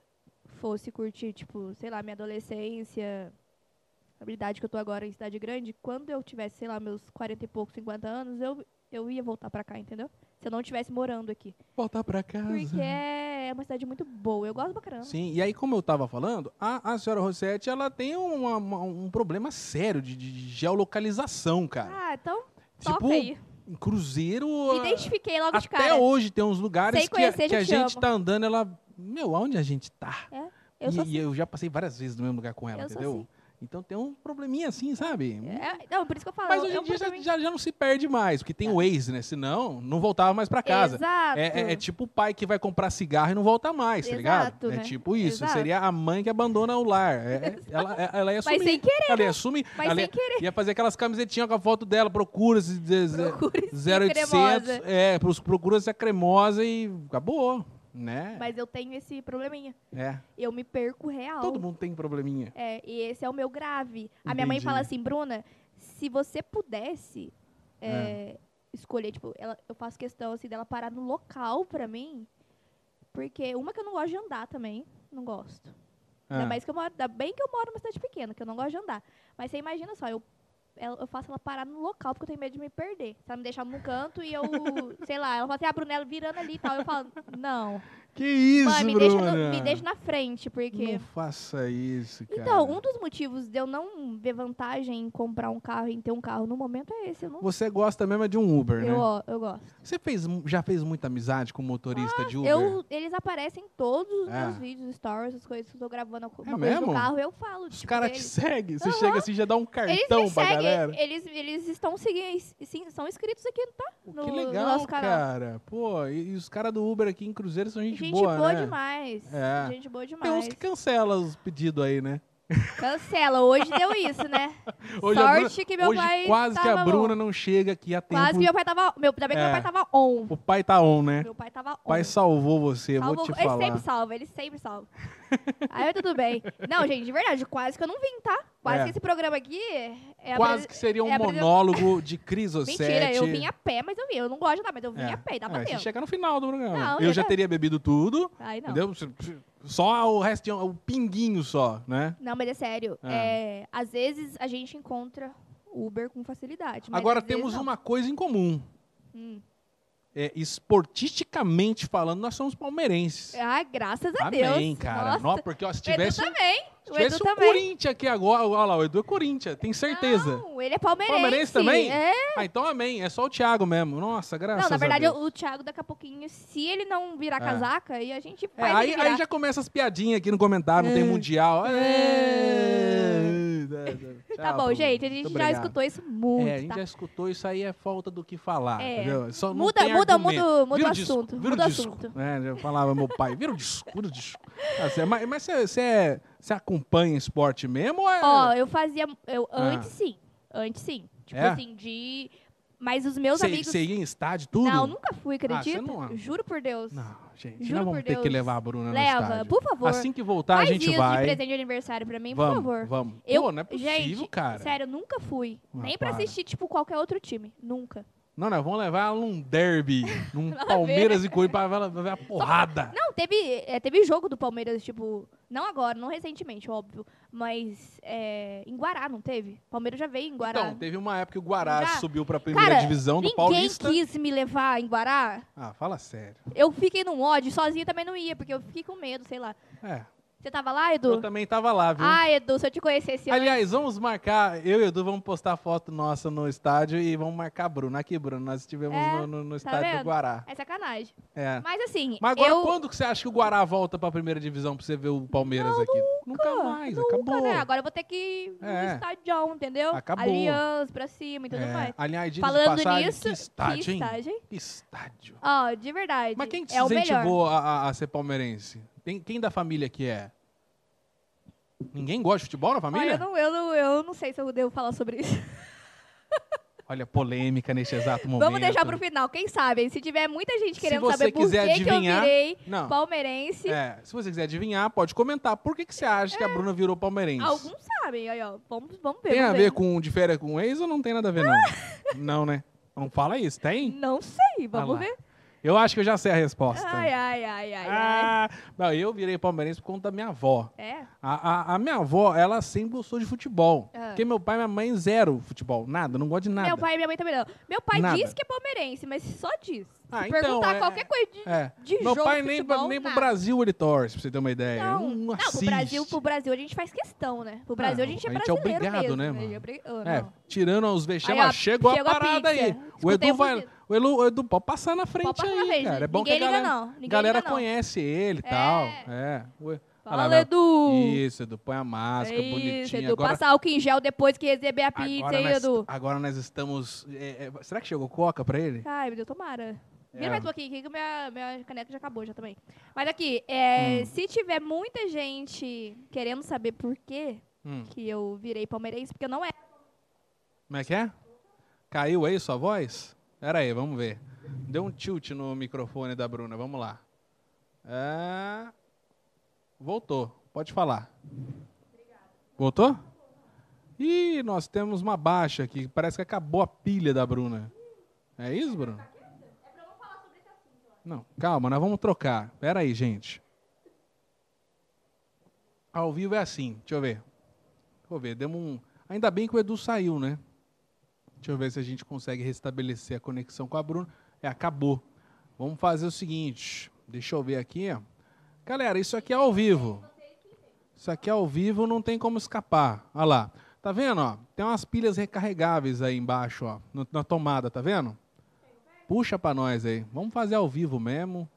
Speaker 2: fosse curtir, tipo, sei lá, minha adolescência, responsabilidade que eu tô agora em cidade grande, quando eu tivesse, sei lá, meus 40 e poucos, 50 anos, eu, eu ia voltar pra cá, entendeu? Se eu não estivesse morando aqui.
Speaker 1: Voltar pra casa.
Speaker 2: Porque é uma cidade muito boa. Eu gosto pra caramba.
Speaker 1: Sim, e aí, como eu estava falando, a, a senhora Rossetti ela tem uma- uma- um problema sério de, de- de geolocalização, cara.
Speaker 2: Ah, então
Speaker 1: Tipo,
Speaker 2: toca aí.
Speaker 1: Um Cruzeiro.
Speaker 2: Me
Speaker 1: a-
Speaker 2: identifiquei logo de
Speaker 1: até
Speaker 2: cara.
Speaker 1: hoje tem uns lugares
Speaker 2: Sem
Speaker 1: que,
Speaker 2: conhecer,
Speaker 1: a- que
Speaker 2: já
Speaker 1: a
Speaker 2: te
Speaker 1: gente
Speaker 2: amo.
Speaker 1: tá andando, ela. Meu, aonde a gente tá?
Speaker 2: Eu
Speaker 1: e
Speaker 2: sou assim,
Speaker 1: e eu já passei várias vezes no mesmo lugar com ela,
Speaker 2: Eu sou
Speaker 1: entendeu?
Speaker 2: assim.
Speaker 1: Então tem um probleminha assim, sabe?
Speaker 2: É, Tá. não, por isso que eu falo.
Speaker 1: Mas
Speaker 2: eu-
Speaker 1: hoje
Speaker 2: eu
Speaker 1: em dia já,
Speaker 2: praticamente-
Speaker 1: já- já não se perde mais, porque tem o Waze, né? Senão, não voltava mais pra casa.
Speaker 2: Exato.
Speaker 1: É, é- é tipo o pai que vai comprar cigarro e não volta mais, tá
Speaker 2: Exato,
Speaker 1: ligado? É
Speaker 2: né?
Speaker 1: tipo isso.
Speaker 2: Exato.
Speaker 1: Seria a mãe que abandona o lar. É- é- ela, é- ela ia
Speaker 2: Mas
Speaker 1: assumir.
Speaker 2: sem querer, né?
Speaker 1: ela ia assumir.
Speaker 2: mas
Speaker 1: ela
Speaker 2: sem
Speaker 1: ia,
Speaker 2: querer.
Speaker 1: ia fazer aquelas camisetinhas com a foto dela, procura se
Speaker 2: Procure ser
Speaker 1: 0800.
Speaker 2: cremosa.
Speaker 1: É, pros- procura se a cremosa e acabou, né?
Speaker 2: Mas eu tenho esse probleminha.
Speaker 1: É.
Speaker 2: Eu me perco real.
Speaker 1: Todo mundo tem probleminha.
Speaker 2: É, e esse é o meu grave. A minha mãe
Speaker 1: Entendi.
Speaker 2: fala assim, Bruna, se você pudesse é, escolher, tipo, ela- eu faço questão assim dela parar no local pra mim, porque uma que eu não gosto de andar também, não gosto. Ainda,
Speaker 1: Ah,
Speaker 2: mais que eu moro, ainda bem que eu moro numa cidade pequena, que eu não gosto de andar. Mas você imagina só, eu, ela- eu faço ela parar no local porque eu tenho medo de me perder. Se ela me deixar num canto e eu, sei lá, ela fala assim, ah, Brunella virando ali e tal. Eu falo, não.
Speaker 1: Que isso,
Speaker 2: Mãe, me deixa,
Speaker 1: Bruna?
Speaker 2: no- me deixa na frente, porque
Speaker 1: Não faça isso, cara.
Speaker 2: então, um dos motivos de eu não ver vantagem em comprar um carro, em ter um carro no momento é esse. Eu, não...
Speaker 1: Você gosta mesmo é de um Uber,
Speaker 2: eu,
Speaker 1: né?
Speaker 2: ó, eu gosto.
Speaker 1: Você fez, mu- já fez muita amizade com motorista de Uber?
Speaker 2: Ah, Eu, eles aparecem em todos os
Speaker 1: Ah.
Speaker 2: meus vídeos, stories, as coisas que eu tô gravando, alguma
Speaker 1: É
Speaker 2: coisa
Speaker 1: mesmo?
Speaker 2: no carro, eu falo.
Speaker 1: Os
Speaker 2: tipo,
Speaker 1: caras te
Speaker 2: deles.
Speaker 1: seguem. Você
Speaker 2: Aham.
Speaker 1: chega assim e já dá um
Speaker 2: Eles
Speaker 1: cartão
Speaker 2: me
Speaker 1: pra
Speaker 2: seguem,
Speaker 1: galera.
Speaker 2: eles, eles estão seguindo, sim, são inscritos aqui, tá?
Speaker 1: Pô,
Speaker 2: no-
Speaker 1: que
Speaker 2: no
Speaker 1: legal,
Speaker 2: nosso canal.
Speaker 1: cara. Pô, e, e os caras do Uber aqui em Cruzeiro são gente,
Speaker 2: Gente,
Speaker 1: boa,
Speaker 2: boa,
Speaker 1: né?
Speaker 2: demais.
Speaker 1: É.
Speaker 2: Gente boa
Speaker 1: Tem
Speaker 2: demais.
Speaker 1: uns que cancelam os pedidos aí, né?
Speaker 2: Cancela, hoje deu isso, né?
Speaker 1: Hoje a
Speaker 2: Sorte que meu
Speaker 1: Hoje
Speaker 2: pai
Speaker 1: quase que
Speaker 2: tava
Speaker 1: a Bruna não chega aqui a
Speaker 2: on. Quase
Speaker 1: tempo.
Speaker 2: que meu pai tava. Meu, ainda bem que
Speaker 1: É.
Speaker 2: meu pai tava on.
Speaker 1: O pai tá on, né?
Speaker 2: Meu pai tava on.
Speaker 1: O pai salvou você,
Speaker 2: Salva-
Speaker 1: vou te
Speaker 2: ele
Speaker 1: falar.
Speaker 2: sempre salva, ele sempre salva. Aí tudo bem. Não, gente, de verdade, quase que eu não vim, tá? Quase
Speaker 1: É.
Speaker 2: que esse programa aqui é
Speaker 1: Quase
Speaker 2: apresen-
Speaker 1: que seria um
Speaker 2: é a presen-
Speaker 1: monólogo de Cris Ossetti.
Speaker 2: Mentira, eu vim a pé, mas eu vim. Eu não gosto de andar, mas eu vim
Speaker 1: É.
Speaker 2: a pé, tá dá
Speaker 1: Ah,
Speaker 2: pra
Speaker 1: você
Speaker 2: tempo.
Speaker 1: chega no final do programa.
Speaker 2: Não,
Speaker 1: eu
Speaker 2: eu
Speaker 1: já
Speaker 2: já-
Speaker 1: teria bebido tudo,
Speaker 2: Aí não.
Speaker 1: entendeu? Só o restinho, o pinguinho só, né?
Speaker 2: Não, mas é sério.
Speaker 1: Ah.
Speaker 2: é, às vezes a gente encontra Uber com facilidade. mas
Speaker 1: Agora
Speaker 2: às vezes
Speaker 1: temos
Speaker 2: é não.
Speaker 1: uma coisa em comum.
Speaker 2: Hum.
Speaker 1: É, esportisticamente falando, nós somos palmeirenses.
Speaker 2: Ah, graças a Deus.
Speaker 1: Amém, cara.
Speaker 2: Nossa.
Speaker 1: Nó, porque ó, se tivesse, um-
Speaker 2: o Edu também.
Speaker 1: se
Speaker 2: O Edu
Speaker 1: tivesse o
Speaker 2: também.
Speaker 1: Corinthians aqui agora, olha lá, o Edu é Corinthians, tem certeza.
Speaker 2: Não, ele é palmeirense.
Speaker 1: Palmeirense também?
Speaker 2: É.
Speaker 1: Ah, então amém, é só o Thiago mesmo. Nossa, graças
Speaker 2: Não, na verdade,
Speaker 1: a Deus.
Speaker 2: o Thiago daqui a pouquinho, se ele não virar casaca, aí a gente
Speaker 1: É,
Speaker 2: faz
Speaker 1: aí,
Speaker 2: ele virar.
Speaker 1: aí já começa as piadinhas aqui no comentário, não tem
Speaker 2: É.
Speaker 1: mundial. É.
Speaker 2: Tá
Speaker 1: Tchau,
Speaker 2: bom,
Speaker 1: Bruno.
Speaker 2: gente, a gente
Speaker 1: Muito
Speaker 2: já
Speaker 1: obrigado.
Speaker 2: escutou isso muito,
Speaker 1: É, a gente
Speaker 2: tá?
Speaker 1: já escutou, isso aí é falta do que falar.
Speaker 2: É.
Speaker 1: entendeu? Só não
Speaker 2: Muda,
Speaker 1: tem
Speaker 2: muda,
Speaker 1: argumento.
Speaker 2: muda, muda
Speaker 1: Vira
Speaker 2: o
Speaker 1: disco,
Speaker 2: assunto.
Speaker 1: vira o
Speaker 2: Muda o
Speaker 1: disco.
Speaker 2: assunto.
Speaker 1: É, eu falava meu pai, vira o disco, vira o disco. Tá certo, mas mas você- você você acompanha esporte mesmo? Ou é...
Speaker 2: Ó, eu fazia. Eu,
Speaker 1: Ah.
Speaker 2: Antes sim. Antes sim. Tipo
Speaker 1: É?
Speaker 2: assim, de. Mas os meus
Speaker 1: você,
Speaker 2: amigos.
Speaker 1: você ia em estádio tudo? Ah,
Speaker 2: Não, nunca fui, acredita?
Speaker 1: não-
Speaker 2: Juro por Deus.
Speaker 1: Não, gente,
Speaker 2: Juro
Speaker 1: nós vamos
Speaker 2: por
Speaker 1: ter que
Speaker 2: Deus.
Speaker 1: levar a Bruna no
Speaker 2: Leva,
Speaker 1: estádio.
Speaker 2: por favor.
Speaker 1: Assim que voltar, a
Speaker 2: Faz
Speaker 1: gente
Speaker 2: isso de
Speaker 1: vai.
Speaker 2: presente de aniversário pra mim,
Speaker 1: vamos,
Speaker 2: por favor.
Speaker 1: vamos.
Speaker 2: Eu-
Speaker 1: Pô, não é possível,
Speaker 2: gente,
Speaker 1: cara.
Speaker 2: Sério, eu nunca fui.
Speaker 1: Ah,
Speaker 2: Nem pra
Speaker 1: para.
Speaker 2: assistir, tipo, qualquer outro time. Nunca.
Speaker 1: Não, nós vamos levar ela num derby, num Palmeiras e Corinthians, pra ela ver a porrada.
Speaker 2: Não, teve, é, teve jogo do Palmeiras, tipo, não agora, não recentemente, óbvio, mas é, em Guará, não teve? Palmeiras já veio em Guará.
Speaker 1: Então, teve uma época que o Guará
Speaker 2: Já?
Speaker 1: subiu pra primeira
Speaker 2: Cara,
Speaker 1: divisão do
Speaker 2: Ninguém
Speaker 1: Paulista.
Speaker 2: quis me levar em Guará.
Speaker 1: Ah, fala sério.
Speaker 2: Eu fiquei num ódio, sozinha também não ia, porque eu fiquei com medo, sei lá.
Speaker 1: É,
Speaker 2: Você tava lá,
Speaker 1: eu
Speaker 2: Edu?
Speaker 1: também tava lá, viu?
Speaker 2: Ah, Edu, se eu te conhecesse antes-
Speaker 1: Aliás, vamos marcar, eu e o Edu vamos postar foto nossa no estádio e vamos marcar a Bruna. Aqui, Bruno, nós estivemos
Speaker 2: É,
Speaker 1: no, no- no estádio do
Speaker 2: vendo?
Speaker 1: Guará.
Speaker 2: É sacanagem.
Speaker 1: É.
Speaker 2: Mas assim,
Speaker 1: Mas agora,
Speaker 2: eu...
Speaker 1: quando que você acha que o Guará volta pra primeira divisão pra você ver o Palmeiras aqui? Nunca, mais,
Speaker 2: nunca,
Speaker 1: acabou.
Speaker 2: né? Agora eu vou ter que ir no
Speaker 1: É.
Speaker 2: estádio, entendeu?
Speaker 1: Acabou.
Speaker 2: Aliança pra cima e tudo
Speaker 1: É,
Speaker 2: mais.
Speaker 1: Aliás, diga de
Speaker 2: Falando
Speaker 1: passagem,
Speaker 2: nisso,
Speaker 1: que estádio,
Speaker 2: que
Speaker 1: hein?
Speaker 2: estádio, hein?
Speaker 1: Que estádio.
Speaker 2: Ó, de verdade.
Speaker 1: Mas quem te
Speaker 2: é o melhor.
Speaker 1: incentivou a, a- a ser palmeirense? Tem, quem da família que é? Ninguém gosta de futebol na família?
Speaker 2: Olha, eu não, eu, não, eu não sei se eu devo falar sobre isso.
Speaker 1: Olha, polêmica neste exato momento.
Speaker 2: Vamos deixar pro final, quem sabe? hein? Se tiver muita gente
Speaker 1: Se
Speaker 2: querendo
Speaker 1: você
Speaker 2: saber por que,
Speaker 1: quiser adivinhar,
Speaker 2: que eu virei
Speaker 1: Não.
Speaker 2: palmeirense,
Speaker 1: É, se você quiser adivinhar, pode comentar. Por que, que você acha que
Speaker 2: É.
Speaker 1: a Bruna virou palmeirense?
Speaker 2: alguns sabem. Aí, ó, vamos, vamos ver.
Speaker 1: Tem a
Speaker 2: vamos
Speaker 1: ver com de férias com o ex ou não tem nada a ver, não? não, né? Não fala isso, tem?
Speaker 2: Não sei,
Speaker 1: Ah lá.
Speaker 2: vamos ver.
Speaker 1: Eu acho que eu já sei a resposta.
Speaker 2: Ai, ai, ai, ai, ai.
Speaker 1: Ah, não, eu virei palmeirense por conta da minha avó.
Speaker 2: É?
Speaker 1: A, a- a minha avó, ela sempre gostou de futebol.
Speaker 2: Ah.
Speaker 1: Porque meu pai e minha mãe, zero futebol. Nada, não gosta de nada.
Speaker 2: Meu pai e minha mãe também não. Meu pai
Speaker 1: Nada.
Speaker 2: diz que é palmeirense, mas só diz.
Speaker 1: Ah,
Speaker 2: Se
Speaker 1: então,
Speaker 2: perguntar
Speaker 1: é-
Speaker 2: qualquer coisa de,
Speaker 1: É.
Speaker 2: de
Speaker 1: Meu
Speaker 2: jogo,
Speaker 1: pai
Speaker 2: de
Speaker 1: nem,
Speaker 2: futebol,
Speaker 1: pra- nem pro
Speaker 2: nada.
Speaker 1: Brasil ele torce, pra você ter uma ideia.
Speaker 2: Não,
Speaker 1: Ele
Speaker 2: não, pro
Speaker 1: assiste.
Speaker 2: Brasil, pro Brasil a gente faz questão, né? Pro Brasil a
Speaker 1: Não,
Speaker 2: gente é
Speaker 1: a gente é
Speaker 2: brasileiro
Speaker 1: obrigado,
Speaker 2: mesmo,
Speaker 1: né,
Speaker 2: A gente
Speaker 1: mano?
Speaker 2: é obri- ah, não.
Speaker 1: É, tirando os vexames,
Speaker 2: Aí, ó,
Speaker 1: ó, chegou a
Speaker 2: chegou a
Speaker 1: parada
Speaker 2: pizza.
Speaker 1: aí. O
Speaker 2: Escutei
Speaker 1: Edu vai.
Speaker 2: bonito.
Speaker 1: O Edu, o Edu pode passar na frente
Speaker 2: passar
Speaker 1: aí,
Speaker 2: na frente,
Speaker 1: cara. É bom
Speaker 2: ninguém
Speaker 1: que a
Speaker 2: liga
Speaker 1: galera,
Speaker 2: não, ninguém
Speaker 1: galera
Speaker 2: liga não.
Speaker 1: conhece ele e
Speaker 2: É.
Speaker 1: tal. É. Ué, olha lá,
Speaker 2: Fala,
Speaker 1: meu-
Speaker 2: Edu!
Speaker 1: Isso, Edu, põe a máscara
Speaker 2: Isso,
Speaker 1: bonitinha.
Speaker 2: Edu,
Speaker 1: agora,
Speaker 2: passa álcool em gel depois que receber a pizza,
Speaker 1: agora,
Speaker 2: hein,
Speaker 1: nós,
Speaker 2: Edu?
Speaker 1: agora nós estamos. é, é, será que chegou coca pra ele?
Speaker 2: Ai, meu Deus, tomara. Vira
Speaker 1: É.
Speaker 2: mais um pouquinho aqui que minha, minha caneca já acabou já também. Mas aqui, é,
Speaker 1: Hum.
Speaker 2: se tiver muita gente querendo saber por quê
Speaker 1: Hum,
Speaker 2: que eu virei palmeirense, porque eu não é. era.
Speaker 1: como é que é? Caiu aí sua voz? Pera aí, vamos ver. Deu um tilt no microfone da Bruna, vamos lá. É, Voltou, pode falar. Voltou? Ih, nós temos uma baixa aqui, parece que acabou a pilha da Bruna. É isso, Bruna? Não, calma, nós vamos trocar. Pera aí, gente. Ao vivo é assim, deixa eu ver. Vou ver, demos um. Ainda bem que o Edu saiu, né? Deixa eu ver se a gente consegue restabelecer a conexão com a Bruna. É, acabou. Vamos fazer o seguinte. Deixa eu ver aqui. ó. Galera, isso aqui é ao vivo. Isso aqui é ao vivo, não tem como escapar. Olha lá. Tá vendo, ó? Tem umas pilhas recarregáveis aí embaixo, ó, no- na tomada, tá vendo? Puxa pra nós aí. Vamos fazer ao vivo mesmo.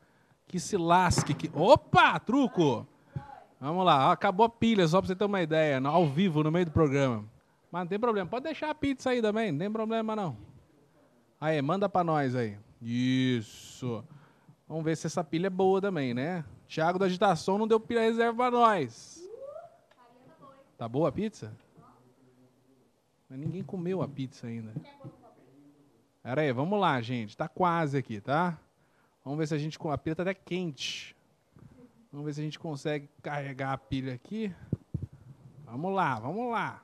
Speaker 1: Que se lasque. Que... Opa, truco! Vamos lá, ó, acabou a pilha, só pra você ter uma ideia, no- ao vivo, no meio do programa. Mas não tem problema, pode deixar a pizza aí também, não tem problema não. Aí, manda pra nós aí. Isso. Vamos ver se essa pilha é boa também, né? Thiago da Agitação não deu pilha reserva pra nós. Tá boa a pizza? Mas ninguém comeu a pizza ainda. Pera aí, vamos lá, gente. Tá quase aqui, tá? Vamos ver se a gente... com- A pilha tá até quente. Vamos ver se a gente consegue carregar a pilha aqui. Vamos lá, vamos lá.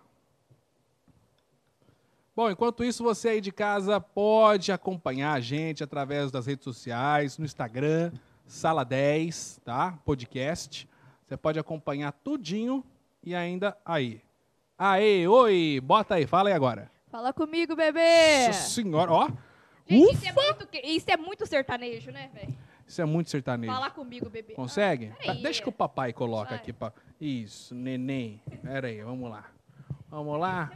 Speaker 1: Bom, enquanto isso, você aí de casa pode acompanhar a gente através das redes sociais, no Instagram, Sala 10, tá? Podcast. Você pode acompanhar tudinho e ainda aí. Aê, oi! Bota aí, fala aí agora.
Speaker 2: Fala comigo, bebê!
Speaker 1: Nossa senhora, ó.
Speaker 2: Gente,
Speaker 1: Ufa!
Speaker 2: isso é, muito, que- isso é muito sertanejo, né, velho?
Speaker 1: Isso é muito sertanejo.
Speaker 2: Fala comigo, bebê.
Speaker 1: Consegue?
Speaker 2: Ah,
Speaker 1: Tá,
Speaker 2: peraí.
Speaker 1: deixa que o papai coloca
Speaker 2: Vai.
Speaker 1: aqui. Pra... Isso, neném. Pera aí, vamos lá. Vamos lá.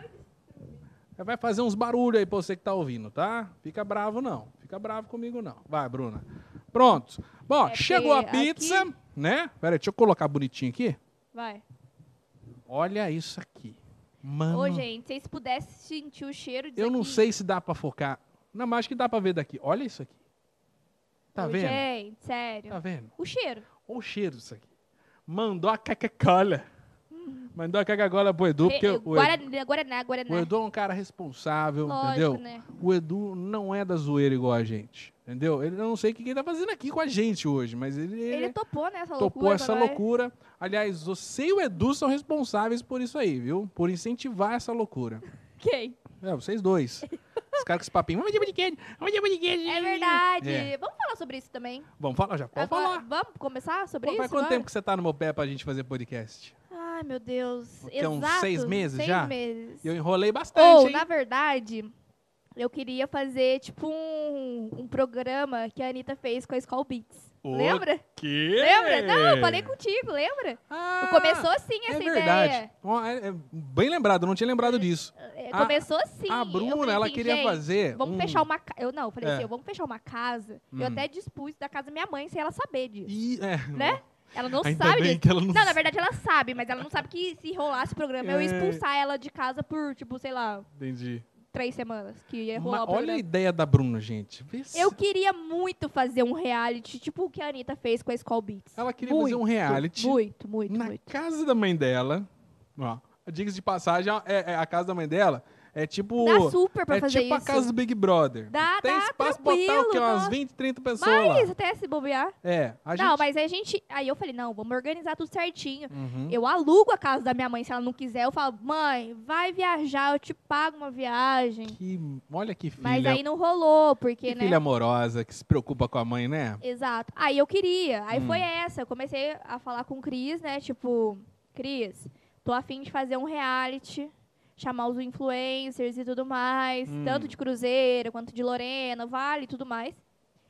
Speaker 1: Vai fazer uns barulhos aí pra você que tá ouvindo, tá? Fica bravo não. Fica bravo comigo não. Vai, Bruna. Pronto. Bom,
Speaker 2: É
Speaker 1: chegou a
Speaker 2: porque aqui-
Speaker 1: pizza, né? Pera aí, deixa eu colocar bonitinho aqui.
Speaker 2: Vai.
Speaker 1: Olha isso aqui. Mano,
Speaker 2: Ô, gente, se vocês pudessem sentir o cheiro disso
Speaker 1: Ah. eu não
Speaker 2: aqui.
Speaker 1: sei se dá pra focar. Não, mas acho que dá pra ver daqui. Olha isso aqui. Tá
Speaker 2: Ô,
Speaker 1: vendo?
Speaker 2: Gente, sério.
Speaker 1: Tá vendo?
Speaker 2: O cheiro.
Speaker 1: Olha o cheiro disso aqui. Mandou a Coca-Cola. Mandou a Coca-Cola pro Edu, porque
Speaker 2: Re-
Speaker 1: o Edu,
Speaker 2: Guaraná, Guaraná, Guaraná.
Speaker 1: o Edu é um cara responsável,
Speaker 2: Lógico,
Speaker 1: entendeu?
Speaker 2: né?
Speaker 1: O Edu não é da zoeira igual a gente, entendeu? Ele eu não sei o que que ele tá fazendo aqui com a gente hoje, mas ele,
Speaker 2: Ele
Speaker 1: ele
Speaker 2: topou nessa loucura.
Speaker 1: É. topou essa
Speaker 2: agora. é.
Speaker 1: loucura. Aliás, você e o Edu são responsáveis por isso aí, viu? Por incentivar essa loucura.
Speaker 2: Quem?
Speaker 1: É, vocês dois. Os caras com esse papinho. Vamos de brinquedo, vamos de brinquedo.
Speaker 2: É verdade.
Speaker 1: É.
Speaker 2: Vamos falar sobre isso também.
Speaker 1: Vamos falar, já pode
Speaker 2: Agora,
Speaker 1: falar.
Speaker 2: Vamos começar sobre
Speaker 1: Pô,
Speaker 2: isso?
Speaker 1: faz quanto
Speaker 2: agora?
Speaker 1: tempo que você tá no meu pé pra gente fazer podcast?
Speaker 2: Ai, meu Deus.
Speaker 1: Que é uns
Speaker 2: Exato,
Speaker 1: seis meses
Speaker 2: seis
Speaker 1: já?
Speaker 2: meses.
Speaker 1: Eu enrolei bastante,
Speaker 2: Ou, né?
Speaker 1: hein?
Speaker 2: na verdade, eu queria fazer, tipo, um, um programa que a Anitta fez com a Skull Beats.
Speaker 1: O
Speaker 2: Lembra?
Speaker 1: quê?
Speaker 2: Lembra? Não, eu falei contigo, lembra?
Speaker 1: É. Ah,
Speaker 2: começou assim
Speaker 1: é
Speaker 2: essa
Speaker 1: verdade.
Speaker 2: ideia.
Speaker 1: Ó, é- é bem lembrado, eu não tinha lembrado disso.
Speaker 2: É,
Speaker 1: A-
Speaker 2: Começou assim.
Speaker 1: a
Speaker 2: Eu falei
Speaker 1: Bruna, ela
Speaker 2: assim,
Speaker 1: queria
Speaker 2: gente,
Speaker 1: fazer
Speaker 2: Vamos
Speaker 1: um-
Speaker 2: fechar uma casa. Eu não, eu falei
Speaker 1: É.
Speaker 2: assim, vamos fechar uma casa.
Speaker 1: Hum.
Speaker 2: Eu até dispus da casa da minha mãe sem ela saber disso.
Speaker 1: E, é,
Speaker 2: Né? Ela não
Speaker 1: Ainda
Speaker 2: sabe
Speaker 1: bem
Speaker 2: disso.
Speaker 1: que ela não
Speaker 2: na verdade ela sabe, mas ela não sabe que se rolasse o programa eu ia
Speaker 1: É.
Speaker 2: expulsar ela de casa por, tipo, sei lá,
Speaker 1: Entendi.
Speaker 2: três semanas que ia rolar
Speaker 1: Ma-
Speaker 2: o
Speaker 1: olha a
Speaker 2: programa.
Speaker 1: ideia da Bruna, gente. Vê se-
Speaker 2: Eu queria muito fazer um reality, tipo o que a Anitta fez com a Skull Beats.
Speaker 1: Ela queria fazer um
Speaker 2: Muito,
Speaker 1: reality
Speaker 2: Muito, muito,
Speaker 1: na
Speaker 2: muito.
Speaker 1: casa da mãe dela. Ó, diga-se de passagem, ó, é, é a casa da mãe dela É tipo.
Speaker 2: Dá super pra
Speaker 1: é
Speaker 2: fazer
Speaker 1: tipo a
Speaker 2: isso.
Speaker 1: casa do Big Brother.
Speaker 2: Dá-
Speaker 1: Tem
Speaker 2: dá
Speaker 1: espaço pra botar o quê?
Speaker 2: tranquilo,
Speaker 1: Umas
Speaker 2: dá.
Speaker 1: 20, 30 pessoas
Speaker 2: Mas
Speaker 1: lá.
Speaker 2: até se bobear.
Speaker 1: É, a gente.
Speaker 2: Não, mas aí a gente. Aí eu falei, não, vamos organizar tudo certinho.
Speaker 1: Uhum.
Speaker 2: Eu alugo a casa da minha mãe, se ela não quiser, eu falo, mãe, vai viajar, eu te pago uma viagem.
Speaker 1: Que... Olha que filha.
Speaker 2: Mas aí não rolou,
Speaker 1: que
Speaker 2: porque, né?
Speaker 1: filha amorosa que se preocupa com a mãe, né?
Speaker 2: Exato. Aí eu queria. Aí
Speaker 1: Hum.
Speaker 2: foi essa. Eu comecei a falar com o Cris, né? Tipo, Cris, tô afim de fazer um reality, chamar os influencers e tudo mais,
Speaker 1: Hum.
Speaker 2: tanto de Cruzeiro quanto de Lorena, Vale e tudo mais.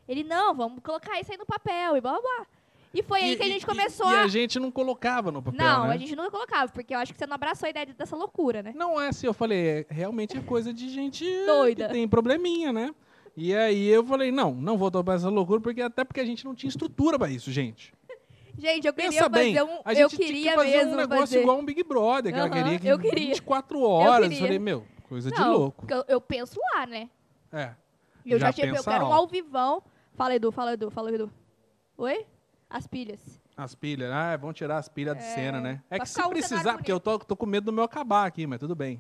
Speaker 2: Ele, não, vamos colocar isso aí no papel e blá blá blá. E foi aí
Speaker 1: E-
Speaker 2: que a gente
Speaker 1: e-
Speaker 2: começou
Speaker 1: E
Speaker 2: a.
Speaker 1: a gente não colocava no papel.
Speaker 2: Não,
Speaker 1: né?
Speaker 2: a gente não colocava, porque eu acho que você não abraçou a ideia dessa loucura, né?
Speaker 1: Não é assim, eu falei, é, realmente é coisa de gente
Speaker 2: Doida.
Speaker 1: que tem probleminha, né? E aí eu falei, não, não vou tomar essa loucura, porque até porque a gente não tinha estrutura pra isso, gente.
Speaker 2: Gente, eu queria
Speaker 1: Pensa
Speaker 2: fazer
Speaker 1: bem,
Speaker 2: um.
Speaker 1: a
Speaker 2: eu
Speaker 1: gente tinha
Speaker 2: queria
Speaker 1: que fazer
Speaker 2: mesmo
Speaker 1: um negócio
Speaker 2: fazer.
Speaker 1: igual um Big Brother, que ela
Speaker 2: Aham,
Speaker 1: queria que
Speaker 2: eu queria.
Speaker 1: 24 horas. Eu,
Speaker 2: queria.
Speaker 1: falei, meu, coisa de
Speaker 2: Não,
Speaker 1: louco.
Speaker 2: porque Eu, eu penso lá, né?
Speaker 1: É.
Speaker 2: Eu já,
Speaker 1: Já
Speaker 2: tinha, eu
Speaker 1: pensa
Speaker 2: quero um
Speaker 1: alto.
Speaker 2: ao vivão. Fala, Edu, fala, Edu, fala, Edu. Oi? As pilhas.
Speaker 1: As pilhas, ah, vão tirar as pilhas de cena, né? É que
Speaker 2: Pra ficar
Speaker 1: se
Speaker 2: um cenário
Speaker 1: precisar, porque eu tô, tô com medo do meu acabar aqui, mas tudo bem.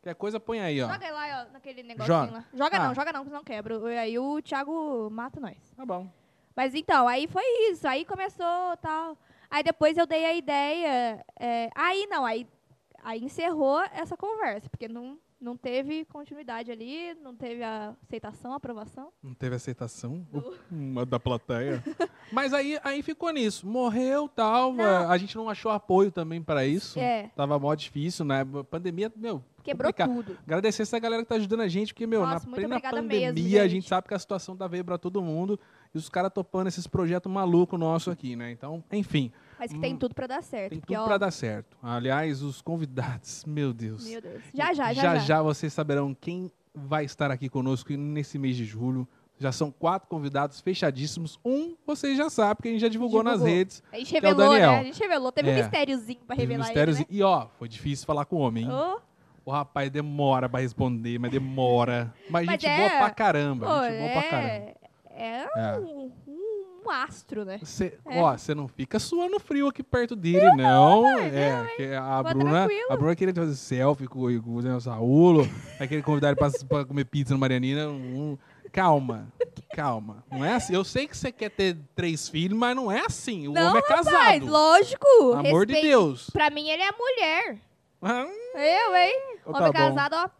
Speaker 1: Qualquer coisa, põe aí, ó.
Speaker 2: Joga aí lá, ó, naquele negocinho
Speaker 1: Joga.
Speaker 2: lá. Joga
Speaker 1: Ah.
Speaker 2: não, joga não, que senão quebra. E aí o Thiago mata nós.
Speaker 1: Tá bom.
Speaker 2: Mas então, aí foi isso. Aí começou tal. Aí depois eu dei a ideia. é, aí não, aí, aí encerrou essa conversa, porque não, não teve continuidade ali, não teve a aceitação, a aprovação.
Speaker 1: Não teve aceitação Uma da plateia. Mas aí, aí ficou nisso. Morreu, tal. é,
Speaker 2: Não.
Speaker 1: A gente não achou apoio também pra isso.
Speaker 2: É,
Speaker 1: Tava mó difícil, né? A pandemia, meu,
Speaker 2: quebrou
Speaker 1: Complicado.
Speaker 2: tudo.
Speaker 1: agradecer essa galera que tá ajudando a gente, porque, meu,
Speaker 2: Nossa,
Speaker 1: na
Speaker 2: muito
Speaker 1: plena
Speaker 2: obrigada
Speaker 1: pandemia,
Speaker 2: mesmo, gente.
Speaker 1: a gente sabe que a situação tá veio pra todo mundo. E os caras topando esses projetos malucos nossos aqui, né? Então, enfim,
Speaker 2: Mas que tem
Speaker 1: Hum,
Speaker 2: tudo pra dar certo.
Speaker 1: tem
Speaker 2: É porque,
Speaker 1: tudo
Speaker 2: ó,
Speaker 1: pra dar certo. Aliás, os convidados, meu Deus.
Speaker 2: Meu Deus. Já, já, já.
Speaker 1: já, vocês saberão quem vai estar aqui conosco nesse mês de julho. Já são quatro convidados fechadíssimos. Um, vocês já sabem, porque a gente já divulgou, nas
Speaker 2: Divulgou.
Speaker 1: redes.
Speaker 2: A gente
Speaker 1: é o
Speaker 2: revelou, né?
Speaker 1: Daniel.
Speaker 2: A gente revelou. Teve
Speaker 1: É.
Speaker 2: um mistériozinho pra
Speaker 1: Teve um
Speaker 2: revelar
Speaker 1: mistérios.
Speaker 2: ele,
Speaker 1: E ó, foi difícil falar com o homem. hein?
Speaker 2: né? Ô,
Speaker 1: O rapaz demora pra responder, mas demora. Mas,
Speaker 2: Mas
Speaker 1: gente boa
Speaker 2: é-
Speaker 1: pra caramba.
Speaker 2: pô,
Speaker 1: gente boa pra caramba.
Speaker 2: é... é
Speaker 1: É.
Speaker 2: um, um- um astro, né?
Speaker 1: Cê,
Speaker 2: É.
Speaker 1: Ó, você não fica suando frio aqui perto dele, não. é, que a,
Speaker 2: Vou
Speaker 1: Bruna,
Speaker 2: tá tranquilo.
Speaker 1: a Bruna queria fazer selfie com, o- com o Daniel Saulo, aquele convidado pra, pra comer pizza no Marianina. um- calma, calma. Não é assim. Eu sei que você quer ter três filhos, mas não é assim. O
Speaker 2: Não,
Speaker 1: homem é casado.
Speaker 2: Mas, lógico.
Speaker 1: Amor de
Speaker 2: respeito.
Speaker 1: Deus.
Speaker 2: Pra mim, ele é mulher.
Speaker 1: Ah,
Speaker 2: Eu, hein?
Speaker 1: tá
Speaker 2: Homem
Speaker 1: bom.
Speaker 2: casado, ó.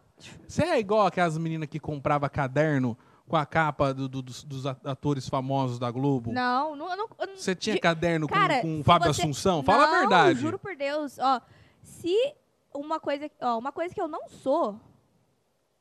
Speaker 1: Você é igual aquelas meninas que comprava caderno com a capa do- do- dos, dos atores famosos da Globo?
Speaker 2: Não, não, não, eu não-
Speaker 1: Você tinha
Speaker 2: Ju-
Speaker 1: caderno com-
Speaker 2: Cara,
Speaker 1: com o
Speaker 2: se
Speaker 1: Fábio
Speaker 2: você-
Speaker 1: Assunção? Fala a verdade.
Speaker 2: Não, juro por Deus. Ó, se uma coisa, ó, uma coisa que eu não sou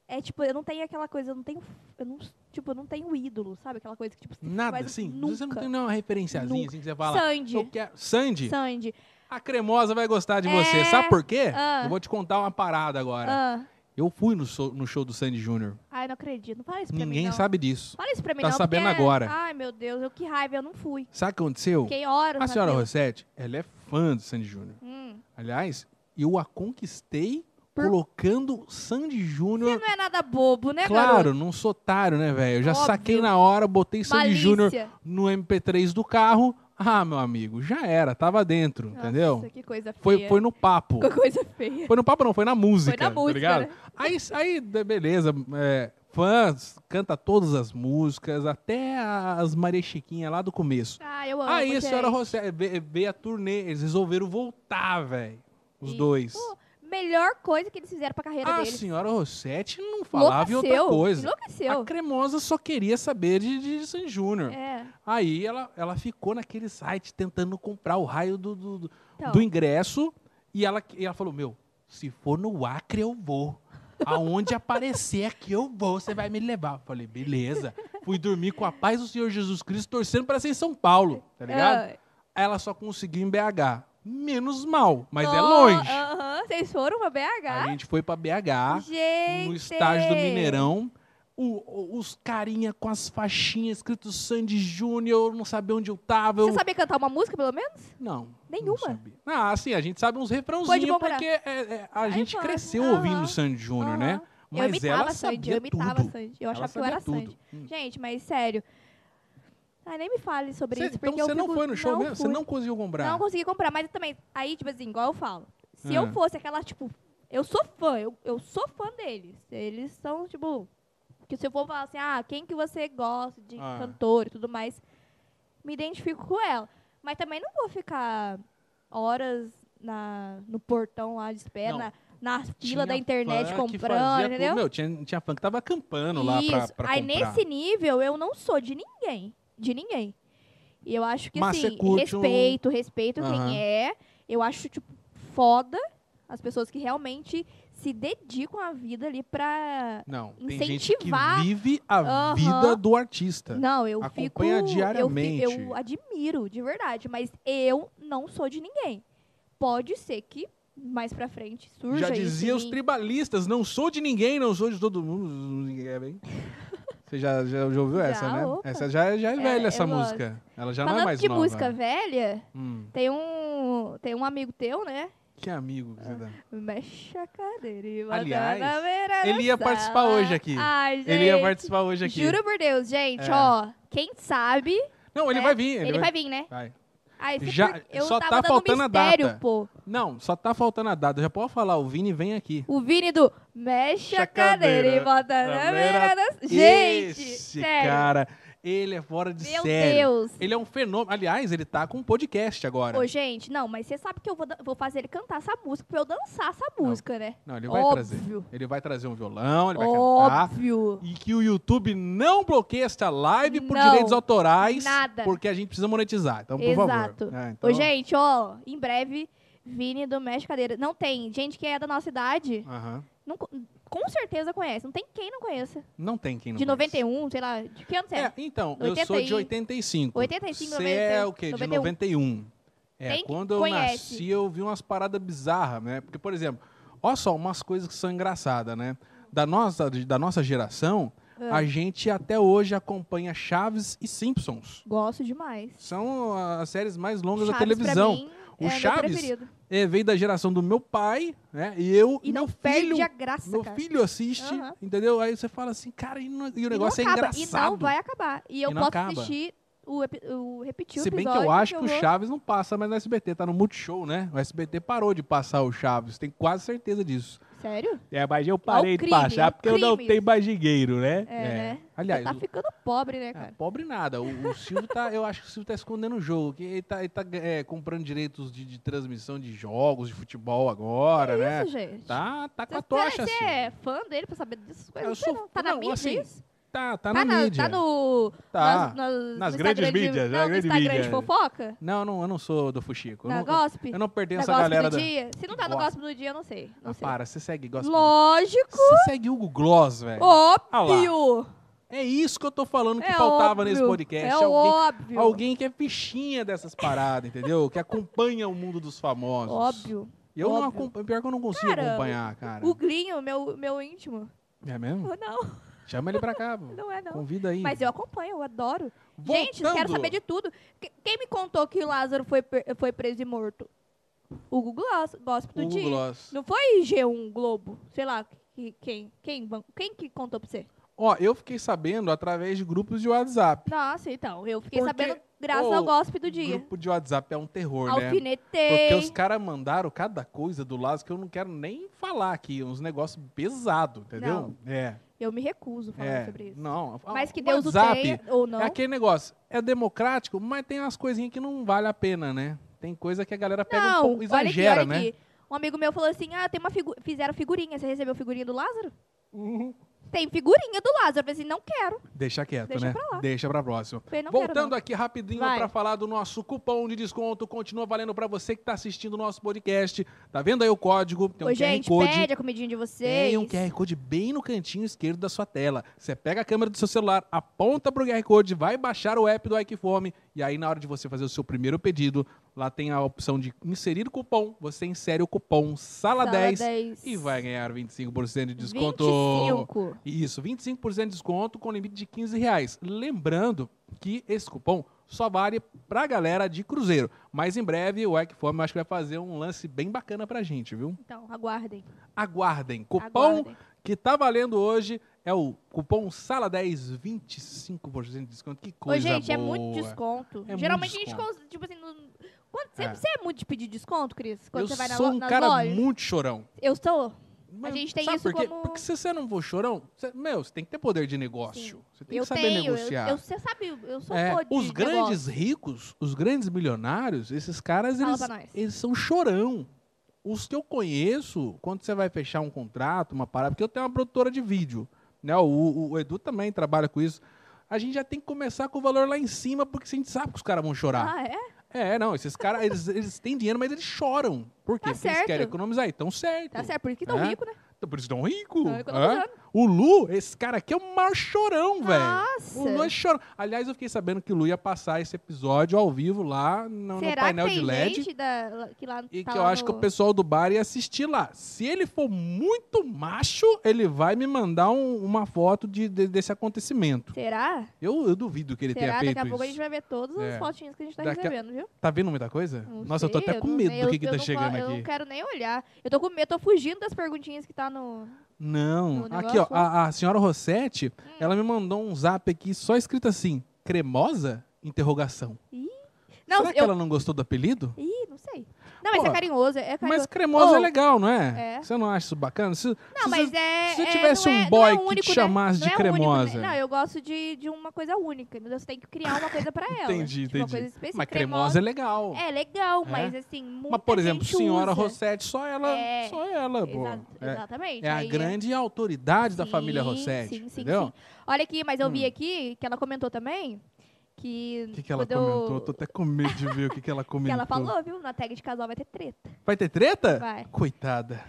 Speaker 2: é tipo, eu não tenho aquela coisa, eu não tenho, eu não, tipo, eu não tenho ídolo, sabe? Aquela coisa que tipo, você
Speaker 1: Nada,
Speaker 2: faz
Speaker 1: assim? Você não
Speaker 2: nunca.
Speaker 1: tem nenhuma referenciazinha
Speaker 2: Nunca.
Speaker 1: assim que você fala.
Speaker 2: Sandy.
Speaker 1: eu quero- Sandy,
Speaker 2: Sandy.
Speaker 1: a cremosa vai gostar de
Speaker 2: É,
Speaker 1: você. Sabe por quê?
Speaker 2: ah.
Speaker 1: Eu vou te contar uma parada agora.
Speaker 2: Ah,
Speaker 1: Eu fui no, so- no show do Sandy Júnior.
Speaker 2: ai, não acredito. Não fala isso pra mim,
Speaker 1: Ninguém
Speaker 2: não.
Speaker 1: sabe disso.
Speaker 2: Fala isso pra mim,
Speaker 1: Tá
Speaker 2: não.
Speaker 1: sabendo
Speaker 2: porque- é-
Speaker 1: agora.
Speaker 2: Ai, meu Deus, eu que raiva, eu não fui.
Speaker 1: Sabe o que aconteceu?
Speaker 2: Fiquei horas
Speaker 1: A
Speaker 2: na
Speaker 1: Ah, senhora
Speaker 2: fila.
Speaker 1: Rossetti, ela é fã do Sandy Júnior.
Speaker 2: Hum.
Speaker 1: Aliás, eu a conquistei
Speaker 2: Por-
Speaker 1: colocando Sandy
Speaker 2: Você
Speaker 1: Júnior.
Speaker 2: não é nada bobo, né, garoto?
Speaker 1: Claro, não sou otário, né, velho? Eu já
Speaker 2: Óbvio.
Speaker 1: saquei na hora, botei Sandy
Speaker 2: Malícia.
Speaker 1: Júnior no MP3 do carro. Ah, meu amigo, já era, tava dentro,
Speaker 2: Nossa,
Speaker 1: entendeu?
Speaker 2: que coisa feia.
Speaker 1: Foi, foi no papo.
Speaker 2: Que coisa feia.
Speaker 1: Foi no papo, não, foi na música.
Speaker 2: Foi na música,
Speaker 1: Tá ligado?
Speaker 2: né?
Speaker 1: Aí, aí, de- beleza, é, fãs, canta todas as músicas, até as Maria Chiquinha lá do começo.
Speaker 2: Ah, eu amo,
Speaker 1: Aí a
Speaker 2: gente.
Speaker 1: senhora Rosé vê- vê a turnê, eles resolveram voltar, velho. Os
Speaker 2: E-
Speaker 1: dois.
Speaker 2: Pô, melhor coisa que eles fizeram pra carreira
Speaker 1: A
Speaker 2: deles.
Speaker 1: senhora Rossetti não Ah, falava em outra
Speaker 2: Enlouqueceu,
Speaker 1: coisa. Ah, A
Speaker 2: Enlouqueceu.
Speaker 1: cremosa só queria saber de, de, de San Júnior.
Speaker 2: É,
Speaker 1: Aí ela, ela ficou naquele site tentando comprar o raio do, do, do-
Speaker 2: então.
Speaker 1: do ingresso e ela, e ela falou: Meu, se for no Acre, eu vou. Aonde aparecer aqui, eu vou. Você vai me levar. Eu Falei, beleza. Fui dormir com a paz do Senhor Jesus Cristo, torcendo para ser em São Paulo, tá ligado?
Speaker 2: Ah,
Speaker 1: Ela só conseguiu em BH. Menos mal, mas é
Speaker 2: nó,
Speaker 1: longe.
Speaker 2: Aham, vocês foram pra
Speaker 1: A
Speaker 2: BH?
Speaker 1: gente foi para BH,
Speaker 2: gente!
Speaker 1: no estágio do Mineirão. O- o- os carinha com as faixinhas escrito Sandy Júnior, eu não sabia onde eu tava.
Speaker 2: Você
Speaker 1: eu-
Speaker 2: sabia cantar uma música, pelo menos?
Speaker 1: Não.
Speaker 2: Nenhuma?
Speaker 1: não sabia. ah, assim, a gente sabe uns
Speaker 2: Pode
Speaker 1: refrãozinhos,
Speaker 2: comemorar.
Speaker 1: porque é, é, a
Speaker 2: Aí
Speaker 1: gente
Speaker 2: fala,
Speaker 1: cresceu
Speaker 2: aham,
Speaker 1: ouvindo o Sandy Júnior, né?
Speaker 2: Aham. eu
Speaker 1: Mas
Speaker 2: imitava
Speaker 1: ela
Speaker 2: Sandy, eu
Speaker 1: sabia
Speaker 2: imitava
Speaker 1: tudo.
Speaker 2: Sandy. Eu
Speaker 1: Ela
Speaker 2: achava que eu era
Speaker 1: sabia
Speaker 2: Sandy.
Speaker 1: tudo. Hum.
Speaker 2: Gente, mas sério. Ai, nem me fale sobre
Speaker 1: Cê-
Speaker 2: isso,
Speaker 1: então
Speaker 2: porque
Speaker 1: você
Speaker 2: eu
Speaker 1: não
Speaker 2: fico-
Speaker 1: foi no show
Speaker 2: não
Speaker 1: mesmo? Você
Speaker 2: fui.
Speaker 1: não conseguiu comprar?
Speaker 2: Não consegui comprar, mas eu também. Aí, tipo assim, igual eu falo. Se
Speaker 1: Ah.
Speaker 2: eu fosse aquela, tipo, Eu sou fã, eu, eu sou fã deles. Eles são, tipo. Que se eu for falar assim, ah, quem que você gosta de
Speaker 1: Ah.
Speaker 2: cantor e tudo mais, me identifico com ela. Mas também não vou ficar horas na, no portão lá de espera,
Speaker 1: Não.
Speaker 2: na, na
Speaker 1: Tinha
Speaker 2: fila da internet
Speaker 1: fã que
Speaker 2: comprando,
Speaker 1: fazia tudo.
Speaker 2: entendeu?
Speaker 1: Meu, tinha, tinha fã que tava acampando lá pra,
Speaker 2: Isso.
Speaker 1: pra
Speaker 2: Aí
Speaker 1: comprar.
Speaker 2: nesse nível eu não sou de ninguém. De ninguém. E eu acho que
Speaker 1: Mas você
Speaker 2: assim,
Speaker 1: curte um
Speaker 2: respeito, respeito
Speaker 1: Aham.
Speaker 2: quem é. Eu acho, tipo, foda as pessoas que realmente se dedicam à vida ali pra.
Speaker 1: Não, tem gente que
Speaker 2: incentivar-
Speaker 1: vive a
Speaker 2: Aham.
Speaker 1: vida do artista.
Speaker 2: Não, eu
Speaker 1: Acompanha
Speaker 2: fico.
Speaker 1: diariamente.
Speaker 2: Eu, fi- eu admiro, de verdade. Mas eu não sou de ninguém. Pode ser que mais pra frente
Speaker 1: Já
Speaker 2: surja. isso em
Speaker 1: dizia os
Speaker 2: mim.
Speaker 1: tribalistas, não sou de ninguém, não sou de todo mundo. Ninguém é bem. Você já, já, já ouviu essa,
Speaker 2: Já,
Speaker 1: né?
Speaker 2: opa.
Speaker 1: Essa já, é- já é
Speaker 2: É,
Speaker 1: velha, essa
Speaker 2: eu gosto.
Speaker 1: música. Ela já não
Speaker 2: Falando
Speaker 1: é mais
Speaker 2: de
Speaker 1: nova.
Speaker 2: música velha,
Speaker 1: Hum,
Speaker 2: tem um, tem um amigo teu, né?
Speaker 1: que amigo que você dá.
Speaker 2: Mexe a cadeira e bota
Speaker 1: Aliás,
Speaker 2: na beira da
Speaker 1: ele ia participar
Speaker 2: sala.
Speaker 1: hoje aqui.
Speaker 2: Ai, gente.
Speaker 1: Ele ia participar hoje aqui.
Speaker 2: Juro por Deus, gente,
Speaker 1: É.
Speaker 2: ó. Quem sabe.
Speaker 1: Não, ele
Speaker 2: É,
Speaker 1: vai vir. Ele,
Speaker 2: Ele, vai... vir, né?
Speaker 1: vai.
Speaker 2: Ai, isso é
Speaker 1: Já-
Speaker 2: porque eu
Speaker 1: só
Speaker 2: tava
Speaker 1: tá
Speaker 2: dando
Speaker 1: faltando a
Speaker 2: mistério,
Speaker 1: data.
Speaker 2: pô.
Speaker 1: Não, só tá faltando a data. Já pode falar, o Vini vem aqui.
Speaker 2: O Vini do Mexe a cadeira e bota na beira da. Gente!
Speaker 1: Esse
Speaker 2: sério.
Speaker 1: cara, ele é fora de
Speaker 2: Meu
Speaker 1: série.
Speaker 2: Deus.
Speaker 1: Ele é um fenômeno. Aliás, ele tá com um podcast agora.
Speaker 2: Ô, gente, não, mas você sabe que eu vou, dan- vou fazer ele cantar essa música pra eu dançar essa música, né?
Speaker 1: Não, ele vai trazer.
Speaker 2: Óbvio.
Speaker 1: Ele vai trazer um violão, ele vai cantar.
Speaker 2: Óbvio.
Speaker 1: E que o YouTube não bloqueia esta live por
Speaker 2: Não,
Speaker 1: direitos autorais.
Speaker 2: nada.
Speaker 1: Porque a gente precisa monetizar. Então, por
Speaker 2: Exato.
Speaker 1: favor. É, então-
Speaker 2: Ô, gente, ó, em breve, Vini do Mexe Cadeira. Não tem gente que é da nossa idade,
Speaker 1: Aham.
Speaker 2: não co- com certeza conhece. Não tem quem não conheça.
Speaker 1: Não tem quem não
Speaker 2: de
Speaker 1: conhece.
Speaker 2: 91, sei lá, de que ano você é?
Speaker 1: É, então, eu sou
Speaker 2: 80 e- um.
Speaker 1: de 85.
Speaker 2: 85,
Speaker 1: Você é
Speaker 2: 91.
Speaker 1: o quê? De
Speaker 2: 91.
Speaker 1: 91. É,
Speaker 2: Tem que
Speaker 1: quando eu
Speaker 2: um. conhece.
Speaker 1: nasci, eu vi umas paradas bizarras, né? Porque, por exemplo, olha só, umas coisas que são engraçadas, né? Da nossa, de- da nossa geração,
Speaker 2: Ah.
Speaker 1: a gente até hoje acompanha Chaves e Simpsons.
Speaker 2: Gosto demais.
Speaker 1: São as séries mais longas da
Speaker 2: Chaves,
Speaker 1: televisão.
Speaker 2: Pra mim,
Speaker 1: O
Speaker 2: é meu
Speaker 1: Chaves-
Speaker 2: preferido.
Speaker 1: É, veio da geração do meu pai, né? E eu
Speaker 2: E
Speaker 1: meu
Speaker 2: não
Speaker 1: filho.
Speaker 2: perde a graça,
Speaker 1: meu
Speaker 2: cara.
Speaker 1: filho assiste,
Speaker 2: Aham.
Speaker 1: entendeu? Aí você fala assim, cara, e, não- e o
Speaker 2: E não
Speaker 1: negócio é
Speaker 2: acaba,
Speaker 1: engraçado.
Speaker 2: E não vai acabar. E eu
Speaker 1: E não
Speaker 2: posso
Speaker 1: acaba.
Speaker 2: assistir o, epi- o repetir
Speaker 1: Se
Speaker 2: o
Speaker 1: bem que
Speaker 2: episódio.
Speaker 1: eu acho que,
Speaker 2: eu
Speaker 1: o
Speaker 2: vou-
Speaker 1: Chaves não passa mais no SBT, tá no Multishow, né? O SBT parou de passar o Chaves, tenho quase certeza disso.
Speaker 2: Sério?
Speaker 1: É, mas eu
Speaker 2: parei de crime, passar é um porque eu não crime. tenho
Speaker 1: mais dinheiro, né?
Speaker 2: É, né?
Speaker 1: Aliás,
Speaker 2: tá
Speaker 1: o-
Speaker 2: ficando pobre, né,
Speaker 1: é,
Speaker 2: cara?
Speaker 1: pobre nada. O, o Silvio tá, eu acho que o Silvio tá escondendo o jogo, que ele tá, ele tá, é, comprando direitos de, de transmissão de jogos, de futebol agora, né?
Speaker 2: É Isso, gente.
Speaker 1: Tá, tá com a
Speaker 2: Você-
Speaker 1: tocha,
Speaker 2: Você
Speaker 1: assim.
Speaker 2: é fã dele pra saber dessas coisas?
Speaker 1: Eu
Speaker 2: Não sei
Speaker 1: sou-
Speaker 2: não. Tá na
Speaker 1: não,
Speaker 2: mídia
Speaker 1: assim,
Speaker 2: isso?
Speaker 1: Tá, tá na mídia.
Speaker 2: Tá no.
Speaker 1: Tá.
Speaker 2: nas- nas-
Speaker 1: Nas
Speaker 2: no
Speaker 1: grandes
Speaker 2: Instagram de-
Speaker 1: mídias,
Speaker 2: Não,
Speaker 1: na
Speaker 2: no
Speaker 1: grande
Speaker 2: Instagram
Speaker 1: mídia.
Speaker 2: de fofoca?
Speaker 1: Não, eu não, eu não sou do Fuxico. Eu
Speaker 2: Na
Speaker 1: não,
Speaker 2: gossip?
Speaker 1: eu não pertenço
Speaker 2: na
Speaker 1: essa galera
Speaker 2: do
Speaker 1: da...
Speaker 2: dia? Se não tá no
Speaker 1: Gossip.
Speaker 2: gossip do dia, eu não sei. Não
Speaker 1: Ah,
Speaker 2: sei.
Speaker 1: para, você segue gosta
Speaker 2: Lógico,
Speaker 1: Você segue Hugo Gloss, velho.
Speaker 2: óbvio.
Speaker 1: É isso que eu tô falando que
Speaker 2: É
Speaker 1: faltava
Speaker 2: óbvio.
Speaker 1: nesse podcast.
Speaker 2: É
Speaker 1: alguém,
Speaker 2: óbvio.
Speaker 1: alguém que é fichinha dessas paradas, entendeu? Que acompanha o mundo dos famosos.
Speaker 2: Óbvio.
Speaker 1: Eu não
Speaker 2: óbvio.
Speaker 1: acompanho, pior que eu não consigo
Speaker 2: Cara,
Speaker 1: acompanhar, cara.
Speaker 2: O Grinho, meu, meu íntimo.
Speaker 1: É mesmo?
Speaker 2: Oh, Não,
Speaker 1: Chama ele pra cá, pô.
Speaker 2: não é não.
Speaker 1: convida aí.
Speaker 2: Mas eu acompanho, eu adoro.
Speaker 1: Voltando.
Speaker 2: Gente, eu quero saber de tudo. Que- Quem me contou que Lázaro foi, per- foi preso e morto? O Google Gossip do
Speaker 1: Hugo
Speaker 2: dia.
Speaker 1: Gloss.
Speaker 2: Não foi G1 Globo? Sei lá, que- quem, quem, ban- quem que contou pra você?
Speaker 1: Ó, eu fiquei sabendo através de grupos de WhatsApp.
Speaker 2: Nossa, então, eu fiquei
Speaker 1: Porque,
Speaker 2: sabendo graças
Speaker 1: ô,
Speaker 2: ao gossip do dia.
Speaker 1: Grupo de WhatsApp é um terror, né? Porque
Speaker 2: Alfinetei.
Speaker 1: os caras mandaram cada coisa do Lázaro que eu não quero nem falar aqui. Uns negócios pesados, entendeu? É.
Speaker 2: Eu me recuso a falar
Speaker 1: é.
Speaker 2: sobre isso.
Speaker 1: Não.
Speaker 2: Mas que
Speaker 1: o
Speaker 2: Deus
Speaker 1: WhatsApp
Speaker 2: o tenha, ou não.
Speaker 1: É aquele negócio. É democrático, mas tem umas coisinhas que não vale a pena, né? Tem coisa que a galera pega
Speaker 2: não,
Speaker 1: um pouco, exagera,
Speaker 2: olha aqui, olha
Speaker 1: né?
Speaker 2: aqui. Um amigo meu falou assim, ah, tem uma figu fizeram figurinha. Você recebeu figurinha do Lázaro?
Speaker 1: Uhum.
Speaker 2: Tem figurinha do Lázaro. Eu falei assim, não quero.
Speaker 1: Deixa quieto,
Speaker 2: Deixa
Speaker 1: né?
Speaker 2: pra lá.
Speaker 1: Deixa pra próxima.
Speaker 2: Eu falei, não
Speaker 1: Voltando
Speaker 2: quero,
Speaker 1: aqui rapidinho
Speaker 2: Vai.
Speaker 1: para falar do nosso cupom de desconto, continua valendo para você que tá assistindo o nosso podcast. Tá vendo aí o código? Tem
Speaker 2: não.
Speaker 1: um
Speaker 2: Ô,
Speaker 1: QR
Speaker 2: gente,
Speaker 1: Code.
Speaker 2: pede a comidinha de vocês.
Speaker 1: Tem um QR Code bem no cantinho esquerdo da sua tela. Você pega a câmera do seu celular, aponta pro QR Code, vai baixar o app do Ikeform e aí na hora de você fazer o seu primeiro pedido, lá tem a opção de inserir cupom. Você insere o cupom
Speaker 2: Sala
Speaker 1: SALA10
Speaker 2: 10.
Speaker 1: e vai ganhar 25% de desconto.
Speaker 2: 25.
Speaker 1: Isso, 25% de desconto com limite de 15 reais. Lembrando que esse cupom só vale pra galera de cruzeiro. Mas em breve o Ikeform acho que vai fazer um lance bem bacana pra gente, viu?
Speaker 2: Então, aguardem.
Speaker 1: Aguardem. Cupom
Speaker 2: aguardem.
Speaker 1: que tá valendo hoje é o cupom SALA10, 25% de desconto. Que
Speaker 2: Ô,
Speaker 1: coisa
Speaker 2: gente, é
Speaker 1: boa.
Speaker 2: muito desconto.
Speaker 1: muito
Speaker 2: Geralmente a
Speaker 1: desconto.
Speaker 2: gente, cons- tipo assim, não- quando, você,
Speaker 1: É.
Speaker 2: você é muito de pedir desconto, Cris? Quando
Speaker 1: eu
Speaker 2: você vai na,
Speaker 1: sou
Speaker 2: lo-
Speaker 1: um
Speaker 2: nas
Speaker 1: cara
Speaker 2: lojas?
Speaker 1: muito chorão.
Speaker 2: Eu sou.
Speaker 1: Mas
Speaker 2: gente tem
Speaker 1: sabe
Speaker 2: isso
Speaker 1: por quê?
Speaker 2: como-
Speaker 1: Porque se você não for chorão, você- meu, você tem que ter poder de negócio. Você tem
Speaker 2: eu
Speaker 1: que saber
Speaker 2: tenho, eu-
Speaker 1: negociar.
Speaker 2: Eu, você sabe, eu sou
Speaker 1: É,
Speaker 2: boa de
Speaker 1: os
Speaker 2: negócio.
Speaker 1: grandes ricos, os grandes milionários, esses caras,
Speaker 2: Fala
Speaker 1: eles,
Speaker 2: pra nós.
Speaker 1: eles são chorão. Os que eu conheço, quando você vai fechar um contrato, uma parada, porque eu tenho uma produtora de vídeo, né? O, o- o Edu também trabalha com isso. A gente já tem que começar com o valor lá em cima, porque a gente sabe que os caras vão chorar.
Speaker 2: Ah, é?
Speaker 1: É, não, esses caras, eles, eles têm dinheiro, mas eles choram. Por quê?
Speaker 2: Tá
Speaker 1: porque eles querem
Speaker 2: certo.
Speaker 1: economizar. Então, certo.
Speaker 2: Tá certo, por isso que tão
Speaker 1: É?
Speaker 2: rico, né?
Speaker 1: Então, por isso estão ricos.
Speaker 2: Tão economizando.
Speaker 1: O Lu, esse cara aqui é o maior
Speaker 2: Ah,
Speaker 1: chorão, velho.
Speaker 2: Nossa.
Speaker 1: O Lu é chorão. Aliás, eu fiquei sabendo que o Lu ia passar esse episódio ao vivo lá no, no
Speaker 2: Será
Speaker 1: painel
Speaker 2: que tem
Speaker 1: de LED.
Speaker 2: gente da- lá- que lá
Speaker 1: E
Speaker 2: tá
Speaker 1: que eu
Speaker 2: lá
Speaker 1: acho que o
Speaker 2: no-
Speaker 1: pessoal do bar ia assistir lá. Se ele for muito macho, ele vai me mandar um- uma foto de- de- desse acontecimento.
Speaker 2: Será?
Speaker 1: Eu, eu duvido que ele
Speaker 2: Será?
Speaker 1: tenha feito
Speaker 2: Daqui a pouco a
Speaker 1: isso.
Speaker 2: gente vai ver todas as
Speaker 1: É.
Speaker 2: fotinhas que a gente tá
Speaker 1: Daqui a-
Speaker 2: recebendo, viu?
Speaker 1: Tá vendo muita coisa?
Speaker 2: Não
Speaker 1: Nossa, eu tô
Speaker 2: sei,
Speaker 1: até com
Speaker 2: não
Speaker 1: medo
Speaker 2: sei,
Speaker 1: do
Speaker 2: eu-
Speaker 1: que, que
Speaker 2: eu
Speaker 1: tá
Speaker 2: não
Speaker 1: chegando
Speaker 2: co- Eu
Speaker 1: aqui.
Speaker 2: não quero nem olhar. Eu tô com medo, tô fugindo das perguntinhas que tá no.
Speaker 1: Não,
Speaker 2: No
Speaker 1: aqui ó,
Speaker 2: negócio
Speaker 1: a, a senhora Rossetti,
Speaker 2: Hum.
Speaker 1: ela me mandou um zap aqui só escrito assim, cremosa? Interrogação.
Speaker 2: Não,
Speaker 1: Será que
Speaker 2: eu.
Speaker 1: ela não gostou do apelido?
Speaker 2: Ih, não sei. Não, mas
Speaker 1: Pô,
Speaker 2: é carinhoso, é
Speaker 1: Mas
Speaker 2: carinhoso.
Speaker 1: cremosa é
Speaker 2: Ou-
Speaker 1: legal, não é?
Speaker 2: É.
Speaker 1: Você não acha isso bacana? Se,
Speaker 2: Não, mas é.
Speaker 1: se
Speaker 2: é-
Speaker 1: tivesse
Speaker 2: não
Speaker 1: um
Speaker 2: é- não
Speaker 1: boy
Speaker 2: é
Speaker 1: que te
Speaker 2: único, né?
Speaker 1: chamasse de
Speaker 2: Não é único, né?
Speaker 1: cremosa.
Speaker 2: Não, eu gosto de, de uma coisa única. entendeu? Você tem que criar uma coisa pra ela.
Speaker 1: Entendi,
Speaker 2: tipo, Uma
Speaker 1: entendi.
Speaker 2: coisa específica.
Speaker 1: Mas cremosa é legal.
Speaker 2: É legal,
Speaker 1: É.
Speaker 2: mas assim, muito.
Speaker 1: Mas, por exemplo, senhora Rossetti, só ela,
Speaker 2: É.
Speaker 1: só ela, pô. É,
Speaker 2: Exatamente.
Speaker 1: é a
Speaker 2: aí é-
Speaker 1: grande autoridade da família
Speaker 2: Sim,
Speaker 1: Rossetti,
Speaker 2: sim, sim,
Speaker 1: entendeu?
Speaker 2: sim. Olha aqui, mas eu vi
Speaker 1: Hum.
Speaker 2: aqui que ela comentou também que.
Speaker 1: O que, que ela
Speaker 2: quando eu-
Speaker 1: comentou? Eu tô até com medo de ver o que, que ela comentou.
Speaker 2: Que ela falou, viu? Na tag de casal vai ter treta.
Speaker 1: Vai ter treta?
Speaker 2: Vai.
Speaker 1: Coitada.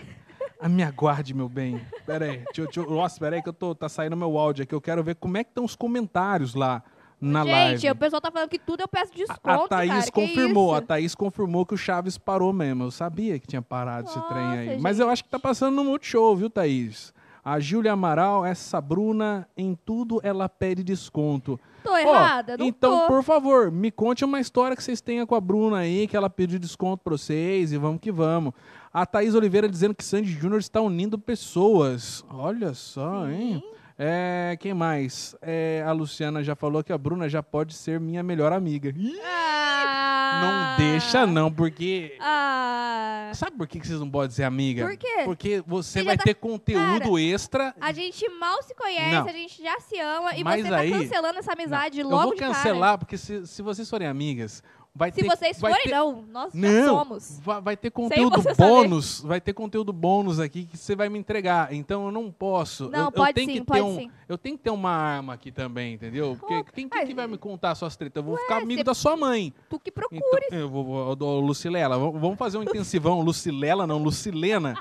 Speaker 1: A me aguarde, meu bem. Pera aí. Deixa, eu- deixa, eu- nossa, pera aí que eu tô, tá saindo meu áudio aqui. Eu quero ver como é que estão os comentários lá na
Speaker 2: Gente,
Speaker 1: live.
Speaker 2: o pessoal tá falando que tudo eu peço desconto,
Speaker 1: a, a Thaís
Speaker 2: cara. que
Speaker 1: confirmou. A
Speaker 2: isso?
Speaker 1: Thaís confirmou que o Chaves parou mesmo. Eu sabia que tinha parado esse
Speaker 2: Nossa,
Speaker 1: trem aí. Mas eu
Speaker 2: gente.
Speaker 1: acho que tá passando no Multishow, viu, Thaís? A Júlia Amaral, essa Bruna, em tudo ela pede desconto.
Speaker 2: Tô
Speaker 1: Ó,
Speaker 2: errada? não
Speaker 1: então,
Speaker 2: tô.
Speaker 1: por favor, me conte uma história que vocês tenham com a Bruna aí, que ela pediu desconto pra vocês e vamos que vamos. A Thaís Oliveira dizendo que Sandy Júnior está unindo pessoas. Olha só, hein?
Speaker 2: Sim.
Speaker 1: É, quem mais? É, a Luciana já falou que a Bruna já pode ser minha melhor amiga. Ih,
Speaker 2: Ah,
Speaker 1: Não deixa não, porque...
Speaker 2: Ah.
Speaker 1: Sabe por que que vocês não podem ser amiga?
Speaker 2: Por quê?
Speaker 1: Porque você
Speaker 2: Você já
Speaker 1: vai
Speaker 2: tá-
Speaker 1: ter conteúdo extra.
Speaker 2: A gente mal se conhece,
Speaker 1: Não.
Speaker 2: a gente já se ama e
Speaker 1: Mas
Speaker 2: você tá
Speaker 1: aí-
Speaker 2: cancelando essa amizade
Speaker 1: Eu
Speaker 2: logo
Speaker 1: vou
Speaker 2: de cara.
Speaker 1: cancelar, porque se, se vocês forem amigas, vai
Speaker 2: Se
Speaker 1: ter...
Speaker 2: vocês
Speaker 1: vai
Speaker 2: forem,
Speaker 1: ter-
Speaker 2: não. Nós já
Speaker 1: Não.
Speaker 2: somos.
Speaker 1: Va- Vai ter conteúdo
Speaker 2: você saber.
Speaker 1: bônus, vai ter conteúdo bônus aqui que você vai me entregar. Então eu não posso.
Speaker 2: Não,
Speaker 1: eu, eu
Speaker 2: pode
Speaker 1: tenho
Speaker 2: sim,
Speaker 1: que
Speaker 2: pode
Speaker 1: ter um,
Speaker 2: sim.
Speaker 1: Eu tenho que ter uma arma aqui também, entendeu? Porque
Speaker 2: Pô,
Speaker 1: quem, quem que
Speaker 2: mas-
Speaker 1: vai me contar suas tretas? Eu vou ficar amigo
Speaker 2: cê-
Speaker 1: da sua mãe.
Speaker 2: Tu que procura.
Speaker 1: Então, eu vou, vou- do Lucilela, v- vamos fazer um intensivão, Lucilela não, Lucilena.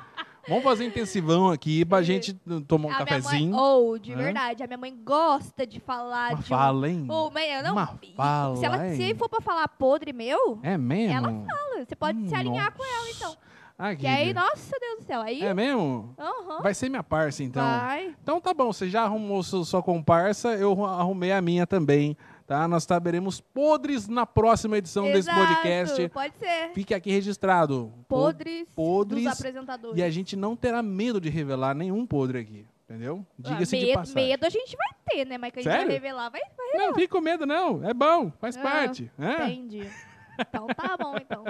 Speaker 1: Vamos fazer um intensivão aqui pra gente uh, tomar um
Speaker 2: a
Speaker 1: cafezinho.
Speaker 2: minha mãe, ou, de
Speaker 1: Hã?
Speaker 2: verdade, a minha mãe gosta de falar
Speaker 1: Uma
Speaker 2: de um
Speaker 1: fala, hein?
Speaker 2: Ô, mas eu não.
Speaker 1: Uma
Speaker 2: e-
Speaker 1: fala,
Speaker 2: se, ela, se
Speaker 1: hein?
Speaker 2: for pra falar podre meu,
Speaker 1: É mesmo?
Speaker 2: ela fala, você pode se alinhar com ela, então.
Speaker 1: ela.
Speaker 2: Que aí, nossa Deus do céu, aí.
Speaker 1: É mesmo?
Speaker 2: aham,
Speaker 1: Vai ser minha parça, então.
Speaker 2: vai.
Speaker 1: Então tá bom, você já arrumou su- sua comparsa, eu arru- arrumei a minha também, tá? Nós saberemos podres na próxima edição desse
Speaker 2: Exato,
Speaker 1: podcast.
Speaker 2: Pode ser.
Speaker 1: Fique aqui registrado. Po-
Speaker 2: Podres,
Speaker 1: podres
Speaker 2: dos apresentadores.
Speaker 1: E a gente não terá medo de revelar nenhum podre aqui, entendeu?
Speaker 2: Ah,
Speaker 1: Diga-se de
Speaker 2: medo,
Speaker 1: passagem.
Speaker 2: medo a gente vai ter, né? Mas que a gente
Speaker 1: Sério? É.
Speaker 2: vai revelar, vai.
Speaker 1: Não, fique com medo não, é bom, faz
Speaker 2: Ah,
Speaker 1: parte. né?
Speaker 2: Entendi. Então tá bom, então.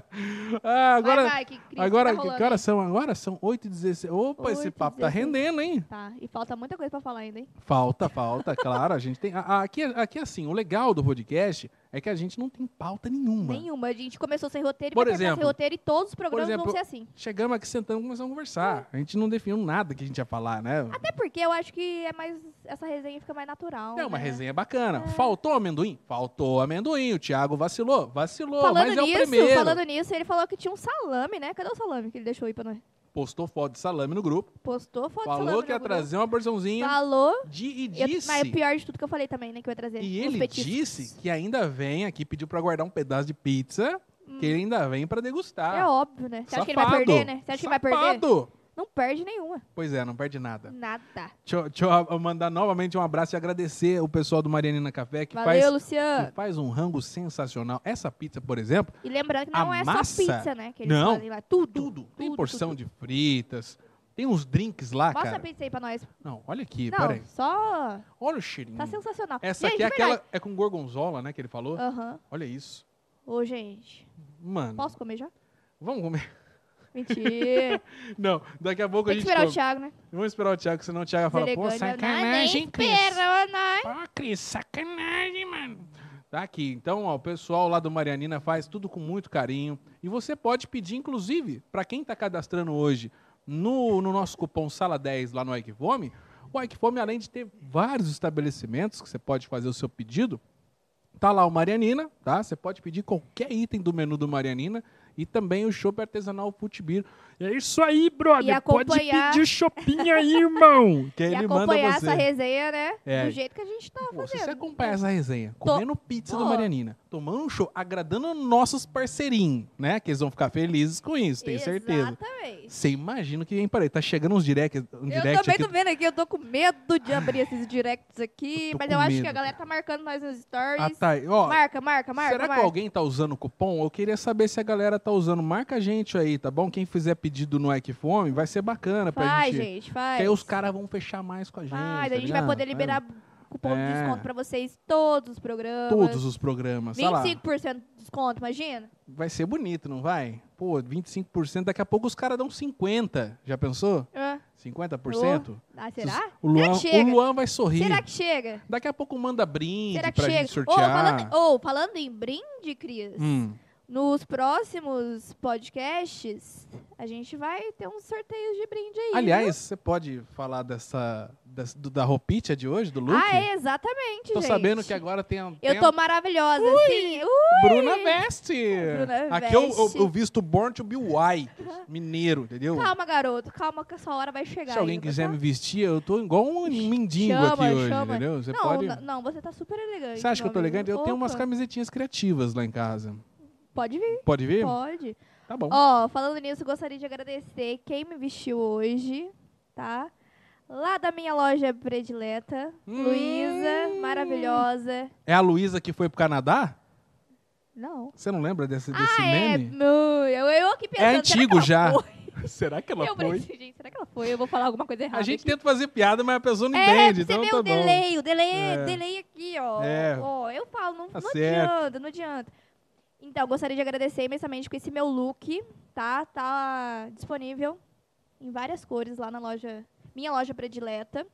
Speaker 1: Ah, agora,
Speaker 2: vai, vai, que crise
Speaker 1: agora,
Speaker 2: que
Speaker 1: que-
Speaker 2: tá rolando,
Speaker 1: que horas são? Agora são 8h16. Opa, esse
Speaker 2: 8h16.
Speaker 1: papo tá rendendo, hein?
Speaker 2: hein? Tá, e falta muita coisa pra falar ainda, hein?
Speaker 1: Falta, falta, claro. A gente tem. a- a- aqui, aqui, assim, o legal do podcast é que a gente não tem pauta nenhuma.
Speaker 2: Nenhuma. A gente começou sem roteiro, e
Speaker 1: Por
Speaker 2: vai terminar
Speaker 1: exemplo-
Speaker 2: sem roteiro e todos os programas
Speaker 1: exemplo,
Speaker 2: vão ser assim.
Speaker 1: Chegamos aqui, sentamos e começamos a conversar. A gente não definiu nada que a gente ia falar, né?
Speaker 2: Até porque eu acho que é mais. Essa resenha fica mais natural.
Speaker 1: É uma
Speaker 2: né?
Speaker 1: resenha bacana. Faltou amendoim? Faltou amendoim. O Thiago vacilou? Vacilou,
Speaker 2: Falando
Speaker 1: mas
Speaker 2: nisso,
Speaker 1: é o primeiro.
Speaker 2: falando nisso, ele falou que tinha um salame, né? Cadê o salame que ele deixou aí pra nós?
Speaker 1: Postou foto de salame no grupo.
Speaker 2: Postou foto de
Speaker 1: falou
Speaker 2: salame
Speaker 1: que ia
Speaker 2: no Google.
Speaker 1: trazer uma porçãozinha
Speaker 2: Falou.
Speaker 1: de, e
Speaker 2: Eu- mas o
Speaker 1: disse.
Speaker 2: pior de tudo que eu falei também, né? Que eu ia trazer.
Speaker 1: E
Speaker 2: uns
Speaker 1: ele
Speaker 2: petiscos.
Speaker 1: disse que ainda vem aqui, pediu pra guardar um pedaço de pizza, que ele ainda vem pra degustar.
Speaker 2: Hum. É óbvio, né? Você acha que ele vai perder, né? Você acha que ele vai perder?
Speaker 1: Ah, Safado.
Speaker 2: Não perde nenhuma.
Speaker 1: Pois é, não perde nada.
Speaker 2: Nada.
Speaker 1: Deixa eu, deixa eu mandar novamente um abraço e agradecer o pessoal do Marianina Café que
Speaker 2: Valeu,
Speaker 1: faz que
Speaker 2: Luciano.
Speaker 1: faz um rango sensacional. Essa pizza, por exemplo,
Speaker 2: E lembrando que
Speaker 1: a
Speaker 2: não é
Speaker 1: massa-
Speaker 2: só pizza, né? Que eles
Speaker 1: Não.
Speaker 2: fazem lá. Tudo.
Speaker 1: tudo. Tem
Speaker 2: tudo,
Speaker 1: porção de fritas, tem uns drinks lá,
Speaker 2: Mostra a
Speaker 1: Ah, cara.
Speaker 2: pizza aí pra nós.
Speaker 1: Não, olha aqui,
Speaker 2: não,
Speaker 1: peraí.
Speaker 2: só.
Speaker 1: Olha o cheirinho.
Speaker 2: Tá sensacional.
Speaker 1: Essa
Speaker 2: gente,
Speaker 1: aqui é
Speaker 2: de verdade. Ah.
Speaker 1: aquela. É com gorgonzola, né? Que ele falou.
Speaker 2: Aham.
Speaker 1: Olha isso. Hum.
Speaker 2: Ô, gente.
Speaker 1: Mano,
Speaker 2: Posso comer já?
Speaker 1: vamos comer.
Speaker 2: Mentira.
Speaker 1: Não, daqui a pouco
Speaker 2: Tem
Speaker 1: a
Speaker 2: que
Speaker 1: gente.
Speaker 2: esperar o
Speaker 1: come.
Speaker 2: Thiago, né?
Speaker 1: Vamos esperar o Thiago, senão o Thiago fala, pô,
Speaker 2: Deselegante.
Speaker 1: sacanagem,
Speaker 2: Não,
Speaker 1: Cris.
Speaker 2: nem esperou, não.
Speaker 1: Ó, Cris, sacanagem, mano. Tá aqui. Então, ó, o pessoal lá do Marianina faz tudo com muito carinho. E você pode pedir, inclusive, para quem tá cadastrando hoje no, no nosso cupom Sala 10 lá no Ike Fome, o Ike Fome, além de ter vários estabelecimentos que você pode fazer o seu pedido, tá lá o Marianina, tá? Você pode pedir qualquer item do menu do Marianina e também o chopp artesanal Futibir. É isso aí, brother.
Speaker 2: E
Speaker 1: Pode
Speaker 2: acompanhar-
Speaker 1: pedir o shopping aí, irmão. Que aí
Speaker 2: E
Speaker 1: ele manda
Speaker 2: acompanhar
Speaker 1: você.
Speaker 2: essa resenha, né?
Speaker 1: É.
Speaker 2: Do jeito que a gente tá
Speaker 1: Pô, se
Speaker 2: fazendo.
Speaker 1: você acompanhar essa resenha, comendo pizza do
Speaker 2: Pô.
Speaker 1: Marianina, tomando um show, agradando nossos parceirinhos, né? Que eles vão ficar felizes com isso, tenho certeza.
Speaker 2: Exatamente.
Speaker 1: Você imagina o que vem para aí. Tá chegando uns direct, um
Speaker 2: Eu
Speaker 1: direct
Speaker 2: também
Speaker 1: aqui.
Speaker 2: tô vendo aqui, eu tô com medo de abrir esses directs aqui,
Speaker 1: Eu tô
Speaker 2: mas
Speaker 1: com
Speaker 2: eu acho
Speaker 1: medo,
Speaker 2: que a galera tá marcando nós nos stories.
Speaker 1: Ah, tá. Ó,
Speaker 2: Marca, marca, marca,
Speaker 1: será
Speaker 2: marca.
Speaker 1: que alguém tá usando cupom? Eu queria saber se a galera tá usando. Marca a gente aí, tá bom? Quem fizer pedido no Equifome, vai ser bacana pra
Speaker 2: Faz,
Speaker 1: gente.
Speaker 2: gente, faz.
Speaker 1: Que aí os caras vão fechar mais com a gente.
Speaker 2: Faz,
Speaker 1: tá
Speaker 2: a gente vai
Speaker 1: ligado?
Speaker 2: poder liberar cupom de
Speaker 1: É.
Speaker 2: desconto pra vocês todos os programas.
Speaker 1: todos os programas. Sei lá.
Speaker 2: 25% de desconto, imagina?
Speaker 1: Vai ser bonito, não vai? Pô, 25%, daqui a pouco os caras dão 50%. Já pensou?
Speaker 2: Hã?
Speaker 1: 50%?
Speaker 2: Ah, será?
Speaker 1: O Luan,
Speaker 2: Será que chega?
Speaker 1: o Luan vai sorrir.
Speaker 2: Será que chega?
Speaker 1: Daqui a pouco manda brinde
Speaker 2: Será que
Speaker 1: pra
Speaker 2: chega?
Speaker 1: gente
Speaker 2: Ô,
Speaker 1: sortear.
Speaker 2: falando, ô, falando em brinde, Cris,
Speaker 1: Hum,
Speaker 2: nos próximos podcasts, a gente vai ter uns sorteios de brinde aí.
Speaker 1: Aliás, você pode falar dessa, dessa- do- da roupinha de hoje, do
Speaker 2: viu?
Speaker 1: look?
Speaker 2: ah, é, exatamente,
Speaker 1: Tô
Speaker 2: gente.
Speaker 1: sabendo que agora tem a, tem
Speaker 2: Eu tô maravilhosa, assim. Uh,
Speaker 1: a Bruna Veste.
Speaker 2: Bruna
Speaker 1: Aqui eu, eu,
Speaker 2: Veste.
Speaker 1: eu visto Born to be White, mineiro, entendeu?
Speaker 2: calma, garoto, calma que essa hora vai chegar.
Speaker 1: Se alguém
Speaker 2: ainda,
Speaker 1: quiser
Speaker 2: tá?
Speaker 1: me vestir, eu tô igual um mendigo
Speaker 2: Chama,
Speaker 1: aqui hoje,
Speaker 2: chama.
Speaker 1: entendeu? Você
Speaker 2: não,
Speaker 1: pode...
Speaker 2: n- não, você tá super elegante.
Speaker 1: Você acha que eu tô
Speaker 2: meu amigo.
Speaker 1: elegante? Eu tenho umas
Speaker 2: Opa,
Speaker 1: camisetinhas criativas lá em casa.
Speaker 2: Pode vir,
Speaker 1: Pode vir?
Speaker 2: pode.
Speaker 1: Tá bom.
Speaker 2: Ó, falando nisso, gostaria de agradecer quem me vestiu hoje, tá? Lá da minha loja predileta,
Speaker 1: Hum.
Speaker 2: Luísa, maravilhosa.
Speaker 1: É a Luísa que foi pro Canadá?
Speaker 2: Não.
Speaker 1: Você não lembra desse, desse
Speaker 2: ah, é,
Speaker 1: meme? É
Speaker 2: mu- eu, eu aqui pensando, será que
Speaker 1: antigo
Speaker 2: ela
Speaker 1: já.
Speaker 2: foi?
Speaker 1: Será que
Speaker 2: Eu pensei, gente, será que ela foi? Eu vou falar alguma coisa errada.
Speaker 1: A gente
Speaker 2: aqui.
Speaker 1: tenta fazer piada, mas a pessoa não
Speaker 2: É,
Speaker 1: entende,
Speaker 2: você
Speaker 1: então
Speaker 2: vê
Speaker 1: tá
Speaker 2: o
Speaker 1: bom.
Speaker 2: delay, o delay,
Speaker 1: É.
Speaker 2: delay aqui, ó.
Speaker 1: É.
Speaker 2: Ó, eu falo, não,
Speaker 1: Tá
Speaker 2: não
Speaker 1: certo.
Speaker 2: adianta, não adianta. Então, gostaria de agradecer imensamente com esse meu look, tá? Tá disponível em várias cores lá na loja, minha loja predileta.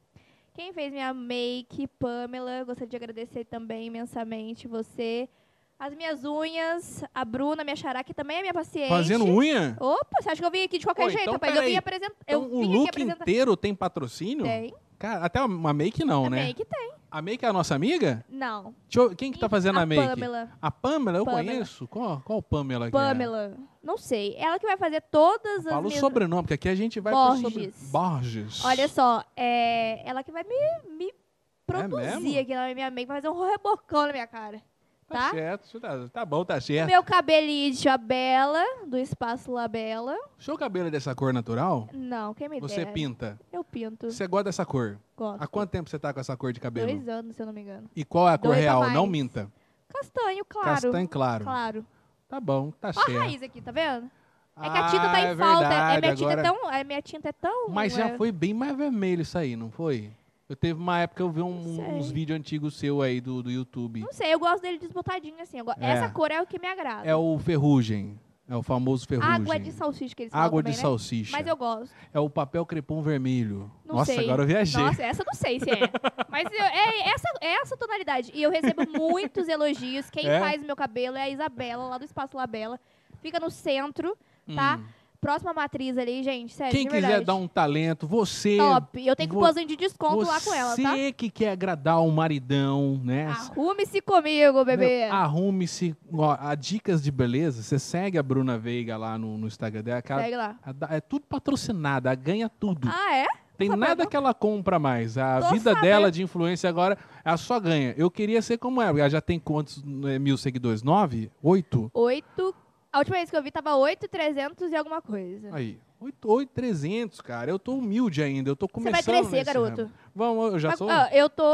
Speaker 2: Quem fez minha make, Pamela, gostaria de agradecer também imensamente você. As minhas unhas, a Bruna, minha xará, que também é minha paciente.
Speaker 1: Fazendo unha?
Speaker 2: Opa, você acha que eu vim aqui de qualquer
Speaker 1: Pô,
Speaker 2: jeito,
Speaker 1: então,
Speaker 2: rapaz? Eu
Speaker 1: peraí.
Speaker 2: vim apresentar. eu
Speaker 1: Então, o
Speaker 2: vim
Speaker 1: look
Speaker 2: aqui apresentar.
Speaker 1: inteiro tem patrocínio?
Speaker 2: Tem,
Speaker 1: Cara, até uma make não,
Speaker 2: a
Speaker 1: né?
Speaker 2: make tem.
Speaker 1: A make é a nossa amiga?
Speaker 2: Não.
Speaker 1: Deixa eu- Quem que tá fazendo a, make?
Speaker 2: Pamela.
Speaker 1: A Pamela, eu
Speaker 2: Pamela.
Speaker 1: conheço. Qual, qual Pamela que é?
Speaker 2: Pamela. Não sei. Ela que vai fazer todas as
Speaker 1: Fala o
Speaker 2: minhas...
Speaker 1: sobrenome, porque aqui a gente vai
Speaker 2: Borges.
Speaker 1: pro sobre... Borges.
Speaker 2: Olha só, é... ela que vai me, me produzir
Speaker 1: mesmo?
Speaker 2: aqui na minha make, vai fazer um rebocão na minha cara.
Speaker 1: Tá
Speaker 2: Tá?
Speaker 1: certo, isso tá, tá bom, tá certo.
Speaker 2: Meu cabelite, a Bela, do Espaço Labela.
Speaker 1: Seu cabelo é dessa cor natural?
Speaker 2: Não, quem me
Speaker 1: Você
Speaker 2: dera.
Speaker 1: pinta.
Speaker 2: Eu pinto.
Speaker 1: Você gosta dessa cor?
Speaker 2: Gosto.
Speaker 1: Há quanto tempo você tá com essa cor de cabelo?
Speaker 2: Dois anos, se eu não me engano.
Speaker 1: E qual é a cor
Speaker 2: Dois a
Speaker 1: real? Não
Speaker 2: mais.
Speaker 1: minta.
Speaker 2: Castanho, claro.
Speaker 1: Castanho claro.
Speaker 2: Claro.
Speaker 1: Tá bom, tá
Speaker 2: Ó a
Speaker 1: certo.
Speaker 2: raiz aqui, tá vendo? É que a tinta tá
Speaker 1: Ah,
Speaker 2: em
Speaker 1: é
Speaker 2: falta. é,
Speaker 1: verdade,
Speaker 2: minha tinta
Speaker 1: agora-
Speaker 2: é tão... é, minha tinta é tão...
Speaker 1: Mas
Speaker 2: é,
Speaker 1: já foi bem mais vermelho isso aí, não foi? Eu teve uma época que eu vi um-
Speaker 2: Não
Speaker 1: uns
Speaker 2: sei.
Speaker 1: vídeos antigos seu aí do, do YouTube.
Speaker 2: Não sei, eu gosto dele desbotadinho assim. eu go-
Speaker 1: É.
Speaker 2: Essa cor é o que me agrada.
Speaker 1: É o ferrugem. É o famoso ferrugem.
Speaker 2: Água de salsicha que eles falam
Speaker 1: Água é de
Speaker 2: também, né?
Speaker 1: salsicha.
Speaker 2: Mas eu gosto.
Speaker 1: É o papel crepom vermelho.
Speaker 2: Não
Speaker 1: Nossa,
Speaker 2: sei.
Speaker 1: agora eu viajei.
Speaker 2: Nossa, essa eu não sei se é. Mas eu- é essa, é essa tonalidade. E eu recebo muitos elogios. Quem
Speaker 1: É?
Speaker 2: faz meu cabelo é a Isabela, lá do Espaço Labela. Fica no centro,
Speaker 1: Hum.
Speaker 2: tá? Próxima matriz ali, gente. Sério,
Speaker 1: Quem
Speaker 2: de
Speaker 1: quiser
Speaker 2: verdade.
Speaker 1: dar um talento, você.
Speaker 2: Top. Eu tenho
Speaker 1: vo-
Speaker 2: cupomzinho de desconto
Speaker 1: você é
Speaker 2: lá com ela, tá?
Speaker 1: que quer agradar o maridão, né?
Speaker 2: Arrume-se comigo, bebê.
Speaker 1: Meu, ah, Arrume-se. Ó, A dicas de beleza, você segue a Bruna Veiga lá no, no Instagram dela. que ela-
Speaker 2: Segue lá.
Speaker 1: a da- é tudo patrocinada, ela ganha tudo.
Speaker 2: Ah, é?
Speaker 1: Tem
Speaker 2: tá
Speaker 1: nada
Speaker 2: bom.
Speaker 1: que ela compra mais. A
Speaker 2: Tô
Speaker 1: vida
Speaker 2: sabendo.
Speaker 1: dela de influência agora, ela só ganha. Eu queria ser como ela. Ela já tem quantos né, mil seguidores? Nove? Oito?
Speaker 2: Oito. A última vez que eu vi tava 8,300 e alguma coisa.
Speaker 1: Aí. Oito, oito, trezentos, cara. Eu tô humilde ainda. Eu tô
Speaker 2: Você
Speaker 1: começando
Speaker 2: vai crescer,
Speaker 1: nesse
Speaker 2: garoto.
Speaker 1: ramo. Vamos, eu já
Speaker 2: Mas,
Speaker 1: sou...
Speaker 2: ó, eu tô.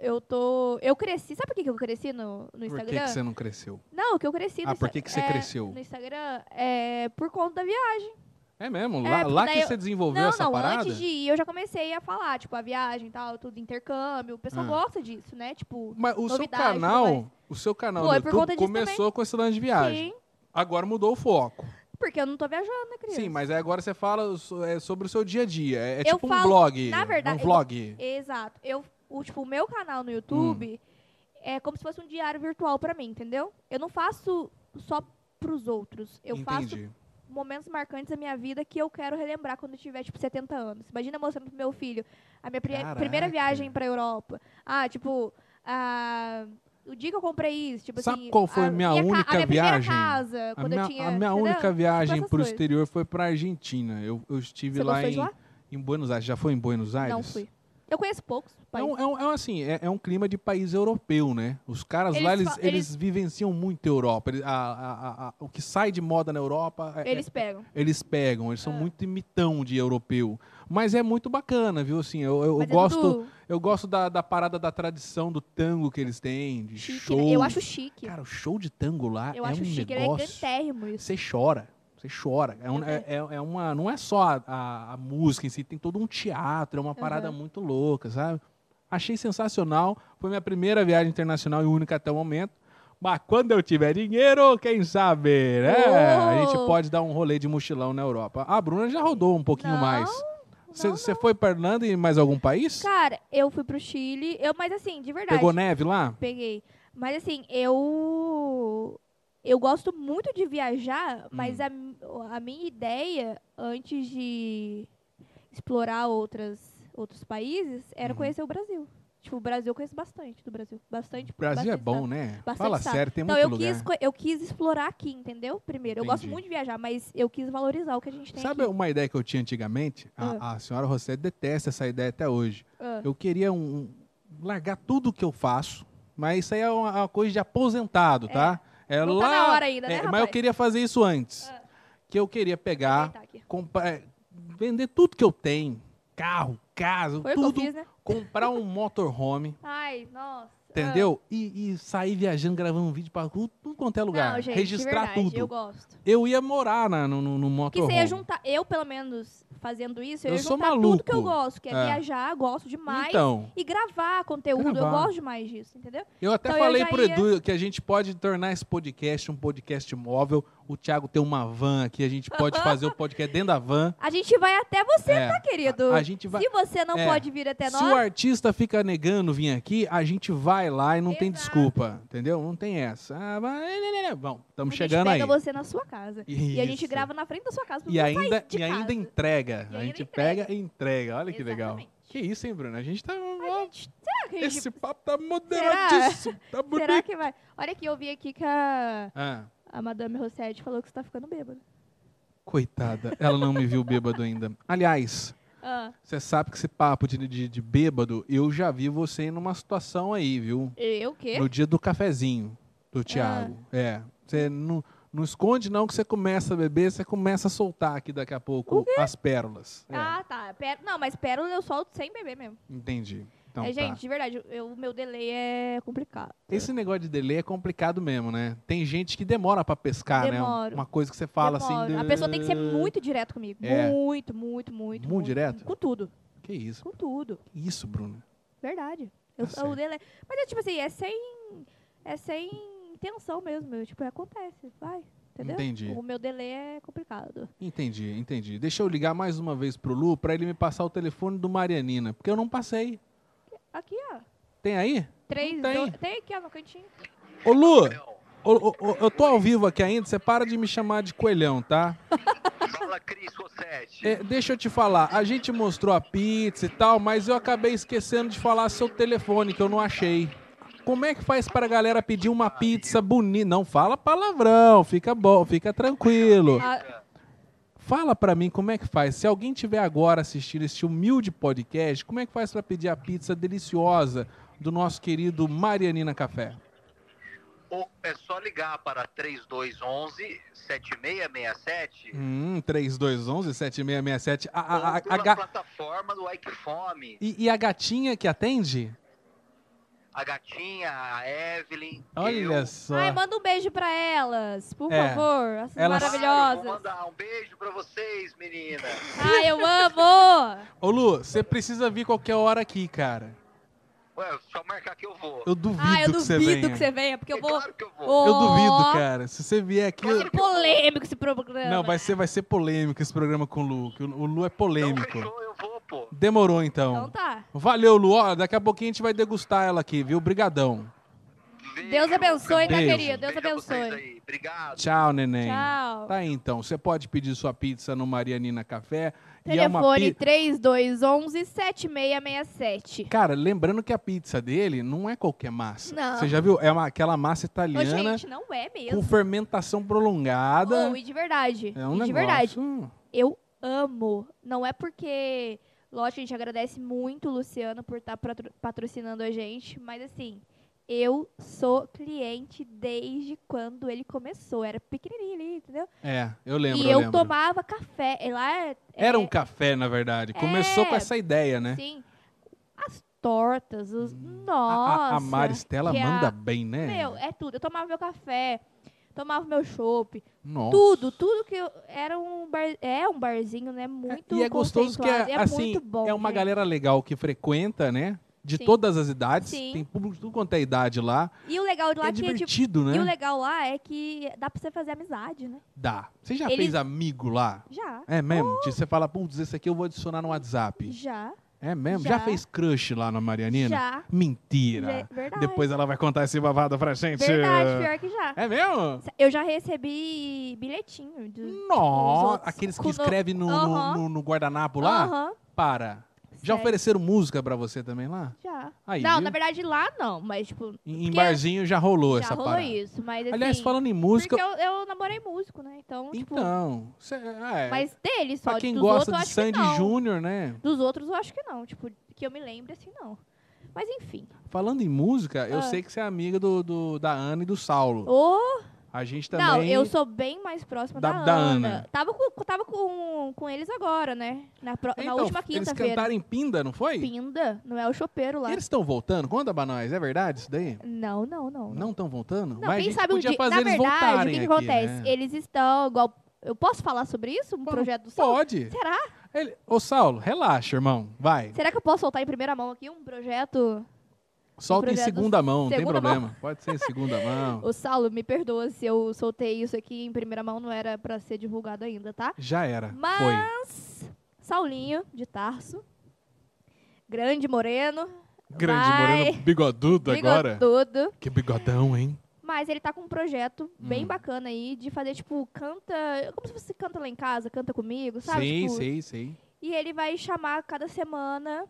Speaker 2: Eu tô. Eu cresci. Sabe por que que eu cresci no, no
Speaker 1: Por
Speaker 2: Instagram?
Speaker 1: que, que você não cresceu?
Speaker 2: Não, que eu cresci no
Speaker 1: Ah, por
Speaker 2: Insta-
Speaker 1: que que você
Speaker 2: é,
Speaker 1: cresceu?
Speaker 2: No Instagram é por conta da viagem.
Speaker 1: É mesmo?
Speaker 2: É,
Speaker 1: Lá,
Speaker 2: porque
Speaker 1: lá
Speaker 2: daí
Speaker 1: que
Speaker 2: eu-
Speaker 1: você desenvolveu
Speaker 2: Não,
Speaker 1: essa
Speaker 2: não,
Speaker 1: parada?
Speaker 2: antes de ir eu já comecei a falar, tipo, a viagem e tal, tudo, intercâmbio. O pessoal
Speaker 1: Ah.
Speaker 2: gosta disso, né? Tipo,
Speaker 1: Mas o seu
Speaker 2: novidade, tudo
Speaker 1: canal,
Speaker 2: mais.
Speaker 1: o seu canal
Speaker 2: Foi
Speaker 1: no
Speaker 2: por
Speaker 1: YouTube
Speaker 2: conta disso
Speaker 1: começou com esse lance de viagem.
Speaker 2: sim.
Speaker 1: Agora mudou o foco.
Speaker 2: Porque eu não tô viajando, né, criança?
Speaker 1: Sim, mas aí agora você fala so- é, sobre o seu dia a dia. É, é
Speaker 2: Eu
Speaker 1: tipo um
Speaker 2: falo-
Speaker 1: blog.
Speaker 2: na verdade,
Speaker 1: Um vlog.
Speaker 2: Exato. Eu, o, tipo, o meu canal no YouTube
Speaker 1: Hum.
Speaker 2: é como se fosse um diário virtual pra mim, entendeu? Eu não faço só pros outros. Eu faço
Speaker 1: Entendi.
Speaker 2: momentos marcantes da minha vida que eu quero relembrar quando eu tiver, tipo, 70 anos. Imagina mostrando pro meu filho a minha pri-
Speaker 1: Caraca.
Speaker 2: primeira viagem pra Europa. Ah, tipo, ah, o dia que eu comprei isso. Tipo,
Speaker 1: Sabe
Speaker 2: assim,
Speaker 1: qual foi
Speaker 2: a
Speaker 1: minha
Speaker 2: ca-
Speaker 1: única
Speaker 2: a minha primeira
Speaker 1: viagem?
Speaker 2: casa,
Speaker 1: A
Speaker 2: quando
Speaker 1: minha,
Speaker 2: eu tinha,
Speaker 1: a minha
Speaker 2: entendeu?
Speaker 1: única viagem
Speaker 2: essas
Speaker 1: pro
Speaker 2: coisas.
Speaker 1: exterior foi pra Argentina. Eu, eu estive
Speaker 2: Você
Speaker 1: lá
Speaker 2: gostou
Speaker 1: em,
Speaker 2: de lá?
Speaker 1: em Buenos Aires. Já foi em Buenos Aires?
Speaker 2: Não fui. Eu conheço poucos
Speaker 1: É
Speaker 2: países.
Speaker 1: um, é um- é um, assim, é, é um clima de país europeu, né? Os caras lá,
Speaker 2: Eles
Speaker 1: eles,
Speaker 2: fa-
Speaker 1: eles... vivenciam muito a Europa. Eles- a- a- a- a- o que sai de moda na Europa, é- é-
Speaker 2: Eles pegam.
Speaker 1: eles pegam. Eles são
Speaker 2: Ah.
Speaker 1: muito imitão de europeu. Mas é muito bacana, viu? Assim, eu, eu- eu
Speaker 2: Mas é
Speaker 1: gosto,
Speaker 2: tudo
Speaker 1: eu gosto da, da parada da tradição do tango que eles têm, de
Speaker 2: chique,
Speaker 1: show.
Speaker 2: né? Eu acho chique.
Speaker 1: Cara, o show de tango lá
Speaker 2: eu
Speaker 1: é
Speaker 2: acho
Speaker 1: um
Speaker 2: chique. Ele é
Speaker 1: negócio...
Speaker 2: gantérrimo isso.
Speaker 1: Você chora. Você chora. É, um-
Speaker 2: Eu
Speaker 1: é, é- é uma, não é só a, a- a música em si, tem todo um teatro, é uma parada muito louca, sabe? Achei sensacional. Foi minha primeira viagem internacional e única até o momento. Mas quando eu tiver dinheiro, quem sabe, né? A gente
Speaker 2: Oh!
Speaker 1: pode dar um rolê de mochilão na Europa. A Bruna já rodou um pouquinho
Speaker 2: Não,
Speaker 1: mais.
Speaker 2: não,
Speaker 1: Você foi para Irlanda e mais algum país?
Speaker 2: Cara, eu fui pro Chile, eu, mas assim, de verdade.
Speaker 1: Pegou neve lá?
Speaker 2: Peguei. Mas assim, eu. Eu gosto muito de viajar, mas a,
Speaker 1: Hum.
Speaker 2: mi- a minha ideia, antes de explorar outras, outros países, era
Speaker 1: Uhum.
Speaker 2: conhecer o Brasil. Tipo, o Brasil eu conheço bastante do Brasil. Bastante.
Speaker 1: O Brasil é
Speaker 2: bastante
Speaker 1: bom, né?
Speaker 2: Bastante
Speaker 1: Fala
Speaker 2: estado.
Speaker 1: sério, tem
Speaker 2: Então,
Speaker 1: muito
Speaker 2: eu
Speaker 1: lugar.
Speaker 2: quis, co- eu quis explorar aqui, entendeu? Primeiro, eu gosto
Speaker 1: Entendi.
Speaker 2: muito de viajar, mas eu quis valorizar o que a gente tem
Speaker 1: Sabe
Speaker 2: aqui.
Speaker 1: uma ideia que eu tinha antigamente? A, a senhora Rosé detesta essa ideia até hoje.
Speaker 2: Ah.
Speaker 1: Eu queria um, um- largar tudo que eu faço, mas isso aí é uma, uma coisa de aposentado, tá? É
Speaker 2: Não
Speaker 1: lá.
Speaker 2: tá na hora ainda,
Speaker 1: é,
Speaker 2: né,
Speaker 1: mas eu
Speaker 2: rapaz? Ah.
Speaker 1: queria fazer isso antes. Que eu queria pegar,
Speaker 2: Aproveitar aqui.
Speaker 1: comprar, é, vender tudo que eu tenho, carro, casa,
Speaker 2: Foi o que
Speaker 1: tudo,
Speaker 2: eu fiz, né?
Speaker 1: comprar um motorhome,
Speaker 2: Ai, nossa. Ah.
Speaker 1: entendeu? E, e sair viajando, gravando um vídeo para tudo quanto é lugar,
Speaker 2: Ah. Não, gente, de
Speaker 1: registrar
Speaker 2: verdade,
Speaker 1: tudo.
Speaker 2: Eu
Speaker 1: Eu...
Speaker 2: gosto.
Speaker 1: ia morar na, no, no, no
Speaker 2: Que você ia
Speaker 1: motorhome.
Speaker 2: juntar, eu pelo menos fazendo isso, eu,
Speaker 1: Eu
Speaker 2: ia
Speaker 1: sou
Speaker 2: juntar tudo que eu
Speaker 1: maluco.
Speaker 2: gosto, que é,
Speaker 1: É.
Speaker 2: viajar, gosto demais.
Speaker 1: então,
Speaker 2: E gravar conteúdo, eu
Speaker 1: Gravar.
Speaker 2: gosto demais disso, entendeu?
Speaker 1: Eu até
Speaker 2: Então, eu
Speaker 1: falei
Speaker 2: já
Speaker 1: pro
Speaker 2: ia-
Speaker 1: Edu que a gente pode tornar esse podcast um podcast móvel. O Thiago tem uma van aqui, a gente pode fazer o podcast dentro da van.
Speaker 2: A gente vai até você,
Speaker 1: É,
Speaker 2: tá, querido?
Speaker 1: a- a gente vai-
Speaker 2: Se você não
Speaker 1: é,
Speaker 2: pode vir até
Speaker 1: Se
Speaker 2: nós,
Speaker 1: o artista fica negando vir aqui, a gente vai lá e não tem
Speaker 2: Exato.
Speaker 1: desculpa, entendeu? Não tem essa. Ah, vai... Bom,
Speaker 2: a
Speaker 1: estamos
Speaker 2: gente
Speaker 1: chegando aí.
Speaker 2: pega você na sua casa. E a gente
Speaker 1: Isso.
Speaker 2: grava na frente da sua casa pra
Speaker 1: E
Speaker 2: você
Speaker 1: ainda,
Speaker 2: sair de
Speaker 1: e ainda
Speaker 2: casa.
Speaker 1: entrega.
Speaker 2: E
Speaker 1: a
Speaker 2: ainda
Speaker 1: gente
Speaker 2: entrega.
Speaker 1: pega e entrega. Olha que legal.
Speaker 2: Exatamente.
Speaker 1: Que isso, hein, Bruno? A gente tá.
Speaker 2: Gente, será que a gente...
Speaker 1: Esse papo tá moderadíssimo. Tá bonito.
Speaker 2: Será que vai? Olha aqui, eu vi aqui que a,
Speaker 1: Ah,
Speaker 2: a Madame Rossetti falou que você tá ficando bêbado.
Speaker 1: coitada, ela não me viu bêbado ainda. Aliás,
Speaker 2: Ah,
Speaker 1: Você sabe que esse papo de, de, de bêbado, eu já vi você numa situação aí, viu?
Speaker 2: eu o quê? Ah.
Speaker 1: No dia do cafezinho do Thiago. É. Você não, não esconde, não, que você começa a beber, você começa a soltar aqui daqui a pouco as pérolas. É,
Speaker 2: Ah, tá. Pé- Não, mas pérola eu solto sem beber mesmo.
Speaker 1: entendi. Então,
Speaker 2: é,
Speaker 1: tá.
Speaker 2: gente, de verdade, o meu delay é complicado.
Speaker 1: Esse negócio de delay é complicado mesmo, né? Tem gente que demora pra pescar, né?
Speaker 2: Demoro.
Speaker 1: Uma coisa que você fala assim.
Speaker 2: Demora. A pessoa tem que ser muito direto comigo.
Speaker 1: É.
Speaker 2: Muito, muito, muito.
Speaker 1: Muito direto?
Speaker 2: Com tudo.
Speaker 1: Que isso?
Speaker 2: Com tudo.
Speaker 1: Que isso, Bruna?
Speaker 2: Verdade. Eu,
Speaker 1: Tá
Speaker 2: o
Speaker 1: certo.
Speaker 2: delay. Mas é tipo assim, é sem. É sem intenção mesmo. Eu, tipo, acontece. Vai. Entendeu?
Speaker 1: Entendi.
Speaker 2: O meu delay é complicado.
Speaker 1: Entendi, entendi. Deixa eu ligar mais uma vez pro Lu pra ele me passar o telefone do Marianina, porque eu não passei.
Speaker 2: Aqui, ó.
Speaker 1: Tem aí?
Speaker 2: Três,
Speaker 1: Não tem.
Speaker 2: dois- tem aqui, ó, no cantinho.
Speaker 1: Ô Lu,
Speaker 3: Não,
Speaker 1: ô, ô, ô, eu tô ao vivo aqui ainda, você para de me chamar de coelhão, tá?
Speaker 3: fala Cris Rossetti.
Speaker 1: É, deixa eu te falar, a gente mostrou a pizza e tal, mas eu acabei esquecendo de falar seu telefone, que eu não achei. Como é que faz pra galera pedir uma pizza bonita? Não fala palavrão, fica bom, fica tranquilo.
Speaker 2: Ah,
Speaker 1: Fala pra mim como é que faz. Se alguém tiver agora assistindo esse humilde podcast, como é que faz pra pedir a pizza deliciosa do nosso querido Marianina Café?
Speaker 3: Ou é só ligar para 3211 7667
Speaker 1: Hum, 3211 7667. A, a, a,
Speaker 3: ou
Speaker 1: a,
Speaker 3: pela
Speaker 1: ga-
Speaker 3: plataforma do Ike Fome.
Speaker 1: E, e a gatinha que atende?
Speaker 3: A gatinha, a Evelyn.
Speaker 1: Olha
Speaker 3: eu.
Speaker 1: só.
Speaker 2: ai, manda um beijo pra elas, por
Speaker 1: É.
Speaker 2: favor. Essas
Speaker 1: Elas-
Speaker 3: Claro, vou
Speaker 2: maravilhosas.
Speaker 3: mandar um beijo pra vocês, menina.
Speaker 2: Ai, eu amo!
Speaker 1: Ô Lu, você precisa vir qualquer hora aqui, cara.
Speaker 3: Ué, só marcar que eu vou.
Speaker 1: Eu duvido,
Speaker 2: Ah, eu
Speaker 1: que, você
Speaker 2: duvido
Speaker 1: venha.
Speaker 2: que você venha, porque eu
Speaker 3: É
Speaker 2: vou.
Speaker 3: claro que eu vou.
Speaker 2: Ó,
Speaker 1: Eu duvido, cara. Se você vier aqui. eu-
Speaker 2: Que polêmico esse programa.
Speaker 1: Não, vai ser, vai ser polêmico esse programa com o Lu. que O o Lu é
Speaker 3: Então
Speaker 1: polêmico.
Speaker 3: fechou, eu vou, pô.
Speaker 1: Demorou,
Speaker 2: Então
Speaker 1: então.
Speaker 2: tá.
Speaker 1: Valeu, Lu. Ó, daqui a pouquinho a gente vai degustar ela aqui, viu? Brigadão.
Speaker 3: Beijo.
Speaker 2: Deus abençoe, minha
Speaker 1: Beijo.
Speaker 2: querida. Deus
Speaker 3: Beijo a vocês
Speaker 2: abençoe.
Speaker 3: aí. Obrigado.
Speaker 1: Tchau, neném.
Speaker 2: Tchau.
Speaker 1: Tá aí, então. Você pode pedir sua pizza no Marianina Café. E é uma
Speaker 2: Telefone
Speaker 1: pi...
Speaker 2: 3211 7667.
Speaker 1: Cara, lembrando que a pizza dele não é qualquer massa.
Speaker 2: Não.
Speaker 1: Você já viu? É uma, aquela massa
Speaker 2: Ô,
Speaker 1: italiana
Speaker 2: gente, não é
Speaker 1: com
Speaker 2: mesmo.
Speaker 1: fermentação prolongada.
Speaker 2: Ô, e de verdade.
Speaker 1: é um
Speaker 2: e
Speaker 1: negócio.
Speaker 2: de verdade. Eu amo. Não é porque. Lógico, a gente agradece muito o Luciano por estar patro- patrocinando a gente, mas assim, eu sou cliente desde quando ele começou. Era pequenininho ali, entendeu?
Speaker 1: É, eu lembro.
Speaker 2: e eu
Speaker 1: lembro.
Speaker 2: tomava café. E Lá é-
Speaker 1: Era um café, na verdade. Começou com essa ideia, né? Hum.
Speaker 2: Sim. As tortas, os.
Speaker 1: A-
Speaker 2: Nossa.
Speaker 1: A, a Maristela
Speaker 2: que a-
Speaker 1: manda bem, né?
Speaker 2: Meu, é tudo. Eu tomava meu café, tomava meu chopp,
Speaker 1: Nossa.
Speaker 2: tudo, tudo que eu, era um bar, é um barzinho, né? Muito
Speaker 1: E é gostoso que
Speaker 2: conceituado,
Speaker 1: é,
Speaker 2: é
Speaker 1: assim,
Speaker 2: muito bom,
Speaker 1: é uma
Speaker 2: gente.
Speaker 1: galera legal que frequenta, né? De
Speaker 2: Sim.
Speaker 1: todas as idades.
Speaker 2: Sim.
Speaker 1: Tem público de tudo quanto é idade lá.
Speaker 2: E o legal de lá
Speaker 1: é
Speaker 2: é que tipo,
Speaker 1: divertido,
Speaker 2: e
Speaker 1: né?
Speaker 2: o legal lá é que dá pra você fazer amizade, né?
Speaker 1: Dá. Você já
Speaker 2: Eles- Uh!
Speaker 1: fez amigo lá?
Speaker 2: Já.
Speaker 1: É mesmo? De você fala, putz, esse aqui eu vou adicionar no WhatsApp.
Speaker 2: Já.
Speaker 1: É mesmo? Já,
Speaker 2: Já.
Speaker 1: fez crush lá na Marianina?
Speaker 2: Já.
Speaker 1: Mentira.
Speaker 2: Ve- Verdade.
Speaker 1: Depois ela vai contar esse babado pra gente.
Speaker 2: Verdade, pior que já.
Speaker 1: É mesmo?
Speaker 2: Eu já recebi bilhetinho
Speaker 1: Hum,
Speaker 2: do
Speaker 1: Nossa,
Speaker 2: outros-
Speaker 1: aqueles que
Speaker 2: com no-
Speaker 1: escrevem no, no-
Speaker 2: Aham.
Speaker 1: no- no guardanapo lá?
Speaker 2: Aham,
Speaker 1: Para. Já
Speaker 2: sério,
Speaker 1: ofereceram música pra você também lá?
Speaker 2: Já.
Speaker 1: Aí,
Speaker 2: não,
Speaker 1: viu?
Speaker 2: na verdade lá não, mas tipo,
Speaker 1: Em em
Speaker 2: porque
Speaker 1: barzinho já rolou
Speaker 2: já
Speaker 1: essa
Speaker 2: rolou
Speaker 1: parada.
Speaker 2: isso, mas assim,
Speaker 1: Aliás, falando em música,
Speaker 2: Porque eu, eu namorei músico, né? Então, tipo,
Speaker 1: então, cê- é,
Speaker 2: Mas dele só.
Speaker 1: pra quem
Speaker 2: dos
Speaker 1: gosta
Speaker 2: outros, eu
Speaker 1: de
Speaker 2: acho
Speaker 1: Sandy
Speaker 2: que não.
Speaker 1: Júnior, né?
Speaker 2: Dos outros eu acho que não. Tipo, que eu me lembre assim, não. Mas enfim.
Speaker 1: Falando em música, eu
Speaker 2: Ah.
Speaker 1: sei que você é amiga do, do- da Ana e do Saulo.
Speaker 2: Ô,
Speaker 1: A gente também.
Speaker 2: não, eu sou bem mais próxima
Speaker 1: Da-
Speaker 2: da,
Speaker 1: da
Speaker 2: Ana.
Speaker 1: Ana.
Speaker 2: Tava, com, tava com, com eles agora, né? Na, pro- na
Speaker 1: Então,
Speaker 2: última
Speaker 1: Eles
Speaker 2: quinta-feira.
Speaker 1: cantaram em Pinda, não foi?
Speaker 2: Pinda, não é o chopeiro lá.
Speaker 1: Eles estão voltando? Conta pra nós, é verdade isso daí?
Speaker 2: Não, não, não.
Speaker 1: Não estão voltando?
Speaker 2: Não,
Speaker 1: Mas a
Speaker 2: quem
Speaker 1: gente
Speaker 2: sabe um
Speaker 1: podia
Speaker 2: dia.
Speaker 1: fazer
Speaker 2: na
Speaker 1: eles
Speaker 2: verdade, o
Speaker 1: voltarem
Speaker 2: que, que
Speaker 1: aqui,
Speaker 2: acontece?
Speaker 1: né?
Speaker 2: Eles estão igual. Eu posso falar sobre isso? Um
Speaker 1: Pô,
Speaker 2: projeto do Saulo?
Speaker 1: Pode.
Speaker 2: Será?
Speaker 1: Ele... Ô, Saulo, relaxa, irmão. Vai.
Speaker 2: Será que eu posso soltar em primeira mão aqui um projeto?
Speaker 1: Solta em
Speaker 2: projeto-
Speaker 1: segunda mão, não tem
Speaker 2: Segunda mão.
Speaker 1: problema. Pode ser em segunda mão.
Speaker 2: Ô, Saulo, me perdoa se eu soltei isso aqui em primeira mão, não era pra ser divulgado ainda, tá?
Speaker 1: Já era.
Speaker 2: Mas-
Speaker 1: Foi.
Speaker 2: Saulinho, de Tarso. Grande Moreno.
Speaker 1: Grande
Speaker 2: vai.
Speaker 1: Moreno, bigodudo agora.
Speaker 2: Tudo.
Speaker 1: Que bigodão, hein?
Speaker 2: Mas ele tá com um projeto bem
Speaker 1: Hum.
Speaker 2: bacana aí de fazer, tipo, canta. Como se você canta lá em casa, canta comigo, sabe?
Speaker 1: Sim,
Speaker 2: Tipo,
Speaker 1: sim, sim.
Speaker 2: E ele vai chamar cada semana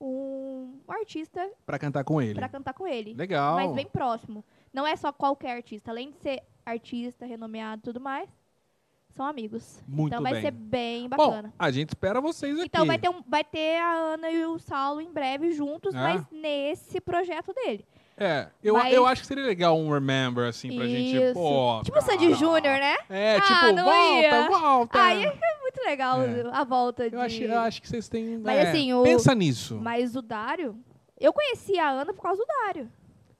Speaker 2: um, um artista
Speaker 1: Pra cantar com ele.
Speaker 2: pra cantar com ele.
Speaker 1: Legal.
Speaker 2: Mas bem próximo. Não é só qualquer artista. Além de ser artista, renomeado e tudo mais, são amigos.
Speaker 1: Muito
Speaker 2: então vai
Speaker 1: bem.
Speaker 2: ser bem bacana.
Speaker 1: Bom, a gente espera vocês aqui.
Speaker 2: Então vai ter, um- vai ter a Ana e o Saulo em breve juntos,
Speaker 1: Ah.
Speaker 2: mas nesse projeto dele.
Speaker 1: É, eu,
Speaker 2: Mas-
Speaker 1: eu acho que seria legal um remember, assim, pra gente.
Speaker 2: Isso.
Speaker 1: Pô,
Speaker 2: Tipo o Sandy
Speaker 1: cara.
Speaker 2: Júnior, né?
Speaker 1: É,
Speaker 2: Ah,
Speaker 1: tipo,
Speaker 2: não
Speaker 1: volta,
Speaker 2: ia.
Speaker 1: volta.
Speaker 2: Aí é muito legal
Speaker 1: É.
Speaker 2: a volta de...
Speaker 1: eu, acho, eu acho que vocês têm.
Speaker 2: Mas,
Speaker 1: é,
Speaker 2: assim, o-
Speaker 1: Pensa nisso.
Speaker 2: Mas o Dário... Eu conheci a Ana por causa do Dário.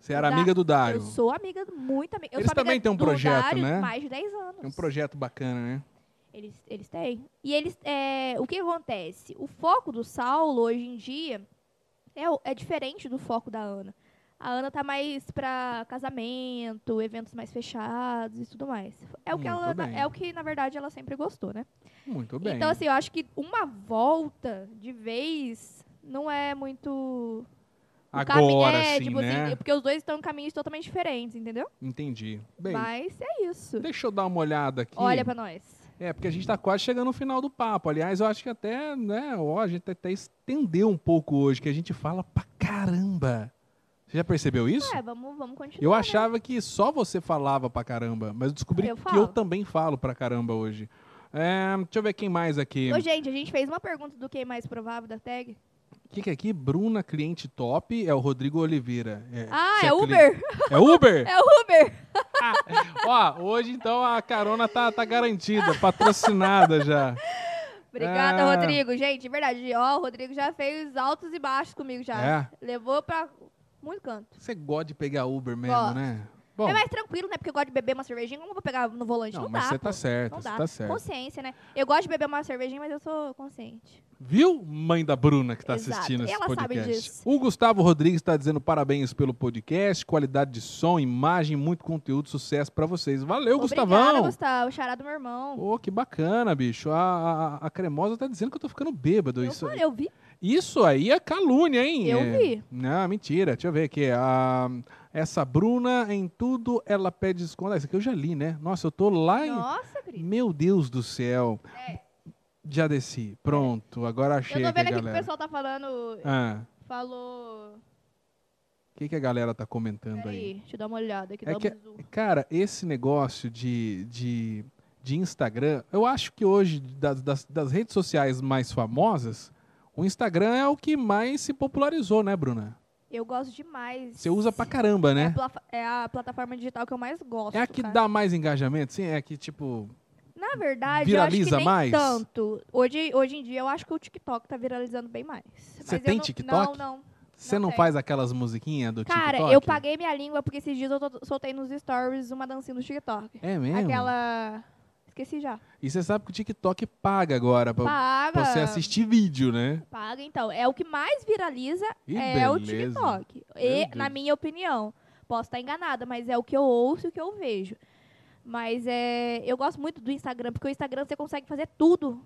Speaker 1: Você era
Speaker 2: Da-
Speaker 1: amiga do Dário.
Speaker 2: Eu sou amiga, muito amiga. Eu
Speaker 1: Eles
Speaker 2: sou amiga
Speaker 1: também têm um
Speaker 2: do
Speaker 1: projeto,
Speaker 2: Dário
Speaker 1: né?
Speaker 2: mais de 10 anos.
Speaker 1: É um projeto bacana, né?
Speaker 2: Eles, eles têm. E eles, é, o que acontece? O foco do Saulo hoje em dia é, o- é diferente do foco da Ana. A Ana tá mais pra casamento, eventos mais fechados e tudo mais. É o que
Speaker 1: Muito
Speaker 2: ela,
Speaker 1: bem.
Speaker 2: é o que na verdade ela sempre gostou, né?
Speaker 1: Muito bem.
Speaker 2: Então assim, eu acho que uma volta de vez não é muito o
Speaker 1: Agora
Speaker 2: é,
Speaker 1: sim,
Speaker 2: tipo assim,
Speaker 1: né?
Speaker 2: porque os dois estão em caminhos totalmente diferentes, entendeu?
Speaker 1: Entendi. Bem,
Speaker 2: Mas é isso.
Speaker 1: deixa eu dar uma olhada aqui.
Speaker 2: Olha pra nós.
Speaker 1: É, porque a gente tá quase chegando no final do papo. Aliás, eu acho que até, né, ó, a gente até estendeu um pouco hoje, que a gente fala pra caramba. Você já percebeu isso?
Speaker 2: É, vamos, vamos continuar.
Speaker 1: Eu
Speaker 2: né?
Speaker 1: achava que só você falava pra caramba, mas eu descobri
Speaker 2: Eu
Speaker 1: que
Speaker 2: falo.
Speaker 1: eu também falo pra caramba hoje. É, deixa eu ver quem mais aqui.
Speaker 2: Ô, gente, a gente fez uma pergunta do quem mais provável da tag.
Speaker 1: O que, que é aqui? Bruna, cliente top, é o Rodrigo Oliveira. É,
Speaker 2: Ah,
Speaker 1: se
Speaker 2: é
Speaker 1: cli-
Speaker 2: Uber?
Speaker 1: É Uber?
Speaker 2: É Uber!
Speaker 1: Ó, hoje então a carona tá, tá garantida, patrocinada já.
Speaker 2: Obrigada,
Speaker 1: Ah.
Speaker 2: Rodrigo. Gente, de verdade, ó, o Rodrigo já fez altos e baixos comigo já.
Speaker 1: É?
Speaker 2: Levou pra muito canto.
Speaker 1: Você gosta de pegar Uber mesmo,
Speaker 2: Gosto.
Speaker 1: né? Bom,
Speaker 2: É mais tranquilo, né? Porque eu gosto de beber uma cervejinha, como eu vou pegar no volante? Não,
Speaker 1: não, mas
Speaker 2: dá.
Speaker 1: você tá
Speaker 2: pô.
Speaker 1: certa,
Speaker 2: Não
Speaker 1: você
Speaker 2: dá.
Speaker 1: tá certa.
Speaker 2: Consciência, né? Eu gosto de beber uma cervejinha, mas eu sou consciente.
Speaker 1: Viu, mãe da Bruna que está
Speaker 2: Exato.
Speaker 1: assistindo esse
Speaker 2: Ela sabe
Speaker 1: podcast?
Speaker 2: disso.
Speaker 1: O Gustavo Rodrigues está dizendo parabéns pelo podcast, qualidade de som, imagem, muito conteúdo, sucesso para vocês. Valeu,
Speaker 2: Obrigada,
Speaker 1: Gustavão!
Speaker 2: Gustavo. Xará do meu irmão.
Speaker 1: Pô, que bacana, bicho. A, a- a cremosa tá dizendo que eu tô ficando bêbado.
Speaker 2: Eu,
Speaker 1: Isso,
Speaker 2: falei, eu vi.
Speaker 1: isso aí é calúnia, hein?
Speaker 2: Eu
Speaker 1: É-
Speaker 2: vi.
Speaker 1: Não, mentira. Deixa eu ver aqui. A- essa Bruna, em tudo, ela pede desconto. Ah, Isso aqui eu já li, né? Nossa, eu tô lá em.
Speaker 2: Nossa, Cris.
Speaker 1: Meu Deus do céu.
Speaker 2: É.
Speaker 1: Já desci. Pronto, agora
Speaker 2: Eu
Speaker 1: achei aqui
Speaker 2: tô
Speaker 1: a
Speaker 2: vendo aqui que o
Speaker 1: galera.
Speaker 2: pessoal tá falando.
Speaker 1: Ah.
Speaker 2: Falou.
Speaker 1: O que, que a galera tá comentando aí?
Speaker 2: Peraí, deixa eu dar uma olhada aqui.
Speaker 1: É
Speaker 2: dá um
Speaker 1: que-
Speaker 2: zoom.
Speaker 1: Cara, esse negócio de, de, de Instagram, eu acho que hoje, das, das, das redes sociais mais famosas, o Instagram é o que mais se popularizou, né, Bruna?
Speaker 2: Eu gosto demais.
Speaker 1: Você usa pra caramba,
Speaker 2: É a,
Speaker 1: né?
Speaker 2: pla- é a plataforma digital que eu mais gosto.
Speaker 1: É a que
Speaker 2: cara.
Speaker 1: dá mais engajamento, sim? É a que, tipo.
Speaker 2: Na verdade, eu acho
Speaker 1: viraliza
Speaker 2: que nem
Speaker 1: mais?
Speaker 2: tanto. Hoje, hoje em dia, eu acho que o TikTok tá viralizando bem mais. Mas eu
Speaker 1: tem
Speaker 2: não-
Speaker 1: TikTok?
Speaker 2: Não, não.
Speaker 1: Você não,
Speaker 2: sei.
Speaker 1: faz aquelas musiquinhas do
Speaker 2: Cara,
Speaker 1: TikTok?
Speaker 2: eu paguei minha língua porque esses dias eu to- soltei nos stories uma dancinha no TikTok.
Speaker 1: É mesmo?
Speaker 2: Aquela... Esqueci já.
Speaker 1: E você sabe que o TikTok paga agora pra, pra
Speaker 2: Paga.
Speaker 1: você assistir vídeo, né?
Speaker 2: Paga, então. É o que mais viraliza
Speaker 1: Ih,
Speaker 2: é o
Speaker 1: beleza.
Speaker 2: TikTok.
Speaker 1: Meu
Speaker 2: E,
Speaker 1: Deus.
Speaker 2: na minha opinião, posso estar enganada, mas é o que eu ouço e o que eu vejo. Mas é, eu gosto muito do Instagram, porque o Instagram você consegue fazer tudo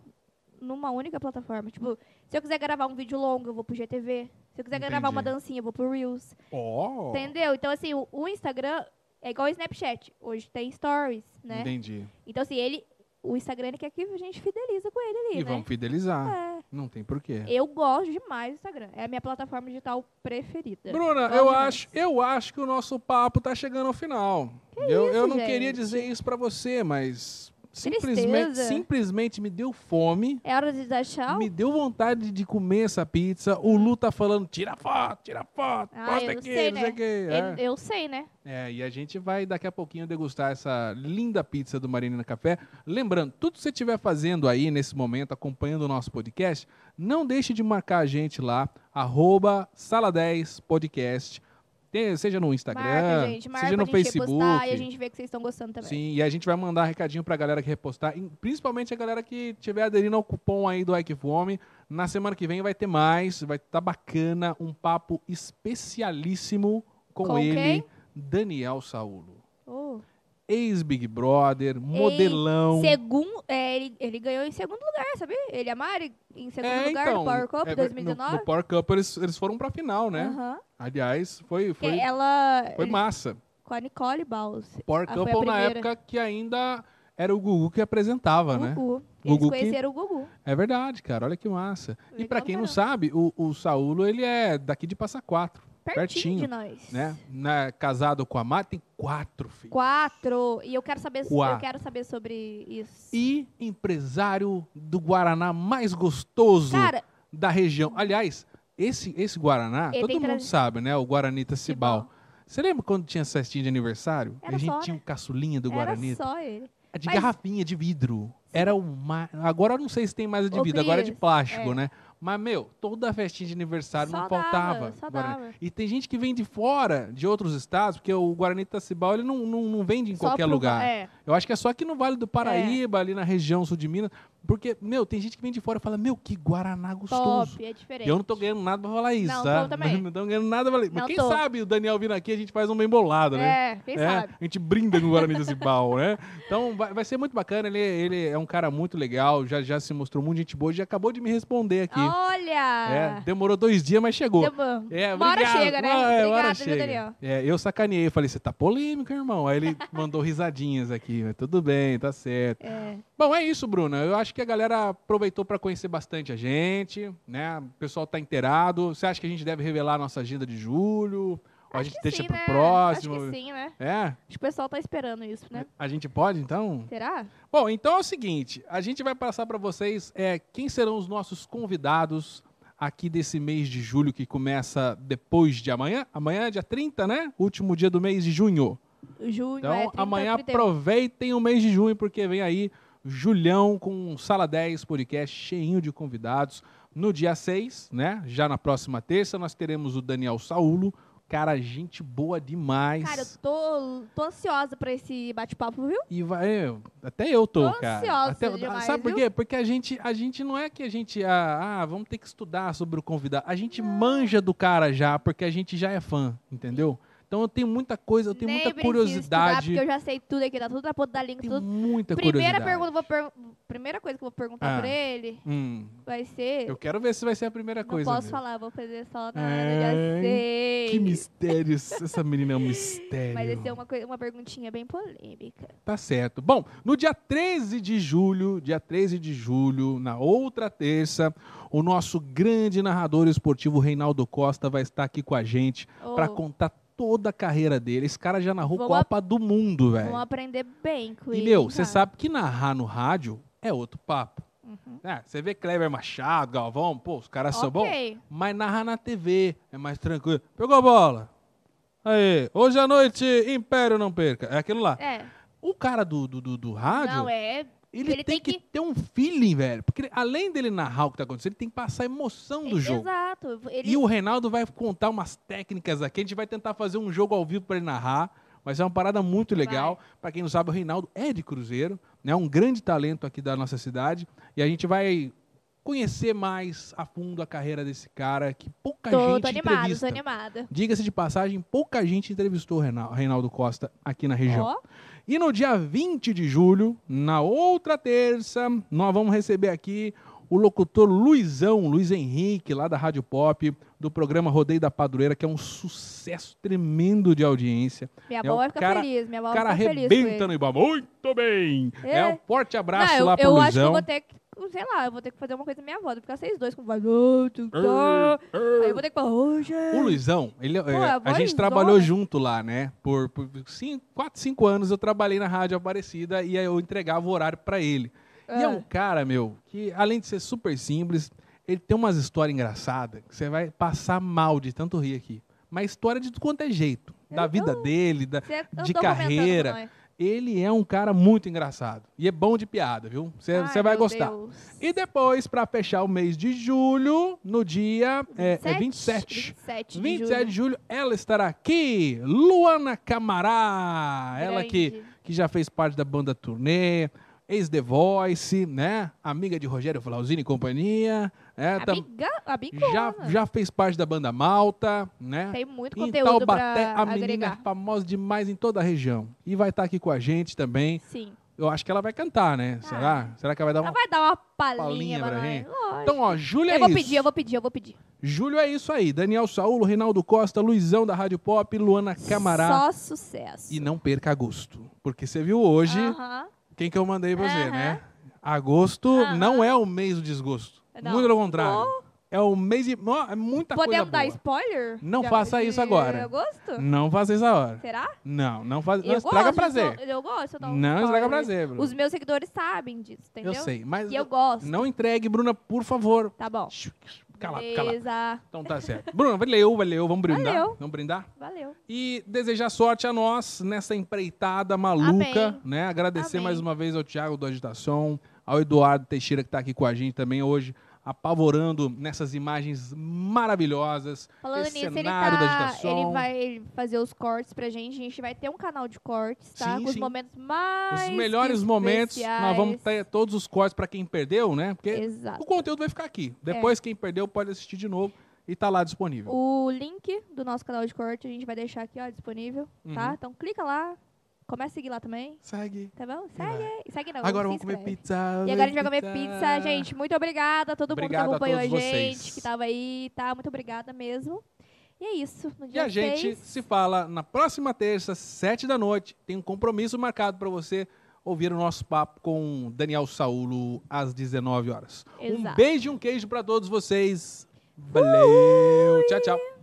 Speaker 2: numa única plataforma. Tipo, se eu quiser gravar um vídeo longo, eu vou pro GTV. Se eu quiser gravar uma
Speaker 1: Entendi.
Speaker 2: dancinha, eu vou pro Reels.
Speaker 1: Ó.
Speaker 2: Entendeu? Então, assim, o, o Instagram é igual o Snapchat. Hoje tem stories, né?
Speaker 1: Entendi.
Speaker 2: Então, assim, ele. O Instagram ele quer que a gente fideliza com ele ali,
Speaker 1: E
Speaker 2: né?
Speaker 1: vão fidelizar.
Speaker 2: É.
Speaker 1: Não tem porquê.
Speaker 2: Eu gosto demais do Instagram. É a minha plataforma digital preferida.
Speaker 1: Bruna,
Speaker 2: Gosto
Speaker 1: eu
Speaker 2: demais.
Speaker 1: acho, eu acho que o nosso papo tá chegando ao final. eu, eu
Speaker 2: isso,
Speaker 1: não queria
Speaker 2: gente?
Speaker 1: dizer isso pra você, mas simplesmente,
Speaker 2: Tristeza.
Speaker 1: simplesmente me deu fome.
Speaker 2: É hora de dar tchau?
Speaker 1: Me deu vontade de comer essa pizza. O Lu tá falando, tira foto, tira foto,
Speaker 2: Ah,
Speaker 1: posta
Speaker 2: eu
Speaker 1: aqui,
Speaker 2: sei,
Speaker 1: não
Speaker 2: né?
Speaker 1: sei o que.
Speaker 2: Eu, eu sei, né?
Speaker 1: É, e a gente vai daqui a pouquinho degustar essa linda pizza do Marinina Café. Lembrando, tudo que você estiver fazendo aí nesse momento, acompanhando o nosso podcast, não deixe de marcar a gente lá, arroba sala10podcast, Tem- seja no Instagram,
Speaker 2: marca, gente. Marca
Speaker 1: seja no
Speaker 2: pra gente
Speaker 1: Facebook.
Speaker 2: repostar e a gente vê que vocês estão gostando também.
Speaker 1: Sim, e a gente vai mandar recadinho pra galera que repostar, e principalmente a galera que tiver aderindo ao cupom aí do Ike Fome. Na semana que vem vai ter mais, vai estar bacana, um papo especialíssimo com,
Speaker 2: Com
Speaker 1: ele,
Speaker 2: quem?
Speaker 1: Daniel Saulo.
Speaker 2: Oh.
Speaker 1: Ex-Big Brother, modelão.
Speaker 2: Segun- é, ele, ele ganhou em segundo lugar, sabe? Ele e a Mari em segundo
Speaker 1: É,
Speaker 2: lugar
Speaker 1: então,
Speaker 2: no Power Cup
Speaker 1: é ver-
Speaker 2: 2019.
Speaker 1: No, no Power Cup eles, eles foram pra final, né?
Speaker 2: Aham.
Speaker 1: Aliás, foi,
Speaker 2: Que é,
Speaker 1: foi,
Speaker 2: Ela.
Speaker 1: foi
Speaker 2: ele-
Speaker 1: massa.
Speaker 2: com a Nicole Baus.
Speaker 1: Power
Speaker 2: Ah, foi a
Speaker 1: Couple na
Speaker 2: primeira.
Speaker 1: época que ainda era o Gugu que apresentava, né?
Speaker 2: Gugu. Eles
Speaker 1: Gugu que-
Speaker 2: conheceram o Gugu.
Speaker 1: É verdade, cara. Olha que massa. E
Speaker 2: Legal
Speaker 1: pra quem não
Speaker 2: caramba.
Speaker 1: sabe, o, o Saulo, ele é daqui de Passa Quatro,
Speaker 2: Pertinho,
Speaker 1: Pertinho,
Speaker 2: de nós.
Speaker 1: né? Na- casado com a Mari, tem quatro filhos.
Speaker 2: Quatro. E eu quero saber,
Speaker 1: Quatro.
Speaker 2: eu quero saber sobre isso.
Speaker 1: E empresário do Guaraná mais gostoso
Speaker 2: Cara,
Speaker 1: da região. Aliás, esse, esse Guaraná,
Speaker 2: Ele
Speaker 1: todo
Speaker 2: tem
Speaker 1: mundo
Speaker 2: tra-
Speaker 1: sabe, né? O Guaranita Cibal.
Speaker 2: Cibal.
Speaker 1: Você lembra quando tinha festinha de aniversário?
Speaker 2: Era
Speaker 1: a gente
Speaker 2: só,
Speaker 1: tinha
Speaker 2: né?
Speaker 1: um caçulinha do
Speaker 2: era
Speaker 1: Guaranita.
Speaker 2: só ele.
Speaker 1: A de
Speaker 2: Mas-
Speaker 1: garrafinha de vidro. Era uma. Agora eu não sei se tem mais a de
Speaker 2: Ô,
Speaker 1: vidro, agora é de
Speaker 2: Cris,
Speaker 1: plástico,
Speaker 2: é.
Speaker 1: né? Mas, meu, toda festinha de aniversário
Speaker 2: Só
Speaker 1: tá, não
Speaker 2: dava,
Speaker 1: faltava.
Speaker 2: só
Speaker 1: Guaraná.
Speaker 2: dava.
Speaker 1: E tem gente que vem de fora, de outros estados, porque o Guaranita Cibal ele não, não, não vende em
Speaker 2: Só
Speaker 1: qualquer
Speaker 2: pro-
Speaker 1: lugar.
Speaker 2: É.
Speaker 1: Eu acho que é só aqui no Vale do Paraíba, ali na região sul de Minas. Porque, meu, tem gente que vem de fora e fala, meu, que Guaraná gostoso.
Speaker 2: Top, é diferente.
Speaker 1: E eu não tô ganhando nada pra falar isso,
Speaker 2: Não,
Speaker 1: tá?
Speaker 2: tô também.
Speaker 1: Não tô ganhando nada pra falar isso. Mas
Speaker 2: Não
Speaker 1: quem
Speaker 2: tô.
Speaker 1: sabe o Daniel vindo aqui, a gente faz um bem bolado, né?
Speaker 2: É, quem
Speaker 1: É,
Speaker 2: sabe?
Speaker 1: A gente brinda com o Guarani desse pau, né? Então vai, vai ser muito bacana. Ele, ele é um cara muito legal, já, já se mostrou muito gente boa, já acabou de me responder aqui. É,
Speaker 2: Olha!
Speaker 1: demorou dois dias, mas chegou.
Speaker 2: Tá bom.
Speaker 1: É,
Speaker 2: Uma hora
Speaker 1: obrigado.
Speaker 2: chega, né?
Speaker 1: Ah, é, uma hora
Speaker 2: Obrigada, viu,
Speaker 1: chega.
Speaker 2: Daniel?
Speaker 1: É, eu sacaneei, eu falei, você tá polêmico, irmão. Aí ele mandou risadinhas aqui, mas tudo bem, tá certo.
Speaker 2: É.
Speaker 1: Bom, é isso, Bruna. Eu acho que a galera aproveitou pra conhecer bastante a gente, né? O pessoal tá inteirado. Você acha que a gente deve revelar a nossa agenda de julho? Ou a
Speaker 2: Acho
Speaker 1: gente
Speaker 2: que
Speaker 1: deixa
Speaker 2: sim,
Speaker 1: pro
Speaker 2: né?
Speaker 1: próximo?
Speaker 2: Acho que sim, né?
Speaker 1: É?
Speaker 2: Acho que o pessoal tá esperando isso, né?
Speaker 1: A gente pode, então?
Speaker 2: Será?
Speaker 1: Bom, então é o seguinte: a gente vai passar para vocês é, quem serão os nossos convidados aqui desse mês de julho que começa depois de amanhã. Amanhã é dia 30, né? Último dia do mês de junho.
Speaker 2: Junho
Speaker 1: Então,
Speaker 2: é 30,
Speaker 1: amanhã
Speaker 2: 31.
Speaker 1: aproveitem o mês de junho, porque vem aí Julião com um Sala 10 podcast cheinho de convidados. No dia 6, né? Já na próxima terça, nós teremos o Daniel Saulo, Cara, gente boa demais.
Speaker 2: Cara, eu tô, tô ansiosa pra esse bate-papo, viu?
Speaker 1: E vai, eu- até eu tô,
Speaker 2: Tô
Speaker 1: cara.
Speaker 2: ansiosa
Speaker 1: Até-
Speaker 2: demais,
Speaker 1: sabe por
Speaker 2: viu?
Speaker 1: quê? Porque a gente, a gente não é que a gente ah, ah, vamos ter que estudar sobre o convidado. A gente manja do cara já, porque a gente já é fã, entendeu? Então eu tenho muita coisa, eu tenho
Speaker 2: Nem
Speaker 1: muita
Speaker 2: preciso
Speaker 1: curiosidade.
Speaker 2: Estudar, porque eu já sei tudo aqui, tá tudo na ponta da língua.
Speaker 1: Tenho
Speaker 2: Tudo.
Speaker 1: muita
Speaker 2: Primeira,
Speaker 1: curiosidade.
Speaker 2: pergunta, eu vou per- primeira coisa que eu vou perguntar
Speaker 1: Ah.
Speaker 2: pra ele
Speaker 1: Hum,
Speaker 2: vai ser.
Speaker 1: eu quero ver se vai ser a primeira
Speaker 2: não
Speaker 1: coisa.
Speaker 2: posso
Speaker 1: mesmo.
Speaker 2: falar, vou fazer só na hora, eu
Speaker 1: Ai,
Speaker 2: já sei.
Speaker 1: Que mistério. Essa menina é um mistério.
Speaker 2: Mas essa é uma, coi- uma perguntinha bem polêmica.
Speaker 1: Tá certo. Bom, no dia 13 de julho, dia 13 de julho, na outra terça, o nosso grande narrador esportivo Reinaldo Costa vai estar aqui com a gente pra
Speaker 2: Ô,
Speaker 1: contar toda a carreira dele. Esse cara já narrou
Speaker 2: Oh. Vamos
Speaker 1: Copa do Mundo,
Speaker 2: Vamos
Speaker 1: velho.
Speaker 2: aprender bem com
Speaker 1: E
Speaker 2: ele.
Speaker 1: meu,
Speaker 2: hein,
Speaker 1: você
Speaker 2: cara?
Speaker 1: sabe que narrar no rádio é outro papo. É, Você vê Kleber Machado, Galvão, pô, os caras são bons.
Speaker 2: Uhum. Ok.
Speaker 1: Mas narrar na TV é mais tranquilo. Pegou a bola. Aí, hoje à noite, Império não perca. É aquilo lá.
Speaker 2: É.
Speaker 1: O cara do, do, do, do rádio,
Speaker 2: Não, é.
Speaker 1: ele,
Speaker 2: ele
Speaker 1: tem,
Speaker 2: tem
Speaker 1: que... ter um feeling, velho. Porque ele- além dele narrar o que tá acontecendo, ele tem que passar a emoção do jogo.
Speaker 2: Exato. Ele,
Speaker 1: E o Reinaldo vai contar umas técnicas aqui. A gente vai tentar fazer um jogo ao vivo para ele narrar. Mas é uma parada muito legal. Para quem não sabe, o Reinaldo é de Cruzeiro, né? Um grande talento aqui da nossa cidade. E a gente vai conhecer mais a fundo a carreira desse cara que pouca
Speaker 2: tô,
Speaker 1: gente
Speaker 2: tô animada, tô
Speaker 1: entrevista.
Speaker 2: animada.
Speaker 1: Diga-se de passagem, pouca gente entrevistou o Renal- Reinaldo Costa aqui na região.
Speaker 2: Ó,
Speaker 1: E no dia 20 de julho, na outra terça, nós vamos receber aqui o locutor Luizão, Luiz Henrique, lá da Rádio Pop, do programa Rodeio da Padroeira, que é um sucesso tremendo de audiência.
Speaker 2: minha
Speaker 1: É, o
Speaker 2: avó vai ficar
Speaker 1: cara-
Speaker 2: feliz. Minha avó
Speaker 1: O
Speaker 2: vai
Speaker 1: cara
Speaker 2: ficar tá feliz. com ele.
Speaker 1: arrebenta no Ibama. Muito bem! É,
Speaker 2: É.
Speaker 1: um forte abraço
Speaker 2: Não, eu,
Speaker 1: lá pro
Speaker 2: eu acho que eu
Speaker 1: Luizão.
Speaker 2: vou ter que, sei lá, eu vou ter que fazer uma coisa da minha avó, vou ficar vocês dois com voz. "Ah, tu tá". Aí eu vou ter que falar, ô,
Speaker 1: O
Speaker 2: gente.
Speaker 1: Luizão, ele, é,
Speaker 2: é a
Speaker 1: a gente
Speaker 2: vozona.
Speaker 1: trabalhou junto lá, né? Por, por cinco, quatro, cinco anos eu trabalhei na Rádio Aparecida e aí eu entregava o horário pra ele. E é um cara, meu, que além de ser super simples, ele tem umas histórias engraçadas que você vai passar mal de tanto rir aqui. Mas história de tudo quanto é jeito. Da
Speaker 2: Eu
Speaker 1: vida dele, da...
Speaker 2: Cê- eu
Speaker 1: de
Speaker 2: tô comentando
Speaker 1: carreira.
Speaker 2: com nós.
Speaker 1: ele é um cara muito engraçado. E é bom de piada, viu? Você
Speaker 2: Ai,
Speaker 1: você vai
Speaker 2: meu
Speaker 1: gostar.
Speaker 2: Deus.
Speaker 1: E depois, pra fechar o mês de julho, no dia é, é 27.
Speaker 2: 27 de
Speaker 1: 27
Speaker 2: julho.
Speaker 1: de julho, ela estará aqui, Luana Camará. Ela que,
Speaker 2: Grande.
Speaker 1: que já fez parte da banda turnê, ex-The Voice, né? Amiga de Rogério Flauzini e companhia. né? Tam-
Speaker 2: Amiga, amigona.
Speaker 1: já, já fez parte da banda Malta, né?
Speaker 2: Tem muito
Speaker 1: Em
Speaker 2: conteúdo
Speaker 1: Taubaté,
Speaker 2: pra
Speaker 1: a menina é
Speaker 2: agregar.
Speaker 1: famosa demais em toda a região. E vai estar aqui com a gente também.
Speaker 2: Sim.
Speaker 1: Eu acho que ela vai cantar, né?
Speaker 2: Ah.
Speaker 1: Será? Será que ela vai dar
Speaker 2: Ela
Speaker 1: uma...
Speaker 2: vai dar uma
Speaker 1: Palhinha
Speaker 2: palhinha
Speaker 1: pra
Speaker 2: pra nós.
Speaker 1: gente?
Speaker 2: Lógico.
Speaker 1: Então, ó, Júlia é
Speaker 2: eu vou
Speaker 1: isso.
Speaker 2: pedir, eu vou pedir, eu vou pedir.
Speaker 1: Júlio é isso aí. Daniel Saulo, Reinaldo Costa, Luizão da Rádio Pop, Luana Camará.
Speaker 2: Só sucesso.
Speaker 1: E não perca agosto. Porque você viu hoje
Speaker 2: Aham.
Speaker 1: quem que eu mandei pra você,
Speaker 2: Ah. Aham.
Speaker 1: né? Agosto
Speaker 2: Aham.
Speaker 1: não é o mês do desgosto.
Speaker 2: Não.
Speaker 1: Muito pelo contrário. É o mês de. Ó, é muita coisa.
Speaker 2: Podemos dar
Speaker 1: boa.
Speaker 2: spoiler?
Speaker 1: Não
Speaker 2: De-
Speaker 1: faça
Speaker 2: de
Speaker 1: isso agora.
Speaker 2: agosto?
Speaker 1: Não faça isso agora.
Speaker 2: Será?
Speaker 1: Não, não faz. Não
Speaker 2: eu
Speaker 1: estraga
Speaker 2: gosto,
Speaker 1: prazer.
Speaker 2: Eu, eu gosto. Eu dou um
Speaker 1: Não estraga
Speaker 2: spoiler.
Speaker 1: prazer, Bruno.
Speaker 2: Os meus seguidores sabem disso, entendeu?
Speaker 1: Eu sei, mas
Speaker 2: E eu gosto.
Speaker 1: não entregue, Bruna, por favor.
Speaker 2: Tá bom.
Speaker 1: Calado, calado.
Speaker 2: Beleza.
Speaker 1: Então tá certo. Bruna, valeu, valeu. Vamos brindar.
Speaker 2: Valeu.
Speaker 1: Vamos brindar?
Speaker 2: Valeu.
Speaker 1: E desejar sorte a nós nessa empreitada maluca,
Speaker 2: Amém.
Speaker 1: né? Agradecer
Speaker 2: Amém.
Speaker 1: mais uma vez ao Thiago do Agitação, ao Eduardo Teixeira que está aqui com a gente também hoje, apavorando nessas imagens maravilhosas.
Speaker 2: Falando
Speaker 1: esse
Speaker 2: nisso, ele
Speaker 1: cenário da
Speaker 2: tá.
Speaker 1: agitação.
Speaker 2: Ele vai ele fazer os cortes pra gente. A gente vai ter um canal de cortes, tá?
Speaker 1: Sim,
Speaker 2: Com os
Speaker 1: sim.
Speaker 2: momentos mais.
Speaker 1: Os melhores momentos, nós vamos tá
Speaker 2: especiais.
Speaker 1: ter todos os cortes para quem perdeu, né? Porque
Speaker 2: Exato. É.
Speaker 1: o conteúdo vai ficar aqui. Depois quem perdeu pode assistir de novo e tá lá disponível.
Speaker 2: O link do nosso canal de corte a gente vai deixar aqui, ó, disponível,
Speaker 1: Uhum.
Speaker 2: tá? Então clica lá, começa a seguir lá também,
Speaker 1: Segue.
Speaker 2: tá bom?
Speaker 1: vai.
Speaker 2: Segue aí. Segue não,
Speaker 1: agora
Speaker 2: se
Speaker 1: vamos comer
Speaker 2: inscreve.
Speaker 1: pizza.
Speaker 2: E agora a gente vai comer pizza, gente. Muito obrigada a todo
Speaker 1: Obrigado
Speaker 2: mundo
Speaker 1: a
Speaker 2: que acompanhou a,
Speaker 1: todos
Speaker 2: gente,
Speaker 1: vocês.
Speaker 2: que tava aí, tá? Muito obrigada mesmo. E é isso. No
Speaker 1: E
Speaker 2: dia
Speaker 1: a gente
Speaker 2: seis,
Speaker 1: se fala na próxima terça, sete da noite. Tem um compromisso marcado para você ouvir o nosso papo com Daniel Saulo às 19 horas. Um
Speaker 2: Exato.
Speaker 1: beijo e um queijo para todos vocês. Valeu. Tchau, tchau.